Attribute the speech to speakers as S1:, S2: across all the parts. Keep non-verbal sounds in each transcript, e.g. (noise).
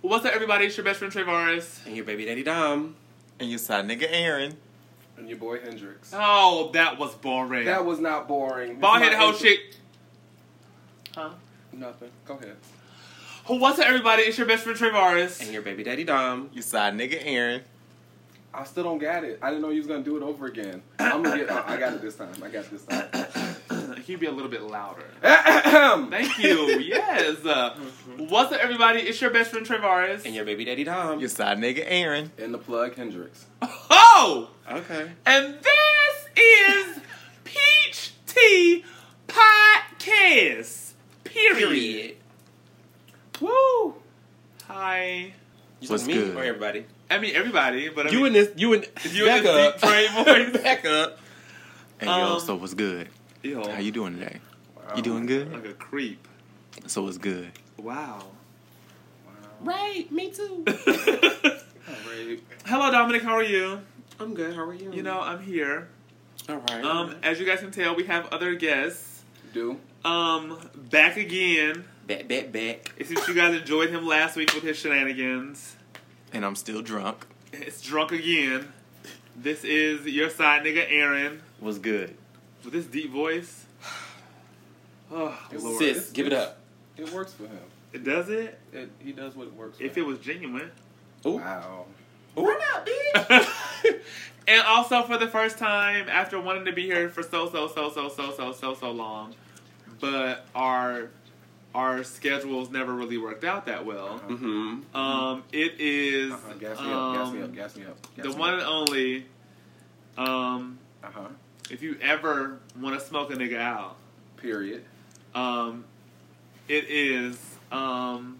S1: What's up, everybody? It's your best friend Travaris.
S2: And your baby daddy Dom.
S3: And you saw nigga Aaron.
S4: And your boy Hendrix.
S1: Oh, that was boring.
S4: That was not boring.
S1: Ball head
S4: whole
S1: hoe chick. Huh?
S4: Nothing. Go ahead.
S1: What's up, everybody? It's your best friend Travaris.
S2: And your baby daddy Dom.
S3: You saw nigga Aaron.
S4: I still don't got it. I didn't know you was gonna do it over
S2: (coughs)
S4: again. I'm gonna get. oh, I I got it this time. (coughs) I got it this
S1: Can you be a little bit louder?
S4: time.
S1: Thank you. yes. Uh,
S4: Mm-hmm.
S1: what's up, everybody? It's your best friend Travaris.
S2: And your baby daddy Dom.
S3: You saw nigga Aaron.
S4: In the plug, Hendrix.
S1: oh,
S2: Okay.
S1: and this is Peach Tea Podcast. Period.
S2: Period.
S1: Woo. Hi.
S2: You
S3: What's
S2: said me
S3: good?
S2: or everybody?
S1: I mean everybody, but I
S2: You
S1: mean,
S2: and this, you and
S1: You
S2: back
S1: and this
S2: up,
S1: deep brain voice.
S2: (laughs) back up.
S3: Hey yo,
S1: Um,
S3: so what's good?
S1: Ew.
S3: How you doing today?
S4: Wow.
S3: You doing good?
S1: like a creep.
S3: So what's good?
S1: Wow.
S2: Right, me too.
S1: Hello,
S4: Great.
S1: Dominic. How are you?
S2: (laughs) I'm good. How are you?
S1: You know, I'm here.
S2: All right.
S1: Um, as you guys can tell, we have other guests.
S4: Do.
S1: Um, back again.
S2: back, back, back.
S1: It seems you guys enjoyed him last week with his shenanigans.
S3: And I'm still drunk.
S1: It's drunk again. This is your side nigga, Aaron,
S2: Was good.
S1: with this deep voice. (sighs) Oh,
S4: It's
S1: Lord.
S2: Sis, give it up.
S4: It works for him.
S1: It does it?
S4: It, he does what it works. For
S1: If it
S4: him.
S1: was genuine.
S2: Ooh.
S4: Wow.
S2: Run up, bitch.
S1: (laughs) and also for the first time after wanting to be here for so so so so so so so so long, but our our schedules never really worked out that well.
S4: Uh-huh.
S2: (laughs) mm-hmm.
S1: Um, it is
S4: Uh-huh. Gas me up. Gas me
S1: um,
S4: up. Gas me up. Gas
S1: the
S4: me
S1: one and
S4: Up.
S1: only. Um,
S4: Uh huh.
S1: if you ever want to smoke a nigga out,
S4: Period.
S1: um, it is um,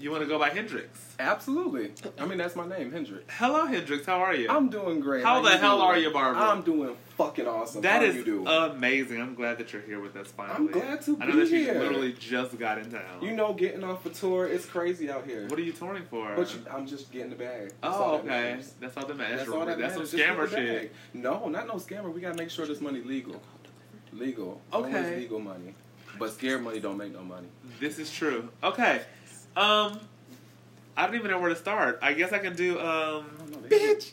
S1: you want to go by Hendrix.
S4: Absolutely. I mean, that's my name, Hendrix.
S1: Hello, Hendrix. How are you?
S4: I'm doing great.
S1: How the hell
S4: doing?
S1: are you, Barbara?
S4: I'm doing fucking awesome.
S1: That
S4: How
S1: is
S4: you do?
S1: amazing. I'm glad that you're here with us finally.
S4: glad to
S1: I know
S4: be
S1: that you
S4: here.
S1: literally just got in town.
S4: you know, getting off a tour is crazy out here.
S1: what are you touring for?
S4: But you, I'm just getting the bag. That's
S1: oh,
S4: all that
S1: okay.
S4: matters.
S1: That's all that matters.
S4: That's all that
S1: That's
S4: matters.
S1: some
S4: Just get the
S1: scammer shit.
S4: bag. No, not no scammer. We gotta make sure this money legal. Legal.
S1: Okay.
S4: Always legal money. But scared money don't make no money.
S1: This is true. Okay. Um, I don't even know where to start. I guess I can do um.
S2: Bitch.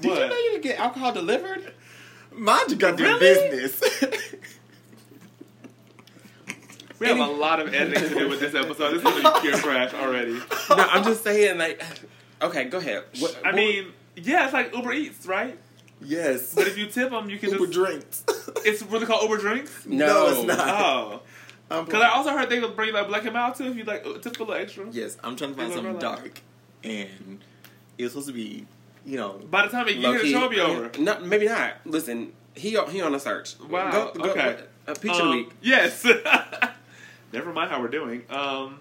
S2: Did
S1: What?
S2: you know you could get alcohol delivered?
S3: Mind you got
S1: Really?
S3: your business. (laughs)
S1: We have a lot of editing to do with this episode. This is gonna be
S4: (laughs)
S1: pure trash already.
S2: (laughs) no, I'm just saying, like, okay, go ahead. What,
S1: I
S2: what-
S1: mean, yeah, it's like Uber Eats, right?
S3: yes.
S1: But if you tip them, you can
S3: Uber
S1: just.
S3: drinks.
S1: It's really called Uber
S4: (laughs)
S1: drinks.
S2: no,
S3: No, it's not.
S1: Oh,
S3: (laughs) I'm
S1: because I also heard they would bring like black and mild too if you like tip a little extra.
S3: yes, I'm trying to find
S1: Uber
S3: something
S1: Black.
S3: dark. And it was supposed to be, you know,
S1: By the time it gets here, the
S2: Low-key.
S1: show will be over.
S2: No, maybe not. Listen, he he on a search.
S1: Wow, okay.
S2: uh, peach of the
S1: Um,
S2: week.
S1: Yes. (laughs) Never mind how we're doing. Um,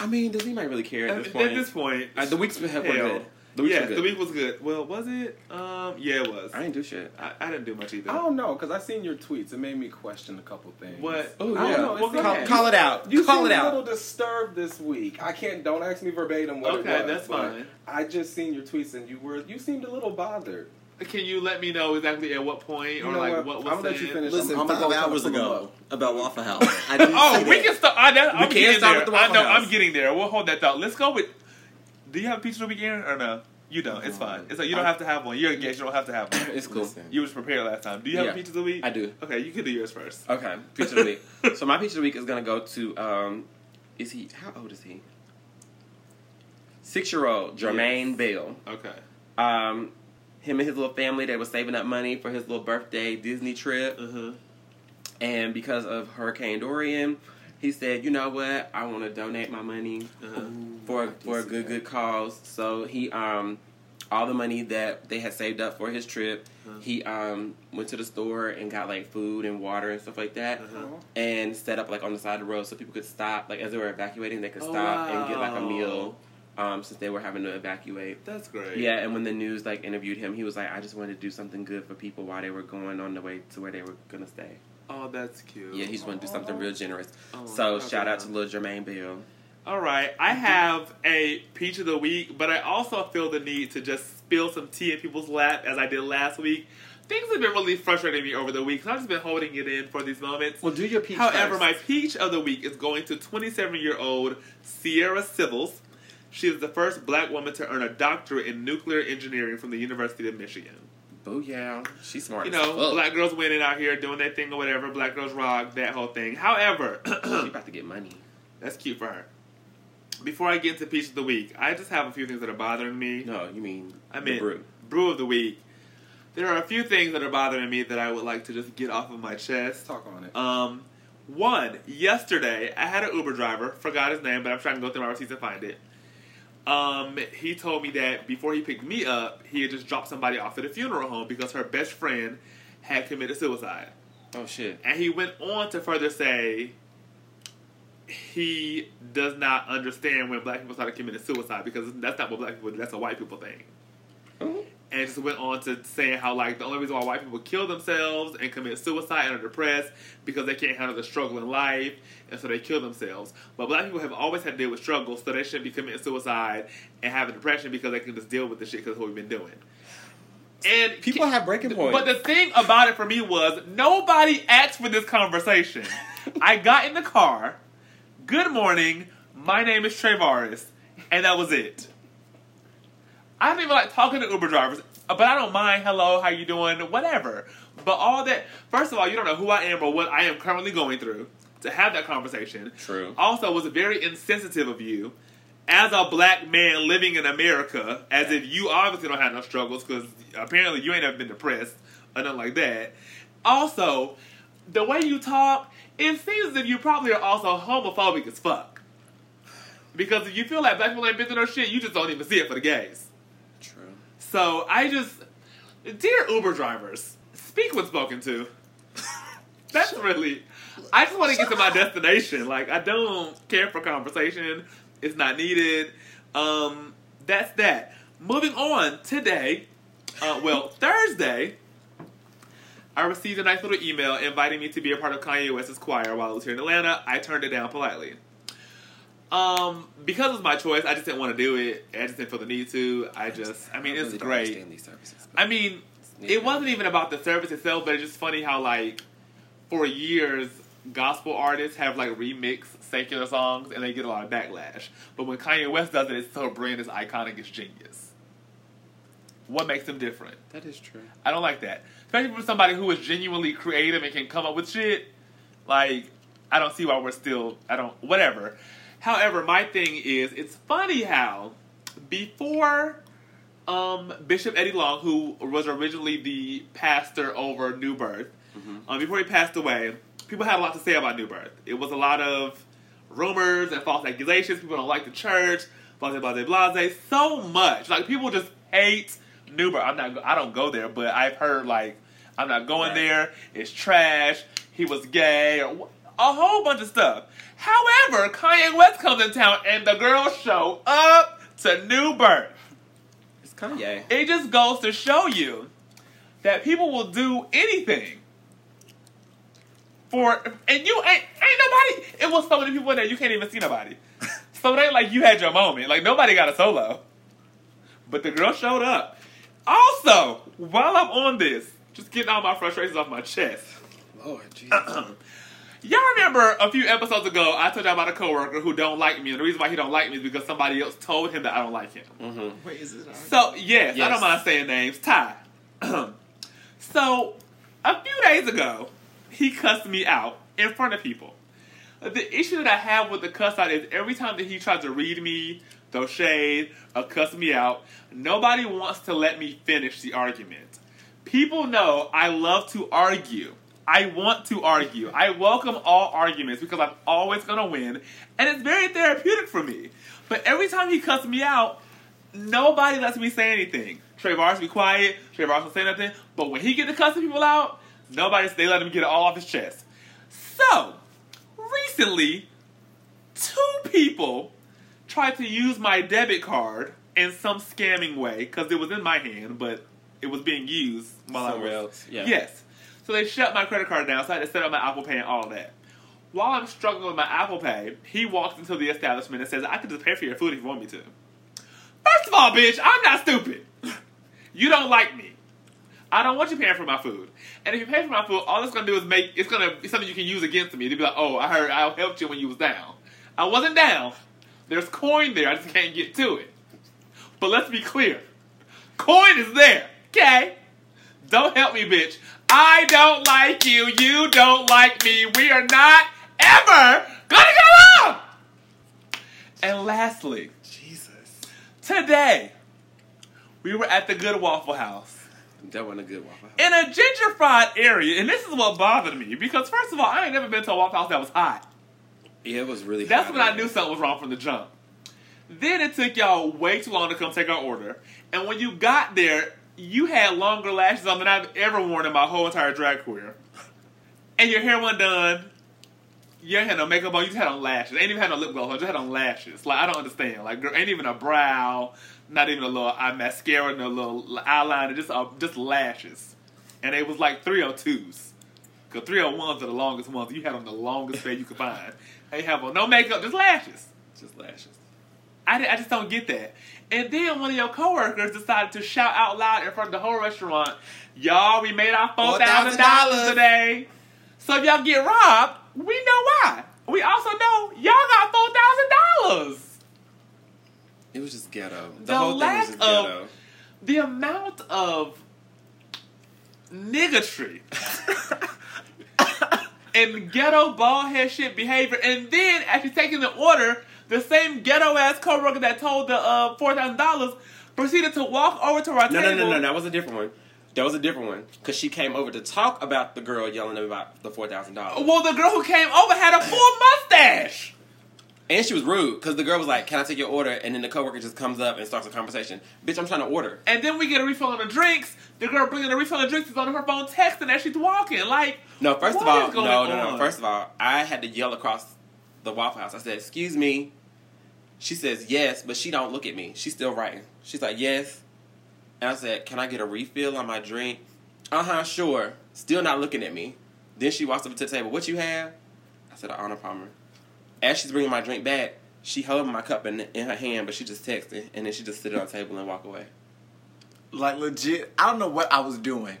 S2: I mean, does anybody really care at
S1: at,
S2: this point?
S1: at uh, this point,
S2: Uh, the weeks have been
S1: hell.
S2: good. The weeks
S1: yes,
S2: were good.
S1: the week was good. Well, was it? Um, yeah, it was.
S2: I
S1: I,
S2: didn't do shit.
S1: I, didn't do much either.
S4: I don't know, cause I seen your tweets. It made me question a couple things.
S1: What?
S2: Oh
S4: I don't
S2: yeah,
S4: know, it
S2: Well,
S4: seemed-
S2: call, call it out.
S4: You
S2: call
S4: seemed
S2: it
S4: a little
S2: out.
S4: disturbed this week. I can't. Don't ask me verbatim what
S1: Okay,
S4: it was.
S1: that's
S4: but
S1: fine.
S4: I just seen your tweets and you were. You seemed a little bothered.
S1: Can you let me know exactly at what point
S4: You
S1: or
S4: know
S1: like
S4: what?
S1: what was
S4: I'm gonna let
S1: said?
S4: you finish.
S3: Listen,
S4: I'm- I'm
S3: five
S4: gonna go
S3: hours
S4: pull 'em
S3: ago
S4: up.
S3: about Waffle House. I (laughs) didn't
S1: Oh,
S3: see
S1: we
S3: that.
S1: can start. I, that,
S2: We
S1: I'm
S2: can
S1: getting
S2: start
S1: there.
S2: with the
S1: I
S2: Waffle
S1: know. I'm
S2: House.
S1: getting there. We'll hold that thought. Let's go with. Do you have pizza to begin or no? You don't. It's fine. It's like you don't have to have one. You're a guest. You don't have to have one.
S2: (coughs) It's cool.
S3: Listen.
S1: You was prepared last time. Do you have
S2: Yeah,
S1: a peach of the week?
S2: I do.
S1: Okay, you can do yours first.
S2: Okay, peach of the week. So my peach of the week is gonna go to um, is he how old is he? Six year old Jermaine Bell.
S1: Okay.
S2: Um, him and his little family they were saving up money for his little birthday Disney trip.
S1: Uh huh.
S2: And because of Hurricane Dorian, he said, "You know what? I want to donate my money
S1: Uh-huh.
S2: for
S3: I did
S2: for a
S3: see
S2: good
S3: that.
S2: good cause." So he um all the money that they had saved up for his trip,
S1: Uh-huh.
S2: he um went to the store and got like food and water and stuff like that
S1: Uh-huh.
S2: and set up like on the side of the road so people could stop like as they were evacuating, they could stop and get like a meal um since they were having to evacuate.
S1: That's great.
S2: Yeah, and when the news like interviewed him, he was like, "I just wanted to do something good for people while they were going on the way to where they were gonna stay."
S1: Oh, that's cute.
S2: Yeah, he just wanted to do something real generous.
S1: Oh,
S2: So
S1: okay.
S2: shout out to Lil Jermaine Bell.
S1: All right, I have a peach of the week, but I also feel the need to just spill some tea in people's lap as I did last week. Things have been really frustrating me over the week, so I've just been holding it in for these moments.
S2: Well, do your peach.
S1: However, my peach of the week is going to 27 year old Sierra Civils. She is the first black woman to earn a doctorate in nuclear engineering from the University of Michigan.
S2: Booyah. She's smart
S1: You
S2: as
S1: know,
S2: fuck.
S1: black girls winning out here doing their thing or whatever, black girls rock, that whole thing. However, (clears throat)
S2: She about to get money.
S1: that's cute for her. Before I get into Peach of the Week, I just have a few things that are bothering me.
S2: No, you mean
S1: I
S2: the
S1: mean, brew.
S2: brew.
S1: of the week. There are a few things that are bothering me that I would like to just get off of my chest.
S4: Talk on it.
S1: Um, one, yesterday I had an Uber driver, forgot his name, but I'm trying to go through my receipts and find it. Um, he told me that before he picked me up, he had just dropped somebody off at a funeral home because her best friend had committed suicide.
S2: Oh shit.
S1: And he went on to further say he does not understand when black people started committing suicide because that's not what black people do, that's a white people thing
S2: Ooh.
S1: and just went on to saying how like the only reason why white people kill themselves and commit suicide and are depressed because they can't handle the struggle in life and so they kill themselves. But black people have always had to deal with struggle, so they shouldn't be committing suicide and having depression because they can just deal with the shit because of what we've been doing. And
S2: People have breaking points.
S1: but the thing about it for me was nobody asked for this
S2: (laughs)
S1: conversation. I got in the car. Good morning. My name is Trevaris, and that was it. I don't even like talking to Uber drivers, but I don't mind. Hello, how you doing? Whatever. But all that. First of all, you don't know who I am or what I am currently going through to have that conversation.
S2: True.
S1: Also, it was very insensitive of you. As a black man living in America, as if you obviously don't have no struggles because apparently you ain't ever been depressed or nothing like that. Also, the way you talk, it seems as if you probably are also homophobic as fuck. Because if you feel like black people ain't been through no shit, you just don't even see it for the gays.
S2: True.
S1: So I just, dear Uber drivers, speak when spoken to. (laughs) That's really. I just want to get to my destination. Like I don't care for conversation. It's not needed. Um, that's that. Moving on today. Uh, well, Thursday. I received a nice little email inviting me to be a part of Kanye West's choir while I was here in Atlanta. I turned it down politely. Um, because it was my choice, I just didn't want to do it. I just didn't feel the need to. I just, I mean,
S2: I
S1: it's
S2: really don't
S1: great.
S2: understand these services.
S1: I mean,
S2: Yeah.
S1: it wasn't even about the service itself, but it's just funny how like for years gospel artists have like remixed secular songs and they get a lot of backlash. But when Kanye West does it, it's so brand is iconic, it's genius. What makes him different?
S2: that is true.
S1: I don't like that, especially from somebody who is genuinely creative and can come up with shit. Like, I don't see why we're still. I don't. Whatever. However, my thing is, it's funny how before um, Bishop Eddie Long, who was originally the pastor over New Birth, um, before he passed away, people had a lot to say about New Birth. It was a lot of rumors and false accusations. People don't like the church. Blase, blase, blase. So much. Like people just hate New Birth. I'm not. I don't go there, but I've heard like I'm not going
S2: Right.
S1: there. It's trash. He was gay. Or wh- a whole bunch of stuff. However, Kanye West comes in town and the girls show up to New Birth
S2: It's Kanye.
S1: it just goes to show you that people will do anything for and you ain't ain't nobody it was so many people in there you can't even see nobody so it ain't like you had your moment like nobody got a solo but the girl showed up also while i'm on this just getting all my frustrations off my chest (clears throat)
S2: Lord Jesus.
S1: Y'all remember a few episodes ago, I told y'all about a coworker who don't like me, and the reason why he don't like me is because somebody else told him that I don't like him.
S3: Wait, is it?
S1: So yes, I
S2: Yes.
S1: don't mind saying names. Ty. (clears throat) so a few days ago, he cussed me out in front of people. The issue that I have with the cuss out is every time that he tries to read me, throw shade, or cuss me out, nobody wants to let me finish the argument. People know I love to argue. I want to argue. I welcome all arguments because I'm always going to win, and it's very therapeutic for me. But every time he cussed me out, nobody lets me say anything. Trayvon's be quiet. Trayvon's don't say nothing. But when he get to cussing people out, nobody they let him get it all off his chest. So recently, two people tried to use my debit card in some scamming way because it was in my hand, but it was being used while
S2: Somewhere
S1: I was.
S2: else. Yeah.
S1: Yes. So they shut my credit card down, so I had to set up my Apple Pay and all that. While I'm struggling with my Apple Pay, he walks into the establishment and says, I could just pay for your food if you want me to. First of all, bitch, I'm not stupid. (laughs) You don't like me. I don't want you paying for my food. And if you pay for my food, all it's gonna do is make it's gonna be something you can use against me. To be like, oh, I heard I helped you when you was down. I wasn't down. There's coin there. I just can't get to it. But let's be clear. Coin is there. Okay? Don't help me, bitch. I don't like you. You don't like me. We are not ever gonna go on. And lastly,
S3: Jesus.
S1: today, we were at the Good Waffle House
S2: That wasn't a good waffle. House.
S1: in a ginger fried area, and this is what bothered me because first of all, I ain't never been to a Waffle House that was hot.
S2: Yeah, it was really.
S1: That's
S2: hot
S1: when I
S2: in
S1: knew
S2: there.
S1: something was wrong from the jump. Then it took y'all way too long to come take our order, and when you got there, you had longer lashes on than I've ever worn in my whole entire drag career, and your hair wasn't done. You ain't had no makeup on. You just had on lashes. Ain't even had no lip gloss on. Just had on lashes. Like I don't understand. Like girl, ain't even a brow, not even a little eye mascara, no little eyeliner. Just uh, just lashes, and it was like three hundred twos. Cause three hundred ones are the longest ones. You had on the longest pair you could find. Ain't have on no makeup, just lashes.
S2: Just lashes.
S1: I, di- I just don't get that. And then one of your coworkers decided to shout out loud in front of the whole restaurant, "Y'all, we made our four thousand dollars
S3: $4,000
S1: today." So if y'all get robbed, we know why. We also know y'all got four thousand dollars.
S2: It was just ghetto. The,
S1: The
S2: whole thing was just
S1: lack of-
S2: ghetto.
S1: The amount of
S2: (laughs)
S1: niggatry and ghetto ballhead shit behavior, and then after taking the order, the same ghetto ass coworker that told the uh, four thousand dollars proceeded to walk over to our
S2: No, no,
S1: table.
S2: no, no, that was a different one. That was a different one because she came over to talk about the girl yelling about the four thousand dollars,
S1: Well, the girl who came over had a full mustache.
S2: and she was rude because the girl was like, "Can I take your order?" And then the coworker just comes up and starts a conversation. Bitch, I'm trying to order.
S1: And then we get a refill on the drinks. The girl bringing the refill on the drinks is on her phone texting as she's walking. Like,
S2: No, first
S1: What is
S2: of all,
S1: going
S2: no, no,
S1: on?
S2: no. First of all, I had to yell across the Waffle House. I said, "Excuse me." She says yes, but she don't look at me. She's still writing. She's like yes, and I said, "Can I get a refill on my drink?" Uh huh, sure. Still not looking at me. Then she walks up to the table. What you have? I said, "An honor palmer." As she's bringing my drink back, she held my cup in, in her hand, but she just texted, and then she just sit it on the table and walk away.
S3: Like legit, I don't know what I was doing.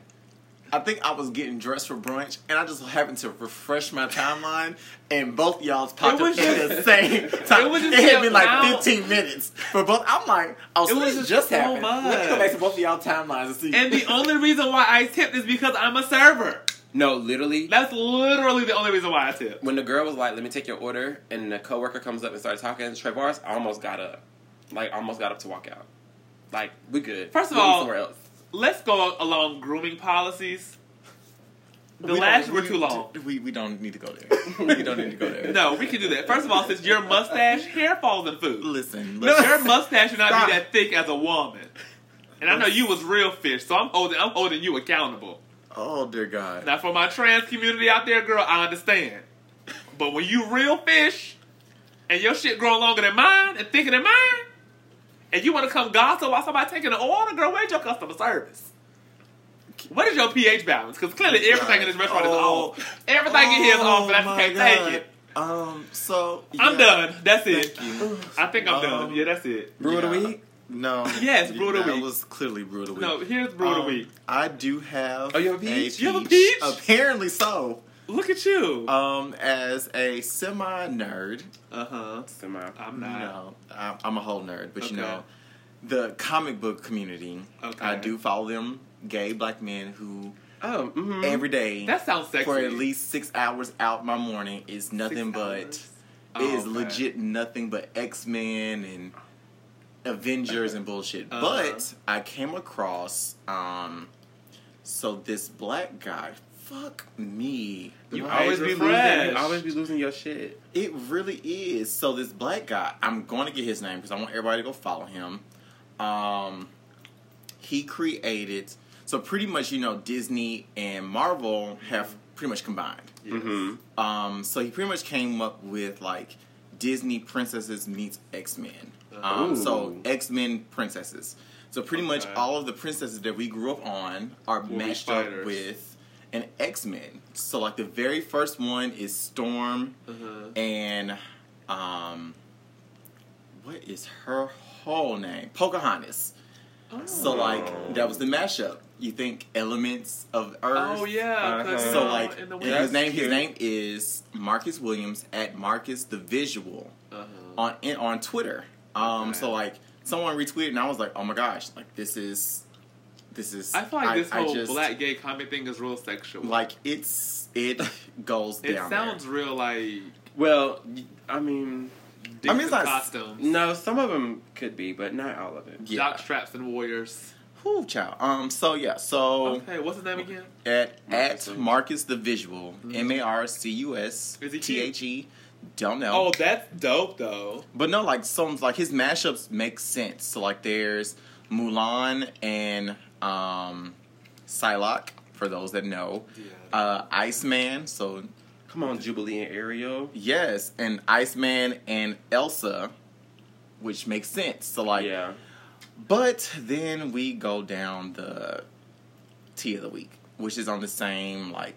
S3: I think I was getting dressed for brunch, and I just happened to refresh my timeline, and both y'all's
S1: It
S3: popped up
S1: was
S3: at the
S1: just-
S3: same time. It,
S1: it was just
S3: had been like
S1: amount-
S3: fifteen minutes for both. I'm like, oh,
S1: It
S3: so
S1: was
S3: this
S1: just
S3: just
S1: so
S3: happened. Let me go
S1: much.
S3: back to both of y'all timelines and see.
S1: and the only reason why I tipped is because I'm a server.
S2: No, literally.
S1: That's literally the only reason why I tipped.
S2: when the girl was like, "Let me take your order," and the coworker comes up and started talking, Trevor almost got up, like almost got up to walk out. Like we good.
S1: First of
S2: We'll eat
S1: all-
S2: somewhere else.
S1: Let's go along grooming policies. The
S3: We don't-
S1: lashes were
S3: we-
S1: too long.
S3: We we don't need to go there. we don't need to go
S1: (laughs)
S3: there.
S1: No, we can do that. First of all, since your mustache hair falls in food.
S3: Listen,
S1: But
S3: listen.
S1: your mustache should not
S3: Stop.
S1: be that thick as a woman. And I know you was real fish, so I'm holding I'm holding you accountable.
S3: Oh dear God.
S1: Now for my trans community out there, girl, I understand. But when you real fish and your shit growing longer than mine and thicker than mine, and you wanna come gossip while somebody taking an order, girl, where's your customer service? What is your pH balance? Because clearly everything in this restaurant
S3: Oh.
S1: is off. Everything in here is off, and I
S3: my
S1: just can't
S3: God.
S1: take it.
S3: Um. So
S1: I'm
S3: yeah.
S1: done. That's it. (laughs)
S3: Thank you.
S1: I think I'm done.
S3: Um,
S1: Yeah, that's it.
S2: Brew of the
S3: Yeah.
S2: week.
S3: No.
S1: (laughs) Yes, brew of the
S3: that
S1: week.
S3: was clearly brew of the week.
S1: No, here's brew of the
S3: Um,
S1: week.
S3: I do have.
S2: Oh, you have a peach?
S1: You have a peach?
S3: Apparently so.
S1: Look at you.
S3: Um, as a semi nerd,
S1: Uh huh.
S2: Semi.
S1: I'm not.
S3: no, I'm, I'm a whole nerd, but you
S1: Okay.
S3: know, the comic book community.
S1: Okay.
S3: I do follow them, gay black men who
S2: Oh, mhm.
S3: every day
S1: mm-hmm. That sounds sexy.
S3: for at least six hours out my morning is nothing
S1: Six
S3: but
S1: hours.
S3: it is
S1: Oh, okay.
S3: legit nothing but X Men and Avengers and bullshit.
S1: Uh-huh.
S3: But I came across um, so this black guy. Fuck me.
S2: you
S1: Right,
S2: always be
S1: refresh.
S2: losing. You always be losing your shit.
S3: It really is. So this black guy, I'm going to get his name because I want everybody to go follow him. Um, he created so pretty much you know Disney and Marvel have pretty much combined.
S1: Yes.
S2: Mm-hmm.
S3: Um, so he pretty much came up with like Disney princesses meets X Men. Um,
S2: Ooh.
S3: so X Men princesses. So pretty much
S1: Okay.
S3: all of the princesses that we grew up on are
S1: be
S3: matched up
S1: fighters.
S3: with an X Men. So like the very first one is Storm
S1: Uh-huh.
S3: and um, what Oh. is her whole name? Pocahontas. So like that was the mashup. you think elements of Earth.
S1: Oh yeah. 'cause,
S2: Uh-huh.
S1: you
S3: So
S1: know,
S3: like
S1: Uh, in the
S3: his
S1: winter-
S2: That's
S3: name,
S2: cute.
S3: his name is Marcus Williams at Marcus the Visual
S1: Uh-huh.
S3: on in, on Twitter. Um,
S1: Okay.
S3: so like someone retweeted, and I was like, oh my gosh, like this is, this is.
S1: I feel like this
S3: I
S1: whole
S3: just-
S1: black gay comic thing is real sexual.
S3: like it's
S1: (laughs)
S3: it goes
S1: it
S3: down.
S1: sounds real like.
S2: Well, y- I mean,
S1: I mean,
S3: it's mm, not-
S1: costumes,
S2: no, some of them could be, but not all of it.
S3: there. yeah.
S1: jock straps, and warriors.
S3: Whew, child. Um. So yeah. So mm,
S1: Okay, what's his name again?
S3: at
S2: Marcus
S3: at
S2: Williams.
S3: Marcus the Visual,
S1: Mm-hmm.
S3: M A R C U S
S1: Is he
S3: T H E. Don't know.
S1: Oh, that's dope though.
S3: But no, like some like his mashups make sense. So like there's Mulan and um Psylocke, for those that know.
S1: Yeah.
S3: Uh Iceman, so
S2: Come on, Jubilee and Ariel.
S3: yes, and Iceman and Elsa, which makes sense. So like
S2: yeah,
S3: but then we go down the tea of the week, which is on the same like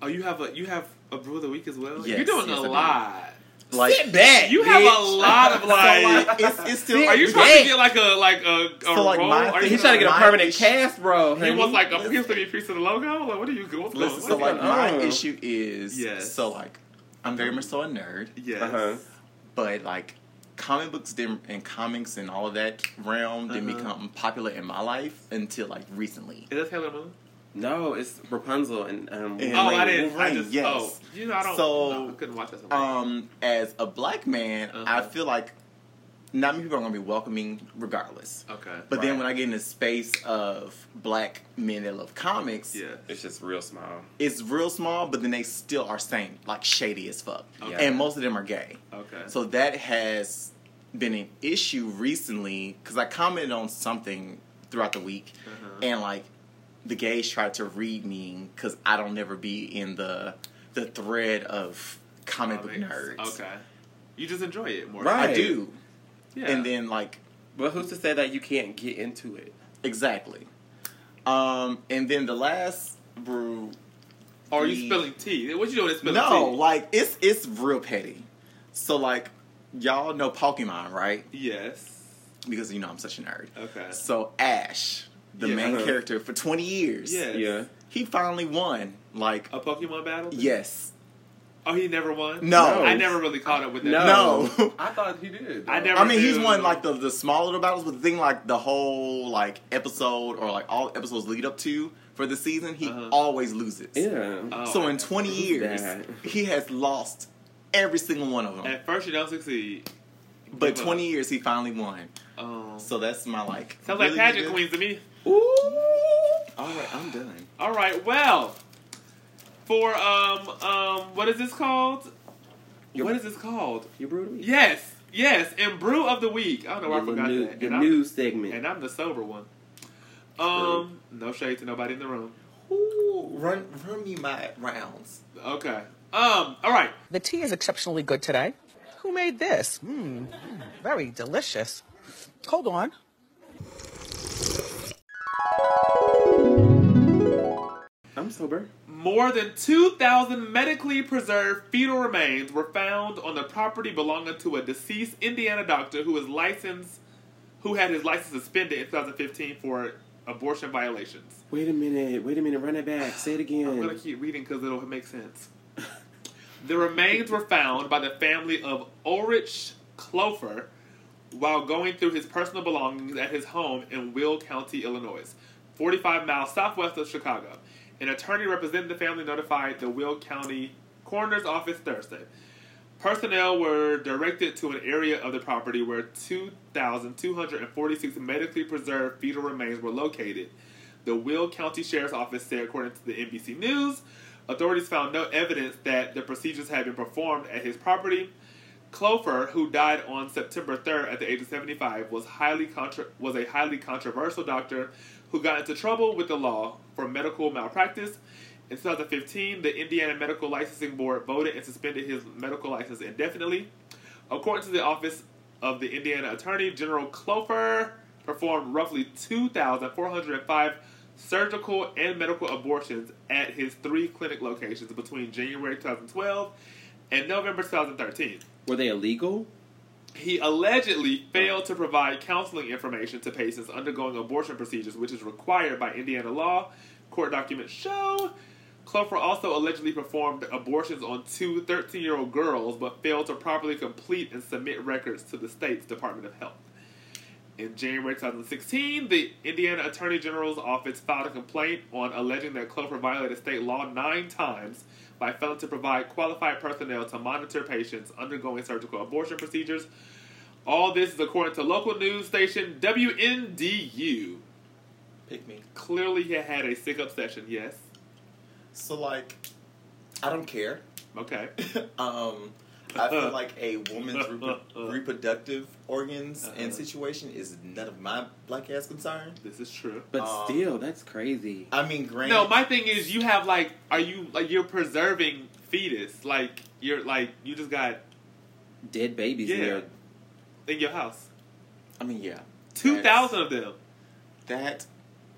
S1: Oh, you have a you have a brew of the week as well.
S3: Yes,
S1: You're doing
S3: yes, I
S1: a
S3: do.
S1: lot.
S3: like
S2: sit back.
S1: You have a
S2: bitch.
S1: lot
S2: (laughs)
S1: of like.
S3: so, like, it's, it's still
S1: Are you
S3: it's-
S1: trying
S2: Yeah.
S1: to get like a like a, a
S3: So, like,
S1: role?
S3: my
S1: Are you
S3: thing-
S2: He's trying to get a
S3: My
S2: permanent
S3: issue-
S2: cast, bro.
S1: He
S2: honey.
S1: was like, a, he was to be a piece of the logo. Like, what are you going? What's
S3: Listen,
S1: going?
S3: so
S1: what's
S3: like
S1: going on?
S3: my
S2: on?
S3: issue is
S1: Yes.
S3: so like I'm very much so a nerd,
S1: yes.
S2: Uh-huh.
S3: but like comic books didn't and comics and all of that realm didn't
S1: Uh-huh.
S3: become popular in my life until like recently.
S1: Is that Taylor Moon?
S2: no, it's Rapunzel and um.
S3: And,
S1: Oh,
S3: like,
S1: I didn't. I
S3: Wolverine,
S1: just.
S3: yes.
S1: Oh, you know, I don't.
S3: So,
S1: no, I couldn't watch that.
S3: Um, as a black man, I
S1: Uh-huh.
S3: feel like not many people are gonna be welcoming regardless.
S1: okay.
S3: But then
S2: Right.
S3: when I get in the space of black men that love comics,
S1: yeah.
S2: it's just real small.
S3: it's real small, but then they still are same, like shady as fuck.
S1: Okay.
S3: And most of them are gay.
S1: Okay.
S3: So that has been an issue recently because I commented on something throughout the week,
S1: Uh-huh.
S3: and like the gays tried to read me because I don't never be in the the thread of comic book
S1: Comics.
S3: nerds.
S1: Okay. You just enjoy it more.
S2: Right.
S3: I do,
S1: Yeah.
S3: and then like
S2: But who's to say that you can't get into it?
S3: exactly, um, and then the last brew.
S1: Or are you
S3: the-
S1: spilling tea? What you doing? is Spilling
S3: No,
S1: tea.
S3: like it's it's real petty. So like y'all know Pokemon, right?
S1: Yes.
S3: Because you know I'm such a nerd.
S1: Okay.
S3: So Ash, the
S1: Yeah.
S3: main
S2: Uh-huh.
S3: character for 20 years,
S1: Yes.
S2: Yeah.
S3: he finally won. Like,
S1: A Pokemon battle.
S3: yes,
S1: Oh, he never won.
S3: No.
S1: I never really caught up with that.
S2: No.
S3: no.
S4: I thought he
S1: (laughs)
S4: did.
S1: I
S4: though.
S1: never-
S3: I mean, he's
S1: do.
S3: won like the the small little battles, but the thing like the whole like episode or like all episodes lead up to for the season, he
S1: Uh-huh.
S3: always loses.
S2: Yeah.
S1: Oh,
S3: So in 20 years,
S2: That.
S3: he has lost every single one of them.
S1: At first, you don't succeed.
S3: but
S1: give up.
S3: 20 years, he finally won.
S1: Um,
S3: So that's my like.
S1: sounds like
S3: really
S1: pageant
S3: good-
S1: queens to me.
S3: Ooh. All right, I'm done.
S1: All right. Well, for um um, what is this called?
S2: Your-
S1: what is this called?
S2: You brutal.
S1: Yes, yes. And brew of the week. I don't know why I forgot
S2: new,
S1: that.
S2: The
S1: and,
S2: news segment.
S1: I'm, and I'm the sober one. Um, no shade to nobody in the room.
S3: Ooh, run, run me my rounds.
S1: Okay. Um. All right.
S5: The tea is exceptionally good today. Who made this? Mmm, very delicious. Hold on.
S2: I'm sober.
S1: More than 2,000 medically preserved fetal remains were found on the property belonging to a deceased Indiana doctor who is licensed, who had his license suspended in 2015 for abortion violations.
S2: Wait a minute. Wait a minute. Run it back. Say it
S1: (sighs) I'm gonna
S2: again.
S1: keep reading because it'll make sense. the remains were found by the family of Ulrich Clofer while going through his personal belongings at his home in Will County, Illinois, 45 miles southwest of Chicago. An attorney representing the family notified the Will County Coroner's Office Thursday. Personnel were directed to an area of the property where 2,246 medically preserved fetal remains were located. The Will County Sheriff's Office said, according to the NBC News, authorities found no evidence that the procedures had been performed at his property. Clofer, who died on September 3rd at the age of 75, was highly contra- was a highly controversial doctor who got into trouble with the law for medical malpractice. In 2015, the Indiana Medical Licensing Board voted and suspended his medical license indefinitely. According to the Office of the Indiana Attorney, General Clofer performed roughly 2,405 surgical and medical abortions at his three clinic locations between January 2012 and November 2013.
S2: Were they illegal?
S1: He allegedly failed to provide counseling information to patients undergoing abortion procedures, which is required by Indiana law. Court documents show Clofer also allegedly performed abortions on two 13 year old girls, but failed to properly complete and submit records to the state's Department of Health. In January 2016, the Indiana Attorney General's office filed a complaint on alleging that Clover violated state law nine times by failing to provide qualified personnel to monitor patients undergoing surgical abortion procedures. All this is according to local news station WNDU.
S2: Pick me.
S1: Clearly, he had a sick obsession, yes.
S3: So like, I don't care. (laughs)
S1: Okay.
S3: Um, I feel like
S1: (laughs)
S3: a woman's repro- reproductive organs
S1: Uh-huh.
S3: and situation is none of my black ass concern.
S1: This is true.
S2: But
S3: Um,
S2: still, that's crazy.
S3: I mean, granted,
S1: No, my thing is, you have like, are you, like, you're preserving fetus. Like, you're, like, you just got
S2: Dead babies in
S1: Yeah.
S2: there.
S1: in your house.
S3: I mean, yeah,
S1: 2,000 of them.
S3: that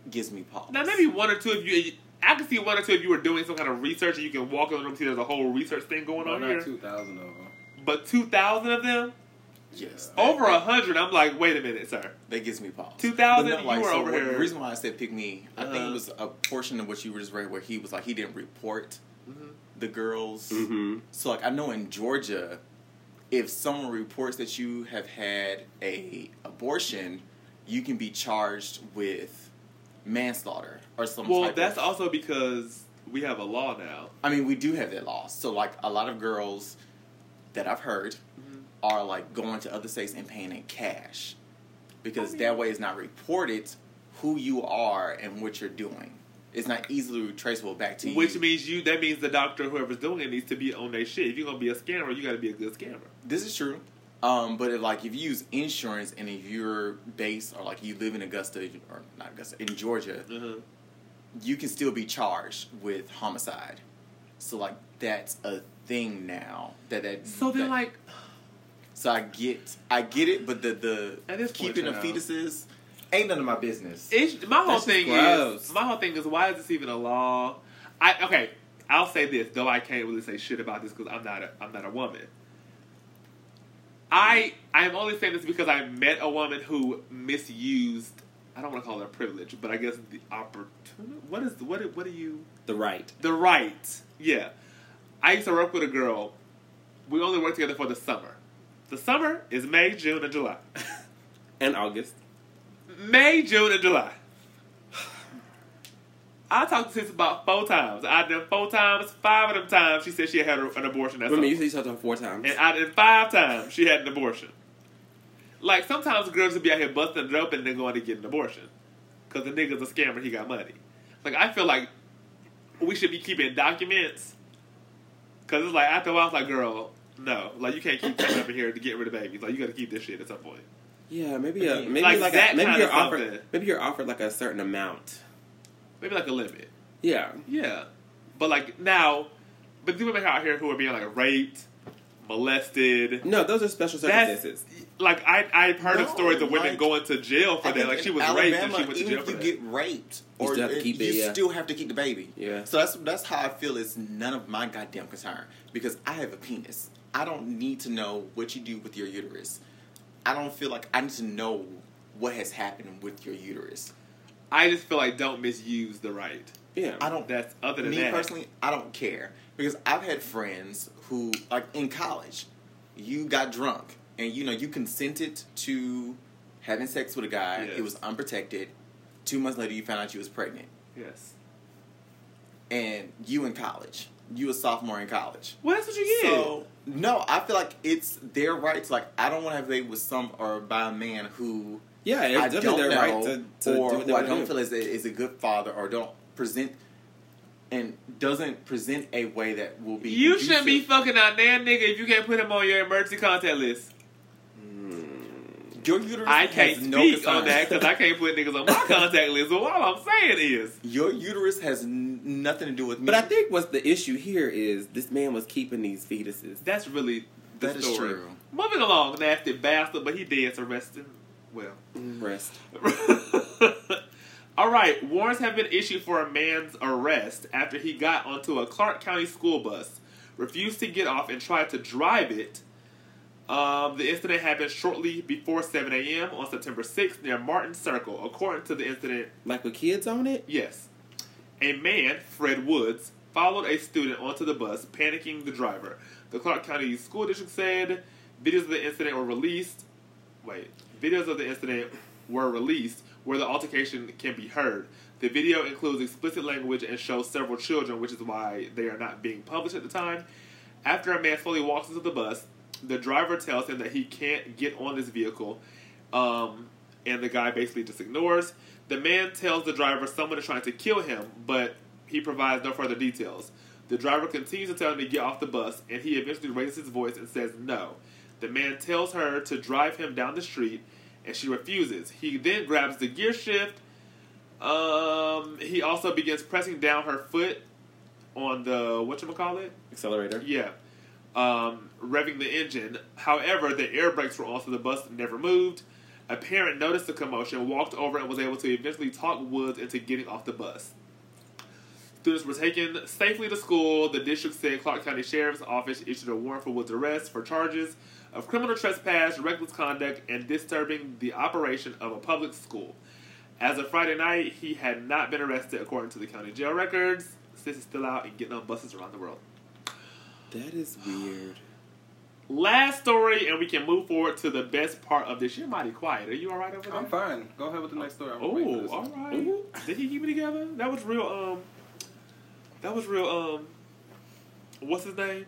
S3: gives me pause.
S1: Now maybe one or two of you. I can see one or two of you are doing some kind of research, and you can walk in the room and see there's a whole research thing going
S4: Well,
S1: on
S4: not
S1: here.
S4: two thousand of them.
S1: But two thousand of them,
S3: yes,
S1: over a hundred. I'm like, wait a minute, sir.
S3: That gives me pause.
S1: 2000,
S3: But
S1: you were over
S3: what-
S1: here.
S3: The reason why I said pick me, I think
S1: Uh-huh.
S3: it was a portion of what you were just read where he was like he didn't report
S1: Mm-hmm.
S3: the girls.
S2: Mm-hmm.
S3: So like I know in Georgia, if someone reports that you have had a abortion, you can be charged with manslaughter or some.
S1: Well,
S3: type
S1: that's
S3: of,
S1: also because we have a law now.
S3: I mean, we do have that law. So like a lot of girls that I've heard
S1: Mm-hmm.
S3: are like going to other states and paying in cash because
S1: Oh,
S3: that way it's not reported who you are and what you're doing. It's not easily traceable back to
S1: Which
S3: you.
S1: means you. That means the doctor, whoever's doing it, needs to be on their shit. If you're gonna be a scammer, you gotta be a good scammer.
S3: This is true. Um, but if, like if you use insurance and if you're based or like you live in Augusta or not Augusta in Georgia,
S1: Uh-huh.
S3: you can still be charged with homicide. So like that's a thing now that that
S1: So then,
S3: that-
S1: like,
S3: so I get I get it, but the the
S1: At this point,
S3: keeping of
S1: child.
S3: fetuses ain't none of my business.
S1: It's, my whole
S2: That's just
S1: thing
S2: gross.
S1: is my whole thing is why is this even a law? I okay. I'll say this though I can't really say shit about this because I'm not a I'm not a woman. I I am only saying this because I met a woman who misused. I don't want to call it a privilege, but I guess the opportunity. What is what? do- What do you?
S2: The right.
S1: The right. Yeah. I used to work with a girl. We only worked together for the summer. The summer is May, June, and July. (laughs)
S2: And August.
S1: May, June, and July. (sighs) I talked to sis about four times. I done four times, five of them times she said she had an abortion. That's
S2: Remember, you said you talked to him four times.
S1: and I did five times she had an abortion. Like sometimes girls would be out here busting it up and then going to get an abortion because the nigga's a scammer. He got money. Like I feel like we should be keeping documents because it's like after a while, it's like girl, no, like you can't keep coming up in here to get rid of babies. Like you got to keep this shit at some point.
S2: yeah, maybe a, maybe
S1: Like
S2: like,
S1: that
S2: a, maybe
S1: kind
S2: you're
S1: of
S2: offered
S1: something.
S2: maybe you're offered like a certain amount.
S1: Maybe like a limit.
S2: Yeah.
S1: Yeah, but like now, but the women out here who are being like raped, molested.
S2: No, those are special
S1: That's
S2: circumstances.
S1: like I I've heard of
S3: No,
S1: stories of women
S3: like-
S1: going to jail for
S3: I
S1: that.
S3: think
S1: Like she
S3: in
S1: was raped and
S3: Alabama,
S1: she went to
S3: even
S1: jail
S3: if
S1: for
S3: you
S1: that.
S3: get raped,
S2: You
S3: or
S2: still have to
S3: it-
S2: keep it,
S3: you
S2: yeah.
S3: still have to keep the baby.
S2: Yeah.
S3: So that's that's how I feel. It's none of my goddamn concern because I have a penis. I don't need to know what you do with your uterus. I don't feel like I need to know what has happened with your uterus.
S1: I just feel like don't misuse the right.
S2: yeah.
S3: I don't.
S1: That's other than
S3: me
S1: that.
S3: personally, I don't care because I've had friends who, like in college, you got drunk and you know you consented to having sex with a guy.
S1: Yes.
S3: It was unprotected. Two months later, you found out you was pregnant,
S1: Yes.
S3: and you in college. You a sophomore in college.
S1: Well, that's what you get.
S3: So no, I feel like it's their rights. Like I don't want to have a baby with some or by a man who
S2: yeah, it's
S3: I
S2: definitely
S3: don't
S2: their
S3: know,
S2: right to, to
S3: or
S2: do what they
S3: who I
S2: want to
S3: don't
S2: do.
S3: feel is a, is a good father, or don't present and doesn't present a way that will be.
S1: you shouldn't be
S3: conducive.
S1: fucking out damn nigga if you can't put him on your emergency contact list.
S3: Your uterus
S1: I can't
S3: has no
S1: speak
S3: concern.
S1: on that because I can't put niggas on
S3: (laughs)
S1: my contact list. But all I'm saying is,
S3: Your uterus has n- nothing to do with me.
S2: But I think what's the issue here is this man was keeping these fetuses.
S1: that's really the
S3: That is
S1: story.
S3: true.
S1: Moving along, nasty bastard, but he dead's arrested. Well.
S2: Rest.
S1: (laughs) All right, warrants have been issued for a man's arrest after he got onto a Clark County school bus, refused to get off, and tried to drive it Um, the incident happened shortly before 7 a.m. on September 6th near Martin Circle. According to the incident,
S2: Like with kids on it?
S1: yes, a man, Fred Woods, followed a student onto the bus, panicking the driver. The Clark County School District said videos of the incident were released. Wait, videos of the incident were released where the altercation can be heard. The video includes explicit language and shows several children, which is why they are not being published at the time. After a man slowly walks into the bus, the driver tells him that he can't get on this vehicle, um, and the guy basically just ignores. The man tells the driver someone is trying to kill him, but he provides no further details. The driver continues to tell him to get off the bus, and he eventually raises his voice and says no. The man tells her to drive him down the street, and she refuses. He then grabs the gear shift. Um, he also begins pressing down her foot on the whatchamacallit?
S2: Accelerator.
S1: Yeah. Um, revving the engine. However, the air brakes were on, so the bus never moved. A parent noticed the commotion, walked over, and was able to eventually talk Woods into getting off the bus. Students were taken safely to school. The district said Clark County Sheriff's Office issued a warrant for Woods' arrest for charges of criminal trespass, reckless conduct, and disturbing the operation of a public school. As of Friday night, he had not been arrested, according to the county jail records. Sis is still out and getting on buses around the world
S2: That is weird.
S1: last story, and we can move forward to the best part of this. You're mighty quiet. Are you all right over there?
S4: I'm fine. Go ahead with the next story. I'm waiting for
S1: Oh,
S4: this
S1: all
S4: one.
S1: right. Did he keep it together? That was real. Um, that was real. Um, what's his name?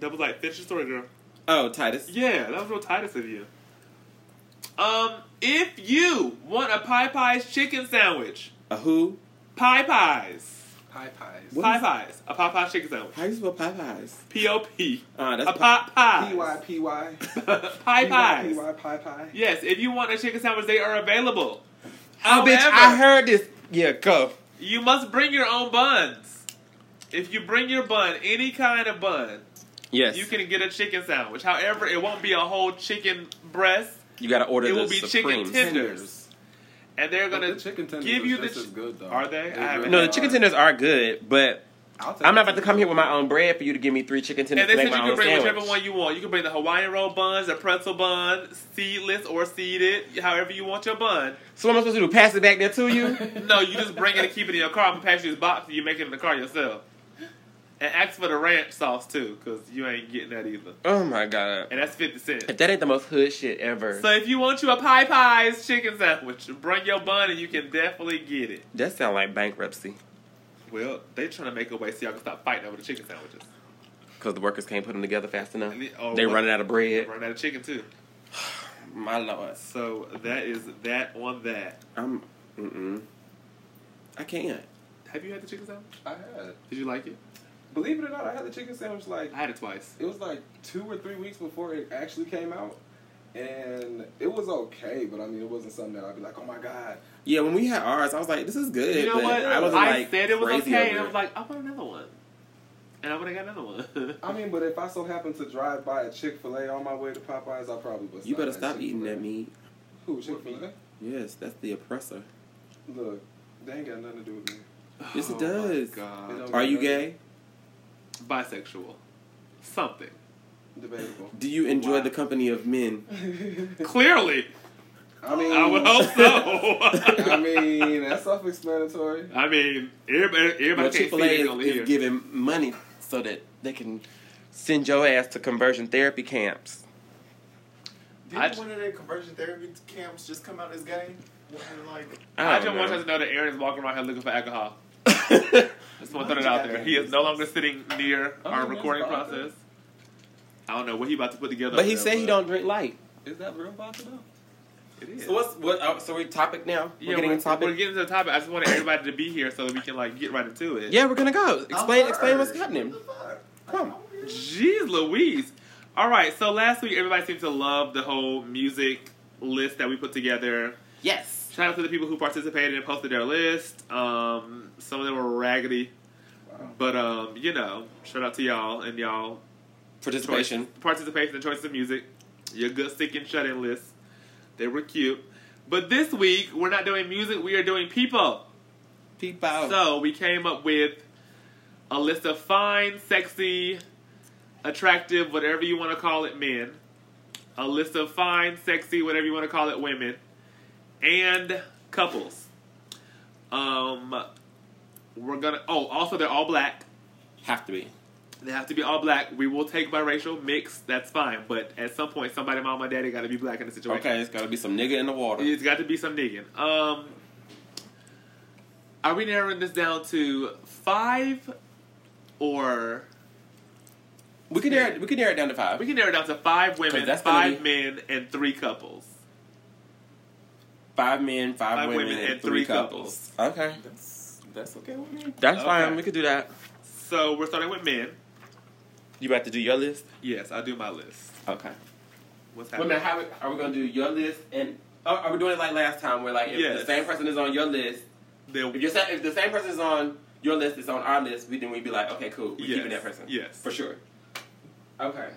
S1: That was like finish the story, girl.
S2: Oh, Titus.
S1: Yeah, that was real Titus of you. Um, if you want a Pie Pies chicken sandwich,
S2: A Uh, who?
S1: Pie Pies,
S4: Pie pies.
S2: What
S1: Pie
S2: is-
S1: Pies, a Pie Pies chicken sandwich,
S2: How do you spell pie pies?
S1: P O P,
S2: Uh,
S1: a
S2: that's pie.
S1: Pie Pies,
S4: PY, PY.
S1: Pie (laughs) Pies.
S4: PY, pie pie.
S1: Yes, if you want a chicken sandwich, they are available.
S2: Oh, bitch, I heard this. Yeah, go.
S1: you must bring your own buns. If you bring your bun, any kind of bun,
S2: Yes.
S1: you can get a chicken sandwich. However, it won't be a whole chicken breast,
S2: You gotta order
S1: It
S2: the
S1: will be chicken
S2: Supremes.
S1: tender. and they're
S4: But
S1: gonna
S4: the chicken tenders
S1: give
S4: is
S1: you the.
S4: just
S1: Ch-
S4: as good though.
S1: Are they? I haven't-
S2: No, the chicken tenders are good, but I'm not about to come here with my own bread for you to give me three chicken tenders
S1: and they
S2: to
S1: said
S2: make
S1: you
S2: my
S1: can
S2: own
S1: bring
S2: sandwich.
S1: whichever one you want. You can bring the Hawaiian roll buns, the pretzel bun, seedless or seeded, however you want your bun.
S2: So what am I supposed to do? Pass it back there to you?
S1: (laughs) No, you just bring it and keep it in your car. I'm gonna pass you this box, and you make it in the car yourself. And ask for the ranch sauce too, cause you ain't getting that either.
S2: oh my god.
S1: And that's fifty cents.
S2: If that ain't the most hood shit ever.
S1: So if you want you a pie pies chicken sandwich, bring your bun and you can definitely get it.
S2: that sound like bankruptcy.
S1: Well, they trying to make a way so y'all can stop fighting over the chicken sandwiches.
S2: Because the workers can't put them together fast enough.
S1: And the- oh,
S2: they
S1: what-
S2: running out of bread.
S1: Run out of chicken too.
S2: My lord.
S1: So that is that on that.
S2: I'm. Mm-mm. I can't.
S1: Have you had the chicken sandwich?
S4: I had.
S1: Did you like it?
S4: Believe it or not, I had the chicken sandwich like
S1: I had it twice.
S4: it was like two or three weeks before it actually came out, and it was okay. But I mean, it wasn't something that I'd be like, oh my god.
S2: Yeah, when we had ours, I was like, this is good.
S1: You know
S2: but
S1: what?
S2: I
S1: I,
S2: wasn't like
S1: said it was
S2: crazy
S1: okay,
S2: over
S1: and I
S2: it.
S1: was like, I want another one, and I would have got another one. (laughs)
S4: I mean, but if I so happened to drive by a Chick Fil A on my way to Popeyes, I probably would.
S2: you better
S4: at
S2: stop eating
S4: Chick-fil-A.
S2: that meat.
S4: Who Chick Fil A?
S2: Yes, that's the oppressor.
S4: Look, they ain't got nothing to do with me.
S2: Yes, it
S1: Oh my
S2: does.
S1: God.
S4: Okay.
S2: Are you gay?
S1: Bisexual, something.
S2: (laughs)
S4: Debatable.
S2: Do you enjoy
S1: Wow.
S2: the company of men?
S1: Clearly,
S4: I mean,
S1: I would hope so. (laughs)
S4: I mean, that's self-explanatory.
S1: I mean, everybody,
S2: Well,
S1: everybody can't
S2: Chick Fil
S1: see
S2: A
S1: it on
S2: is,
S1: here.
S2: is giving money so that they can send your ass to conversion therapy camps.
S3: Didn't
S1: I-
S3: one of their conversion therapy camps just come out this game? When, like,
S1: I,
S2: I
S1: just
S2: don't
S1: want you
S2: know.
S1: to know that Aaron's walking around here looking for alcohol. Just want to throw
S3: Why
S1: that
S3: did
S1: out
S3: you
S1: there.
S3: have
S1: He
S3: that?
S1: is no longer sitting near
S4: Oh,
S1: our
S4: that's
S1: recording
S4: about
S1: process. I don't know what he about to put together.
S2: (laughs) but he
S1: over
S2: said
S1: there,
S2: he don't drink light.
S4: Is that real vodka though?
S1: It is.
S2: So what's what? Uh, so we topic now. We're
S1: yeah,
S2: getting
S1: we're,
S2: into topic.
S1: we're getting to the topic. I just wanted everybody to be here so that we can like get right into it.
S2: yeah, we're gonna go. Explain.
S3: I'm
S2: Explain what's
S3: first.
S2: happening.
S3: What the fuck?
S2: Come.
S1: Jeez Louise. All right, so last week everybody seemed to love the whole music list that we put together.
S2: Yes.
S1: Shout out to the people who participated and posted their list. Um, some of them were raggedy,
S4: Wow.
S1: but um, you know, shout out to y'all and y'all
S2: Participation.
S1: Choice- participation and choices of music. Your good stick and shut in list. They were cute. But this week, we're not doing music, we are doing people.
S2: People.
S1: So we came up with a list of fine, sexy, attractive, whatever you want to call it, men, a list of fine, sexy, whatever you want to call it, women, and couples. Um, we're gonna. Oh, also they're all black.
S2: Have to be.
S1: They have to be all black. We will take biracial, mixed. That's fine. But at some point, somebody, mom, and daddy, got to be black in the situation.
S2: Okay, it's gotta be some nigga in the water.
S1: It's got to be some digging. Um, are we narrowing this down to five, or
S2: We can narrow it, we can narrow it down to five.
S1: we can narrow it down to five women,
S2: 'Cause that's gonna
S1: five men, and three couples?
S2: Five men, five,
S1: Five
S2: women, and, three couples. Okay.
S4: That's that's okay with me.
S2: That's
S1: Okay.
S2: fine. We could do that.
S1: So we're starting with men.
S2: You about to do your list?
S1: Yes, I'll do my list.
S2: Okay.
S1: What's
S2: Wait a
S1: happening?
S2: minute, how are we gonna do your list and oh, are we doing it like last time where like if
S1: Yes.
S2: the same person is on your list,
S1: Then-
S2: if you're sa- if the same person is on your list is on our list, we then we'd be like, okay, cool, we're
S1: Yes.
S2: keeping that person.
S1: Yes.
S2: For sure. Okay.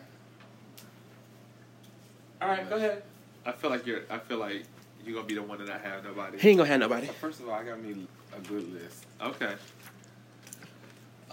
S2: Alright, go ahead.
S1: I feel like you're. I feel like you're gonna be the one that I have nobody.
S2: He ain't gonna have nobody.
S4: First of all, I got me a good list.
S1: Okay.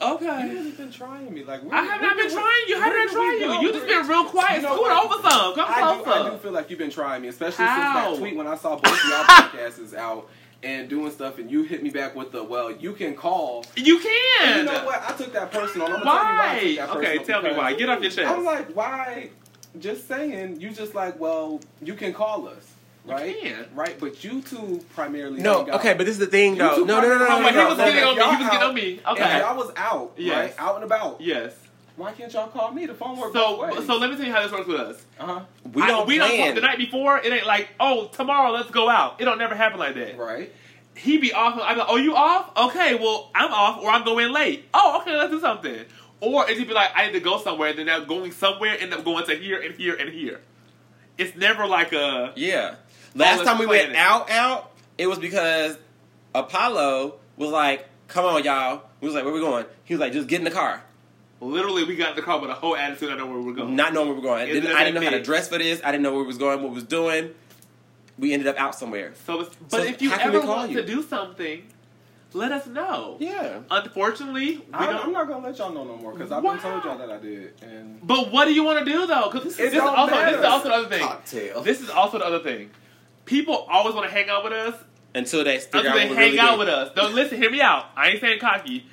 S4: You
S1: Okay.
S4: really been trying me, like where-
S1: I have not
S4: where-
S1: been trying you. How
S4: where
S1: did I
S4: do
S1: try
S4: we go?
S1: you? You just
S4: Where-
S1: been real quiet.
S4: You know
S1: Scoot
S4: what?
S1: over some. Come
S4: I do, I do
S1: closer.
S4: feel like you've been trying me, especially
S1: How?
S4: since that tweet when I saw both of
S1: (laughs)
S4: y'all podcasts out and doing stuff, and you hit me back with the well, you can call.
S1: You can.
S4: And you know what? I took that personal. I'm gonna
S1: Why?
S4: Tell you why I took that
S1: Okay,
S4: personal
S1: tell me
S4: because
S1: why. Get off your chest.
S4: I'm like, why? Just saying. You just like, well, you can call us,
S1: You
S4: right?
S1: can.
S4: Right, but you two primarily.
S2: No,
S4: hung out.
S2: okay, but this is the thing
S4: You
S2: though.
S4: two
S2: No, no, no, no,
S1: Oh,
S2: no,
S4: primarily
S2: no,
S1: but he
S2: no,
S1: was getting
S2: no.
S1: on me. He was
S4: Y'all
S1: getting
S4: out.
S1: on me.
S4: If
S1: Okay.
S4: y'all was out,
S1: Yes.
S4: right, out and about.
S1: Yes.
S4: Why can't y'all call me? The phone works
S1: So, so let me tell you how this works with us.
S4: uh
S2: We
S1: I-
S2: don't
S1: we don't
S2: plan.
S1: talk the night before. It ain't like, oh, tomorrow let's go out. It don't never happen like that.
S4: huh. Right.
S1: He be off. I'm like, oh, you off? Okay, well, I'm off, or I'm going late. Oh, okay, let's do something. Or it'd be like, I need to go somewhere, and then that going somewhere end up going to here and here and here. It's never like a
S2: Yeah. Last
S1: let's
S2: time we
S1: plan
S2: went
S1: it.
S2: out, out, it was because Apollo was like, "Come on, y'all." We was like, "Where we going?" He was like, "Just get in the car,"
S1: literally. We got in the car with a whole attitude. I know where we're going.
S2: not knowing where we were going. I
S1: Isn't
S2: didn't,
S1: that
S2: I didn't know how to
S1: big?
S2: dress for this. I didn't know where we was going, what we was doing. We ended up out somewhere.
S1: so, it's, but
S2: So
S1: if you
S2: how can we
S1: ever
S2: call
S1: want
S2: you?
S1: to do something, let us know.
S2: Yeah.
S1: Unfortunately, we
S4: I,
S1: don't.
S4: I'm not gonna let y'all know no more because I've
S1: Wow.
S4: been told y'all that I did, and
S1: But what do you want to do though? Because this,
S4: It
S1: is
S4: don't
S1: also this is
S4: matter.
S1: also the other thing.
S3: Cocktail.
S1: This is also the other thing. People always want to hang out with us
S2: Until they figure
S1: until
S2: out
S1: they
S2: what we
S1: hang
S2: really
S1: out
S2: did.
S1: with us. Don't listen. Hear me out. I ain't saying cocky.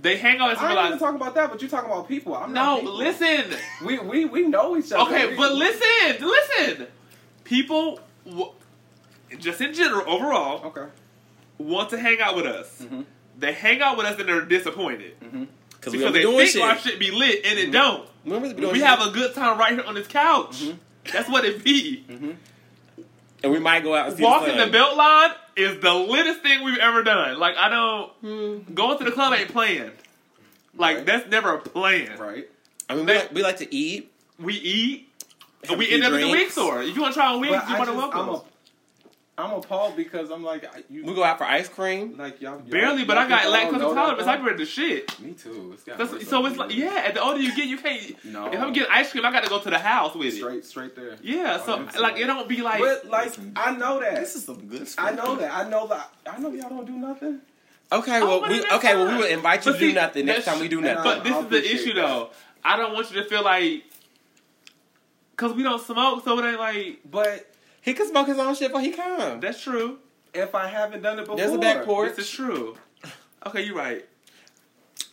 S1: They hang out and
S4: I ain't even
S1: realize
S4: talking about that. But you talking about people. I'm not
S1: no.
S4: people.
S1: Listen.
S4: (laughs) We we we know each other.
S1: Okay,
S4: We-
S1: but listen, listen. People, w- just in general, overall,
S4: Okay. Mm-hmm.
S1: want to hang out with us. They hang out with us and they're disappointed
S2: Cause we
S1: because
S2: don't
S1: they
S2: be doing
S1: think
S2: shit.
S1: our shit be lit and
S4: Mm-hmm.
S1: it don't.
S2: We don't be doing
S1: we
S2: shit.
S1: have a good time right here on this couch.
S4: Mm-hmm.
S1: That's what it be.
S2: and we might go out and see
S1: Walking
S2: the,
S1: the belt line is the littest thing we've ever done. Like I don't
S4: Hmm.
S1: going to the club ain't planned. Like
S4: Right.
S1: that's never a plan.
S4: Right.
S2: I mean, we like, we like to eat.
S1: We eat.
S2: Have a
S1: we
S2: few
S1: end up at the wig
S2: drinks.
S1: store. If you want to try on wigs,
S4: But
S1: you
S4: I
S1: want to
S4: just- I'm
S1: welcome.
S4: a, I'm appalled because I'm like I- you.
S2: We go out for ice cream.
S4: like y'all, y'all
S1: Barely, but
S4: y'all
S1: I got
S4: think don't
S1: lactose
S4: know that
S1: intolerance.
S4: though?
S1: I'm ready to shit.
S4: Me too. It's got
S1: That's, so it's like yeah. At the older you get, you can't.
S4: No.
S1: If I'm getting ice cream, I got to go to the house with it.
S4: Straight straight there.
S1: Yeah. So
S4: it's
S1: like
S4: like-
S1: it don't be like.
S4: But like
S3: Listen.
S4: I know that.
S3: This is some good stuff.
S4: I know that. I know that. I know y'all don't do nothing.
S2: Okay,
S1: I
S2: well,
S1: wanna
S2: we
S1: next
S2: okay, well,
S1: time.
S2: we will invite you
S1: But
S2: to
S1: see,
S2: do nothing next
S1: that's-
S2: time we do
S4: and I-
S2: nothing.
S1: But this
S4: I
S1: is the
S4: appreciate
S1: issue,
S4: that.
S1: though. I don't want you to feel like because we don't smoke, so it ain't like
S4: But
S2: He can smoke his own shit before he come.
S1: that's true.
S4: if I haven't done it before,
S2: There's a back porch.
S1: This is true. Okay, you're right.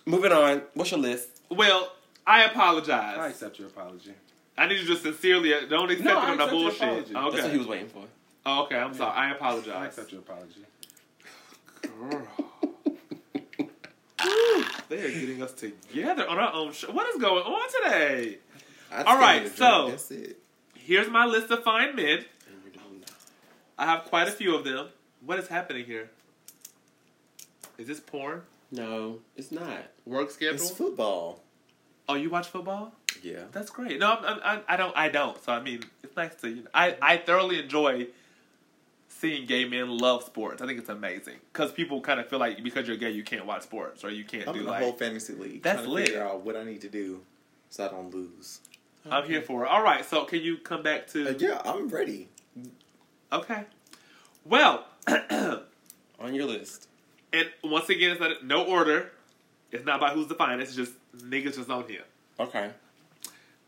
S2: Moving on. What's your list?
S1: Well, I
S4: I
S1: apologize.
S4: accept your apology.
S1: I need you to just sincerely don't accept
S4: No,
S1: it
S4: I
S1: on the
S4: accept your
S1: bullshit.
S4: apology.
S2: That's what he
S1: Okay.
S2: was waiting for.
S1: Oh, okay, I'm sorry. I
S4: I
S1: apologize.
S4: accept your apology.
S1: They are getting us together on our own show. What is going on today?
S3: I
S1: All right,
S3: just
S1: so-
S3: gotta drink. That's it.
S1: Here's my list of fine men. I have quite a few of them. What is happening here? Is this porn?
S2: No, it's not.
S1: Work schedule?
S3: It's football.
S1: oh, you watch football?
S3: Yeah.
S1: That's great. No, I'm, I'm, I'm, I don't. I don't. So I mean, it's nice to. You know, I I thoroughly enjoy seeing gay men love sports. I think it's amazing because people kind of feel like because you're gay you can't watch sports or you can't
S3: I'm
S1: do
S3: in a
S1: like.
S3: whole fantasy league.
S1: That's
S3: trying to
S1: lit.
S3: figure out what I need to do so I don't lose.
S1: I'm here for it. All right. So can you come back to?
S3: Uh, yeah, I'm ready.
S1: Okay. Well,
S2: On your list.
S1: and once again, it's not no order. It's not about who's the finest. It's just niggas just on here.
S2: Okay.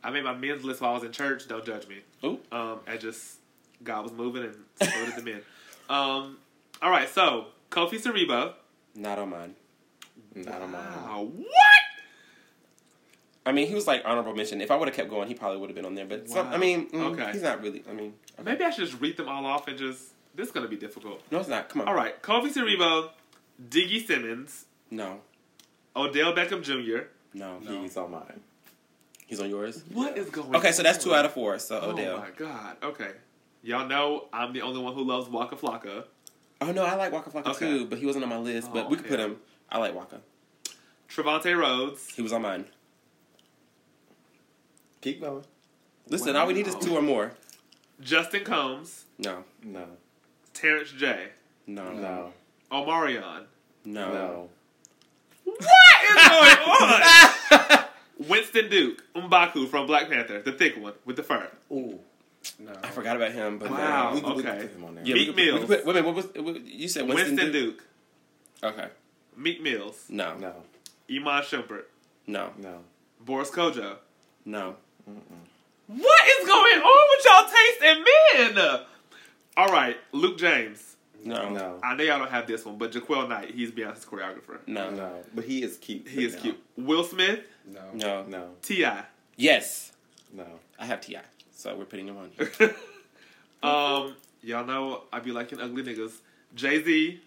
S1: I made my men's list while I was in church. Don't judge me.
S2: Ooh.
S1: Um, I just God was moving and so did the men. (laughs) Um, all right, so Kofi Cerebo.
S2: Not on mine.
S3: Not on mine.
S1: Oh, what?
S2: I mean, he was like honorable mention. If I would have kept going, he probably would have been on there. But some,
S1: Wow.
S2: I mean, mm,
S1: Okay.
S2: he's not really. I mean, okay.
S1: Maybe I should just read them all off and just. This is gonna be difficult.
S2: no, it's not. Come on.
S1: All right, Kofi Cerebo, Diggy Simmons,
S2: No,
S1: Odell Beckham Jr.
S2: no,
S4: No.
S3: He's on mine.
S2: he's on yours.
S1: What is going?
S2: Okay, so that's two
S1: on?
S2: out of four. So
S1: Oh
S2: Odell.
S1: my god. Okay. Y'all know I'm the only one who loves Waka Flocka.
S2: Oh no, I like Waka Flocka
S1: Okay.
S2: too, but he wasn't on my list. but
S1: Oh,
S2: we could put
S1: yeah.
S2: him. I like Waka.
S1: Trevante Rhodes.
S2: He was on mine.
S3: Keep going.
S2: Listen, all we need is
S1: Wow.
S2: two or more.
S1: Justin Combs.
S2: No,
S3: No.
S1: Terrence J.
S2: no, no,
S3: No.
S1: Omarion.
S2: no.
S3: No.
S1: What is (laughs) going on? Winston Duke. Mbaku from Black Panther. The thick one with the fur.
S3: Ooh.
S4: No.
S2: I forgot about him. But
S1: Wow.
S2: no.
S3: We can we can
S1: Oh, okay.
S3: put him on there.
S2: Yeah, we
S1: Meek
S2: could put- we
S1: Mills.
S2: could put- wait a minute, what was what- you said? Winston,
S1: Winston,
S2: Duke.
S1: Duke.
S2: Okay.
S1: Meek Mills.
S2: No, no,
S3: No.
S1: Iman Shumpert.
S2: no,
S3: No.
S1: Boris Kojo.
S2: no.
S1: What is going on with y'all taste in men? All right, Luke James.
S2: No.
S3: No.
S1: I know y'all don't have this one, but Jaquel Knight, he's Beyonce's choreographer.
S2: No. No.
S3: No. But he is cute.
S1: He is
S3: No.
S1: cute. Will Smith,
S4: No.
S3: No.
S1: T.I.
S2: Yes.
S3: No.
S2: I have Ti, so we're putting him on here.
S1: um, y'all know I be liking ugly niggas. Jay Z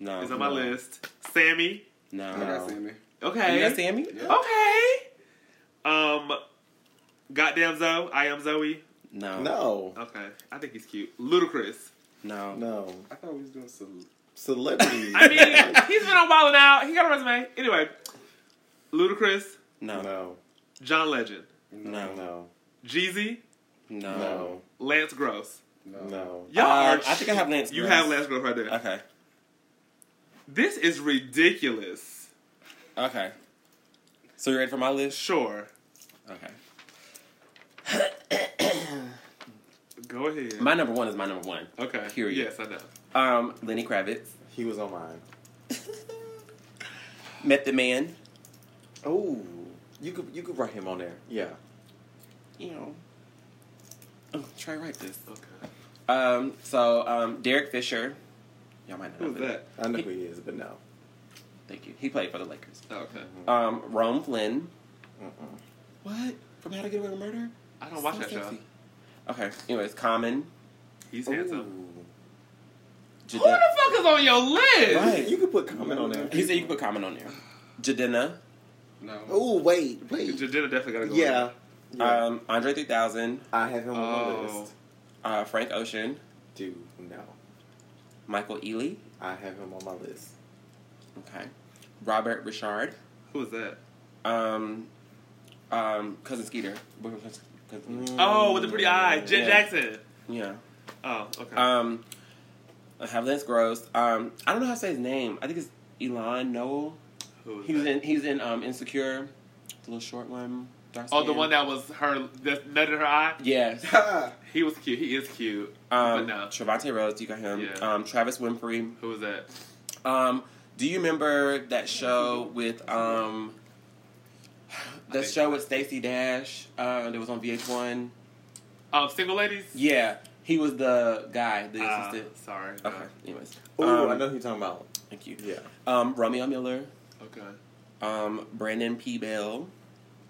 S2: No.
S1: is on my list. Sammy.
S2: No.
S4: I got Sammy.
S1: Okay.
S2: You got Sammy?
S4: Yeah.
S1: Okay. Um, goddamn Zoe. I am Zoe.
S2: No.
S3: No.
S1: Okay, I think he's cute. Ludacris.
S2: No.
S3: No.
S4: I thought we was doing some.
S3: Celebrity.
S1: I
S2: (laughs)
S1: mean, he's been on Wildin' Out. He got a resume. Anyway, Ludacris,
S2: No. No.
S3: no.
S1: John Legend,
S2: No. No.
S3: No.
S1: Jeezy,
S3: No.
S1: Lance Gross.
S4: No.
S3: No.
S1: Y'all
S2: Um,
S1: are.
S2: Uh, I think I have Lance
S1: You
S2: Gross.
S1: have Lance Gross right there.
S2: Okay.
S1: This is ridiculous.
S2: Okay. So you ready for my list?
S1: Sure.
S2: Okay.
S1: Go ahead.
S2: My number one is my number one.
S1: okay.
S2: period.
S1: Yes, I know.
S2: Um, Lenny Kravitz.
S3: He was on mine.
S2: Method Man.
S3: Oh. You could you could write him on there. Yeah.
S2: You know. Oh, try to write this.
S1: Okay.
S2: Um, so um, Derek Fisher. Y'all might not know
S1: Who's
S2: him.
S1: that?
S3: I know who he is, but no.
S2: Thank you. He played for the Lakers.
S1: Oh, okay.
S2: Um, Rome Flynn.
S3: Mm-mm.
S2: What? From How to Get Away with Murder?
S1: I don't watch
S2: So
S1: that show.
S2: sexy. Okay. Anyways, Common.
S3: Oh.
S1: He's handsome. Who
S2: Jade-
S1: the fuck is on your list?
S2: Right.
S3: You could put comment on there.
S2: He said you can put Common on there. Jadena.
S4: No. (laughs)
S3: Oh wait,
S1: Jadena definitely gotta go. Uh,
S3: Yeah. Um,
S2: Um, Andre 3000.
S3: I have him on my
S1: Oh.
S3: list.
S2: Uh, Frank Ocean.
S3: Do no.
S2: Michael Ealy.
S3: I have him on my list.
S2: Okay. Robert Richard.
S1: Who is that?
S2: Um, um, Cousin Skeeter. Boyfriend Cousin- Cousin-
S1: Oh, with the pretty eye,
S3: Mm.
S1: Jen
S2: Yeah.
S1: Jackson.
S2: Yeah.
S1: Oh, okay.
S2: Um, I have Lance Gross. Um, I don't know how to say his name. I think it's Elon Noel.
S1: Who is
S2: He was
S1: that?
S2: in. He's in um, Insecure. The little short one. dark
S1: Oh, the
S2: skin.
S1: one that was her, that nut in her eye.
S2: Yes.
S4: Ha!
S1: He was cute. He is cute. But
S2: Um,
S1: no.
S2: Trevante Rhodes, you got him.
S1: Yeah.
S2: Um, Travis Winfrey.
S1: Who is that?
S2: Um, do you remember that show with um, the
S1: think-
S2: show with Stacey Dash uh, that was on VH1?
S1: Um, single ladies.
S2: Yeah, he was the guy, the
S1: Uh,
S2: assistant.
S1: sorry. no.
S2: Okay, anyways.
S3: Oh,
S2: Um,
S3: I know who you're talking about.
S2: Thank you.
S3: Yeah.
S2: Um, Romeo Miller,
S1: Okay.
S2: um, Brandon P. Bell.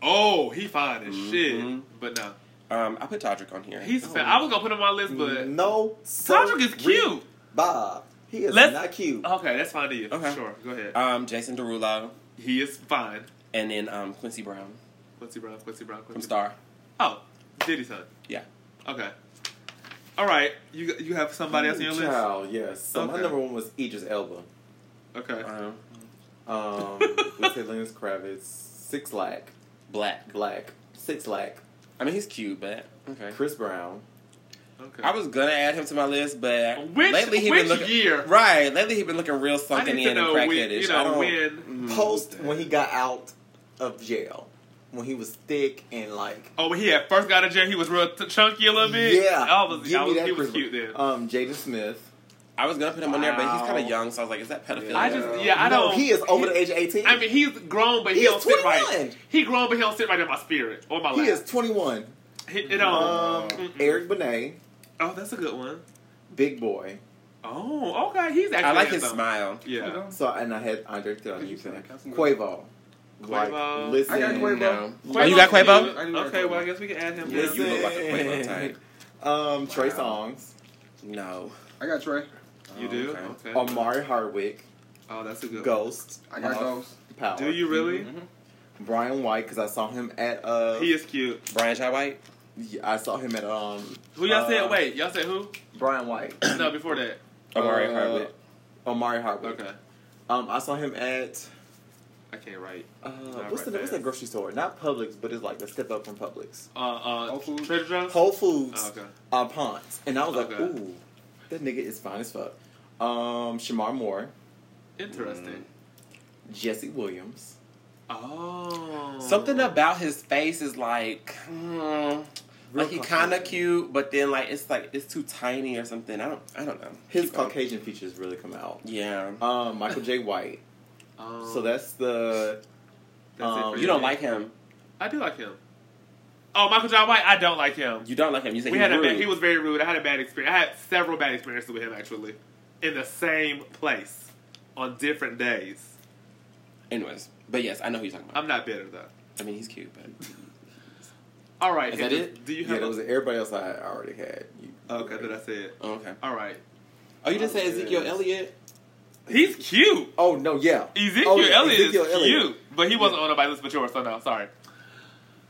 S1: Oh, he fine as
S3: Mm-hmm.
S1: shit.
S2: Mhm.
S1: But no,
S2: Um, I put Todrick on here.
S3: Oh.
S1: he's. fa- I was gonna put him on my list, but
S3: no.
S1: Todrick is
S3: sorry,
S1: cute.
S3: Bob. He is
S1: Let's- Oh,
S3: not cute.
S1: Okay, that's fine to you.
S2: Okay.
S1: Sure, go ahead.
S2: um, Jason Derulo,
S1: he is fine.
S2: and then um, Quincy Brown
S1: Quincy Brown, Quincy Brown,
S2: from
S1: Quincy Brown.
S2: Star.
S1: Oh, Diddy's son.
S2: Yeah.
S1: Okay. All right. You you have somebody else on your list?
S3: Child, yes. So my
S1: Okay.
S3: number one was Idris Elba.
S1: Okay.
S2: Um,
S1: (laughs)
S3: Um, let's say Lance Kravitz, Six Lack,
S2: Black.
S3: Black, Six Lack,
S2: I mean, he's cute, but okay.
S3: Chris Brown.
S1: Okay.
S2: I was gonna add him to my list, but
S1: which
S2: lately he
S1: which
S2: been looking
S1: year?
S2: right. Lately he been looking real
S1: I
S2: sunken
S1: need to
S2: in and
S1: know when.
S2: crackheadish.
S1: You
S2: I
S1: know
S2: don't.
S3: Mm.
S1: when.
S3: Post when he got out of jail, when he was thick and like.
S1: Oh, when he had first got in jail, he was real t- chunky a little bit.
S3: Yeah,
S1: I was,
S3: give
S1: I
S3: me
S1: was,
S3: that Uh,
S1: he was
S3: Chris
S1: cute then.
S3: Um, Jada Smith,
S2: I was gonna put him on there, but he's
S3: Wow.
S2: kind of young, so I was like, is that pedophilia?
S1: I just yeah, I
S3: no,
S1: don't.
S3: he is over the age of 18.
S1: I mean, he's grown, but he,
S3: He is
S1: don't sit right.
S3: 21.
S1: He grown, but he don't sit right in my spirit or my
S3: he
S1: life.
S3: is 21.
S1: you know.
S3: Um,
S1: Mm-mm.
S3: Eric Benet,
S1: Oh, that's a good one.
S3: big boy.
S1: Oh, okay. He's actually
S2: I like his
S1: handsome.
S2: smile.
S1: Yeah.
S3: So and I had I directed on
S4: Could you
S3: you
S4: say
S3: saying
S4: Councilman?
S3: Quavo.
S1: Quavo.
S3: Like, listen,
S4: I got Quavo.
S3: now.
S2: Oh, you got Quavo?
S1: Yeah. Okay, well I guess we can add him.
S2: Yeah,
S1: down.
S2: you look like a Quavo type.
S3: Um, Trey
S4: Wow.
S3: Songs,
S2: No.
S4: I got Trey.
S1: You do?
S2: Okay. Um,
S1: Okay.
S3: Amari Hardwick,
S1: oh, that's a good one.
S3: Ghost.
S4: I got
S2: Uh-huh.
S4: Mm-hmm.
S3: Muff,
S4: those.
S3: Power.
S1: Do you really?
S2: Mm-hmm.
S3: Brian White, because I saw him at uh,
S1: He is cute.
S2: Brian Shaw White.
S3: yeah, I saw him at um.
S1: Who y'all
S3: uh,
S1: said? Wait, y'all said who? (clears throat)
S3: Brian White.
S1: no, before that.
S2: Amari
S3: Uh,
S2: Hardwick.
S3: Amari Hardwick.
S1: Okay.
S3: Um, I saw him at
S1: I can't write.
S3: uh,
S1: Not
S3: what's
S1: right
S3: the what's
S1: there.
S3: that grocery store? Not Publix, but it's like a step up from Publix.
S1: Uh, uh,
S4: Whole Foods?
S1: Trader Joe's?
S3: Whole Foods.
S1: Oh, okay.
S3: uh, Ponds. And I was like,
S1: Okay.
S3: ooh, that nigga is fine as fuck. Um, Shamar Moore,
S1: Interesting.
S3: Jesse Williams.
S1: Oh.
S2: Mm. Something about his face is like, hmm, like he kind of
S3: Caucasian.
S2: cute, but then like it's like it's too tiny or something. I don't, I don't know.
S3: His
S2: Keep going.
S3: Caucasian features really come out.
S2: Yeah.
S1: Uh,
S3: Um, Michael J. White.
S1: Um,
S3: So that's the
S1: that's it
S3: um,
S1: for
S2: You don't like him.
S1: I do like him. Oh, Michael John White. I don't like him.
S2: You don't like him. You said
S1: We
S2: he's
S1: had a
S2: rude.
S1: bad, he was very rude. I had a bad experience. I had several bad experiences with him actually, in the same place, on different days.
S2: Anyways, but yes, I know who you're talking about.
S1: I'm not bitter though.
S2: I mean, he's cute, but
S1: All right,
S2: Is that
S1: Henry,
S2: it?
S1: Do you
S3: yeah.
S1: have?
S3: That
S1: a-
S3: was everybody else I already had. You,
S1: okay, that I said.
S2: oh, okay.
S1: All right,
S2: Oh, you didn't say Ezekiel
S4: Yes.
S2: Elliott.
S1: he's cute.
S3: Oh no, yeah.
S1: Ezekiel
S3: Oh, yeah,
S1: Elliott
S3: Ezekiel
S1: is
S3: Elliott.
S1: cute, but he wasn't on nobody's list but yours. So no, sorry.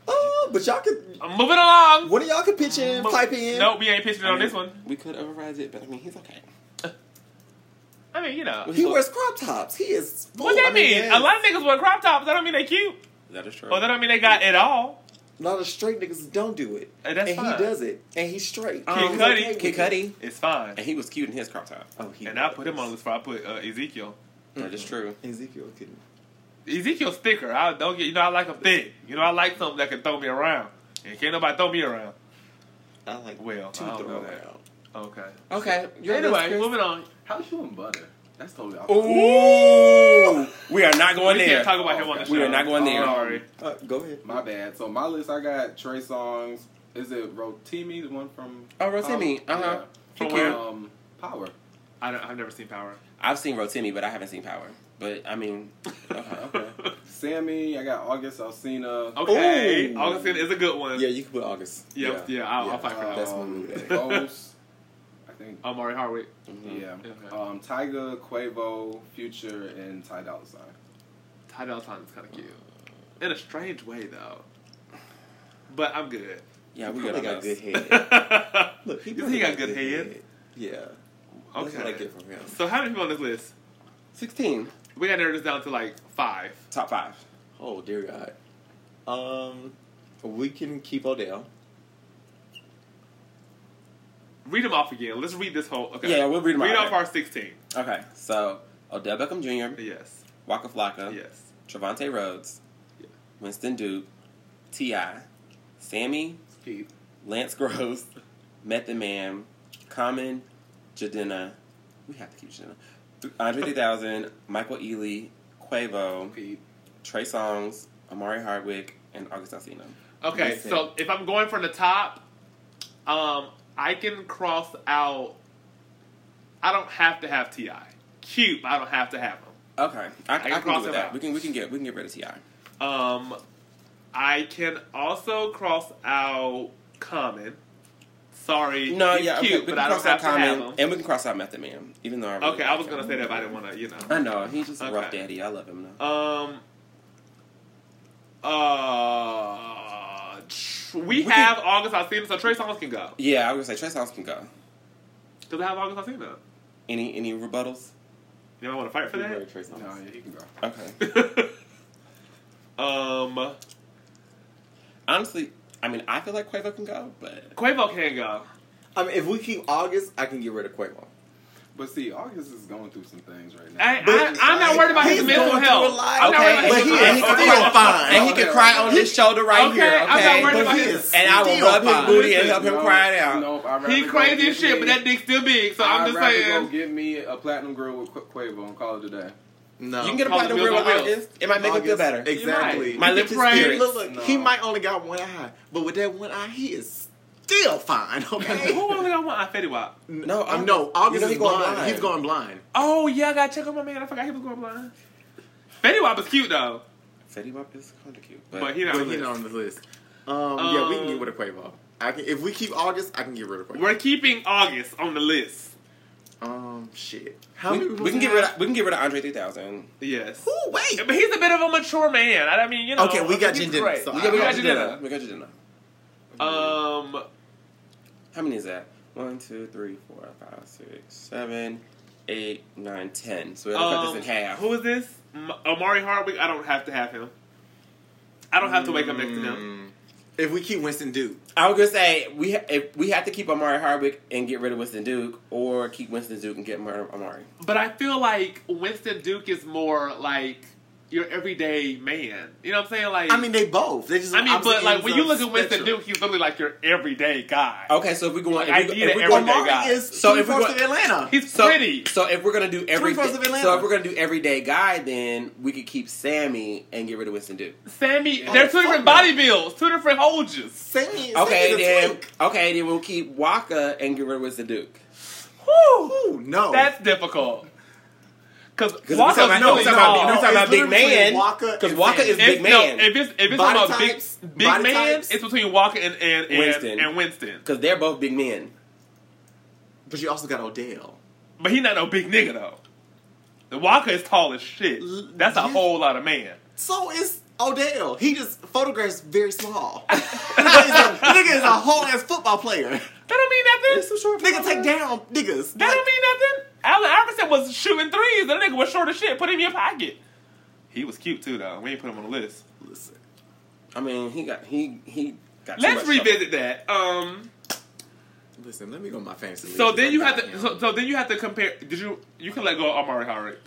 S3: Oh, but y'all could.
S1: I'm moving along.
S3: One of y'all could pitch in,
S1: Mo-
S3: pipe in.
S1: No, we ain't pitching
S2: I
S1: on
S2: mean,
S1: this one.
S2: We could override it, but I mean, he's okay.
S1: I mean, you know.
S3: He wears crop tops. He is.
S1: What
S3: full.
S1: that
S3: I mean,
S1: mean?
S3: yes.
S1: A lot of niggas wear crop tops. That don't mean they cute.
S2: That is true.
S1: Well, that don't mean they got it all.
S3: A lot of straight niggas don't do it,
S1: And that's
S3: and
S1: fine.
S3: he does it, and he's straight.
S2: Kid
S3: He's
S1: Cudi.
S3: with
S2: Kid
S3: it.
S2: Cudi,
S1: It's fine.
S2: and he was cute in his crop top.
S3: Oh, he
S1: And I put
S3: was.
S1: him on this before I put uh, Ezekiel.
S2: That is true.
S3: Ezekiel couldn't.
S1: Ezekiel's thicker. I don't get. You know, I like him thick. You know, I like something that can throw me around. And can't nobody throw me around.
S3: I like
S1: Well,
S3: to
S1: I don't
S3: throw
S1: know that.
S3: out.
S1: Okay.
S2: Okay.
S1: anyway, moving on.
S4: How's you and butter? That's totally off.
S2: Ooh, we are not going
S1: we can't
S2: there.
S1: talk about him on the show.
S2: We are not going there.
S1: Sorry.
S3: Uh, go ahead.
S4: My bad. So my list, I got Trey songs. Is it Rotimi, the one from?
S2: Oh, Rotimi,
S4: Power?
S2: uh-huh.
S4: Yeah.
S1: From
S4: From
S1: where?
S4: um, Power.
S1: I don't, I've never seen Power.
S2: I've seen Rotimi, but I haven't seen Power. But I (laughs) mean, okay.
S4: Okay. Sammy, I got August Alsina.
S1: (laughs) Oh, Okay,
S3: Ooh.
S1: Augustine is a good one.
S3: Yeah, you can put August.
S1: Yep, yeah, I'll- I'll fight for that
S3: That's
S4: one.
S3: one. That's
S1: Um,
S3: my
S4: Ghost. I think.
S1: Amari Hardwick.
S2: Mhm.
S4: Yeah.
S1: Oh, Okay.
S4: Um, Tyga, Quavo, Future, and Ty Dolla Sign.
S1: Ty Dolla Sign is kind of cute, in a strange way though. But I'm good. (laughs)
S2: yeah, we
S3: move. He
S2: got,
S3: got good head.
S1: okay.
S3: Look,
S1: You
S3: probably
S1: think I got good head?
S3: Yeah. That's what I get from him.
S1: So how many people on this list?
S2: Sixteen,
S1: We got narrowed this down to like five.
S2: top five.
S3: Oh dear God. Um, we can keep Odell.
S1: Read them off again. Let's read this whole. Okay.
S2: Yeah, we'll read them
S1: Read
S2: out.
S1: off our sixteen.
S2: Okay, so Odell Beckham Jr.,
S1: Yes.
S2: Waka Flocka,
S1: Yes.
S2: Trevante Rhodes,
S1: Yeah.
S2: Winston Duke, T.I., Sammy,
S4: Pete.
S2: Lance Gross, Method Man, Common, Jadena. We have to keep Jadena.
S1: (laughs)
S2: Andre 3000, Michael Ealy, Quavo,
S4: Pete.
S2: Trey Songz, Amari Hardwick, and August Alsina.
S1: Okay.
S3: Listen.
S1: So if I'm going from the top, um, I can cross out. I don't have to have Ti. Cute. but I don't have to have him.
S2: Okay, I, I,
S1: can
S2: can
S1: cross
S2: do with
S1: him
S2: that.
S1: out.
S2: We can we can get we can get rid of Ti.
S1: Um, I can also cross out Common. Sorry.
S2: No,
S1: he's
S2: yeah, okay,
S1: cute,
S2: we
S1: but
S2: can
S1: I don't
S2: cross out
S1: have to have
S2: Common,
S1: him.
S2: and we can cross out Method Man, even though I really
S1: Okay,
S2: like
S1: I was
S2: him.
S1: gonna say that, but I didn't want to. You know.
S2: I know he's just a rough
S1: Okay.
S2: daddy. I love him though.
S1: Um. Uh, tr- we,
S2: We can-
S1: have August Alsina, so Trey Songz can go.
S2: yeah, I was gonna say Trey Songz can go.
S1: Does it have August Alsina?
S2: Any any rebuttals?
S1: You want to fight for
S3: Very
S1: that?
S3: Trey Songz.
S4: No, yeah, he can go.
S2: Okay.
S1: (laughs) um,
S2: Honestly, I mean I feel like Quavo can go, but
S1: Quavo can go.
S3: I mean, if we keep August, I can get rid of Quavo.
S4: But see, August is going through some things right now.
S1: I,
S3: But-
S1: I, I'm not worried about his
S3: He's
S1: mental
S3: going through a
S1: health.
S3: lot.
S1: I'm not worried
S2: Okay,
S1: about
S3: But
S1: his
S3: he
S1: mental
S3: is
S1: health.
S3: still
S2: And
S3: fine.
S2: he can cry on his shoulder right
S1: Okay,
S2: here. Okay,
S1: I'm not worried about his-
S2: and I will
S3: Still
S2: rub his
S3: fine.
S2: booty and help him
S4: No,
S2: cry it out.
S4: No, I'd
S1: (laughs)
S4: rather
S1: He
S4: go
S1: crazy
S4: get
S1: as shit,
S4: me-
S1: but that dick's still big, so I'm
S4: I'd
S1: just
S4: rather
S1: saying.
S4: Go get me a platinum grill with quick Quavo and call it a day.
S3: No.
S2: You can get a
S1: Call
S2: platinum
S1: it
S2: grill
S1: Bill
S2: on
S1: Bill.
S2: August. It might make him feel
S3: August.
S2: better.
S1: You're
S3: Exactly.
S1: right.
S2: My
S1: You
S2: lips
S1: can
S2: is
S1: pray.
S2: furious.
S3: Look, look,
S4: No.
S3: he might only got one eye, but with that one eye, he is still fine. (laughs)
S1: Who
S3: Okay.
S1: only got one? I Fetty Wap.
S2: No,
S3: Um, no, August
S2: You know he going
S3: is blind.
S2: blind.
S3: He's going blind.
S1: Oh yeah, I gotta check on my man. I forgot he was going blind. Fetty Wap is cute though,
S2: Fetty Wap is kind of cute, but,
S1: but he not.
S3: But
S1: really.
S3: he's not on the list. Um, yeah, we can
S1: Um,
S3: get rid of Quavo. I can, if we keep August, I can get rid of Quavo.
S1: We're keeping August on the list.
S3: Um, shit. How
S2: we,
S3: many
S2: we can get rid of we can get rid of Andre 3000.
S1: Yes.
S3: Ooh, wait.
S1: But he's a bit of a mature man. I mean, you know.
S3: Okay, we
S1: I
S3: got
S1: think he's
S3: Jin Jin,
S1: great.
S3: so
S2: We
S3: I-
S2: got, we got
S1: you
S2: your dinner. We got your dinner.
S1: Um,
S2: How many is that? One, two, three, four, five, six, seven, eight, nine, ten. So we gotta cut
S1: um
S2: this in half.
S1: who is this? M- Amari Hardwick. I don't have to have him. I don't have to wake up next to him.
S3: Mm, If we keep Winston Duke,
S2: I was gonna say we ha- if we have to keep Amari Hardwick and get rid of Winston Duke, or keep Winston Duke and get Mar- Amari.
S1: But I feel like Winston Duke is more like your everyday man. You know what I'm saying? Like,
S3: I mean, they both. They just.
S1: I mean,
S3: opposite
S1: but like
S3: ends
S1: when you
S3: of
S1: look at Winston
S3: spectrum.
S1: Duke, he's literally like your everyday guy.
S2: Okay, so if we're going,
S1: I
S2: if we,
S1: need
S2: if
S1: an
S2: we're going,
S1: everyday
S3: Amari
S1: guy.
S3: is
S2: So
S3: three
S2: if we
S3: fourths
S2: go-
S3: of Atlanta.
S1: He's
S2: so,
S1: pretty.
S2: So if we're gonna do every,
S3: Three-fourths of Atlanta.
S2: so if we're gonna do everyday guy, then we could keep Sammy and get rid of Winston Duke.
S1: Sammy,
S3: Yeah.
S1: they're two
S3: Oh,
S1: different
S3: fuck
S1: body builds, two different holders.
S3: Sammy,
S2: Okay,
S3: Sammy
S2: then
S3: Duke.
S2: okay, then we'll keep Waka and get rid of Winston Duke.
S3: Ooh, no.
S1: That's difficult. Because
S2: Because we're talking about,
S3: no,
S2: we talking
S3: no,
S2: about, we
S3: no,
S2: talking
S3: it's
S2: about big
S3: literally between
S2: man.
S3: Walker
S2: Because
S3: and
S2: Walker
S3: Sammy.
S2: is big
S1: if,
S2: man.
S1: No, if it's if it's
S3: Body
S1: about big,
S3: types,
S1: big
S3: body
S1: man,
S3: types.
S1: it's between Walker and and and
S2: Winston.
S1: Winston. and Winston.
S2: Because they're both big men.
S3: But you also got Odell.
S1: But he not no big nigga though. The Walker is tall as shit.
S3: L-
S1: That's a
S3: yeah.
S1: whole lot of man.
S3: So is Odell. He just photographs very small. (laughs) The nigga, is a, the nigga is a whole ass football player.
S1: That don't mean nothing.
S3: Nigga take down niggas.
S1: That don't mean nothing. Allen Iverson was shooting threes. and The nigga was short as shit. Put him in your pocket. He was cute too though. We ain't put him on the list.
S3: Listen,
S2: I mean, he got he he got. too
S1: Let's
S2: much trouble.
S1: revisit that. Um.
S3: listen. Let me go my fantasy.
S1: So
S3: league.
S1: then you
S3: I
S1: have
S3: got
S1: to.
S3: him.
S1: So, so then you have to compare. Did you? You can let go of Amari Howard.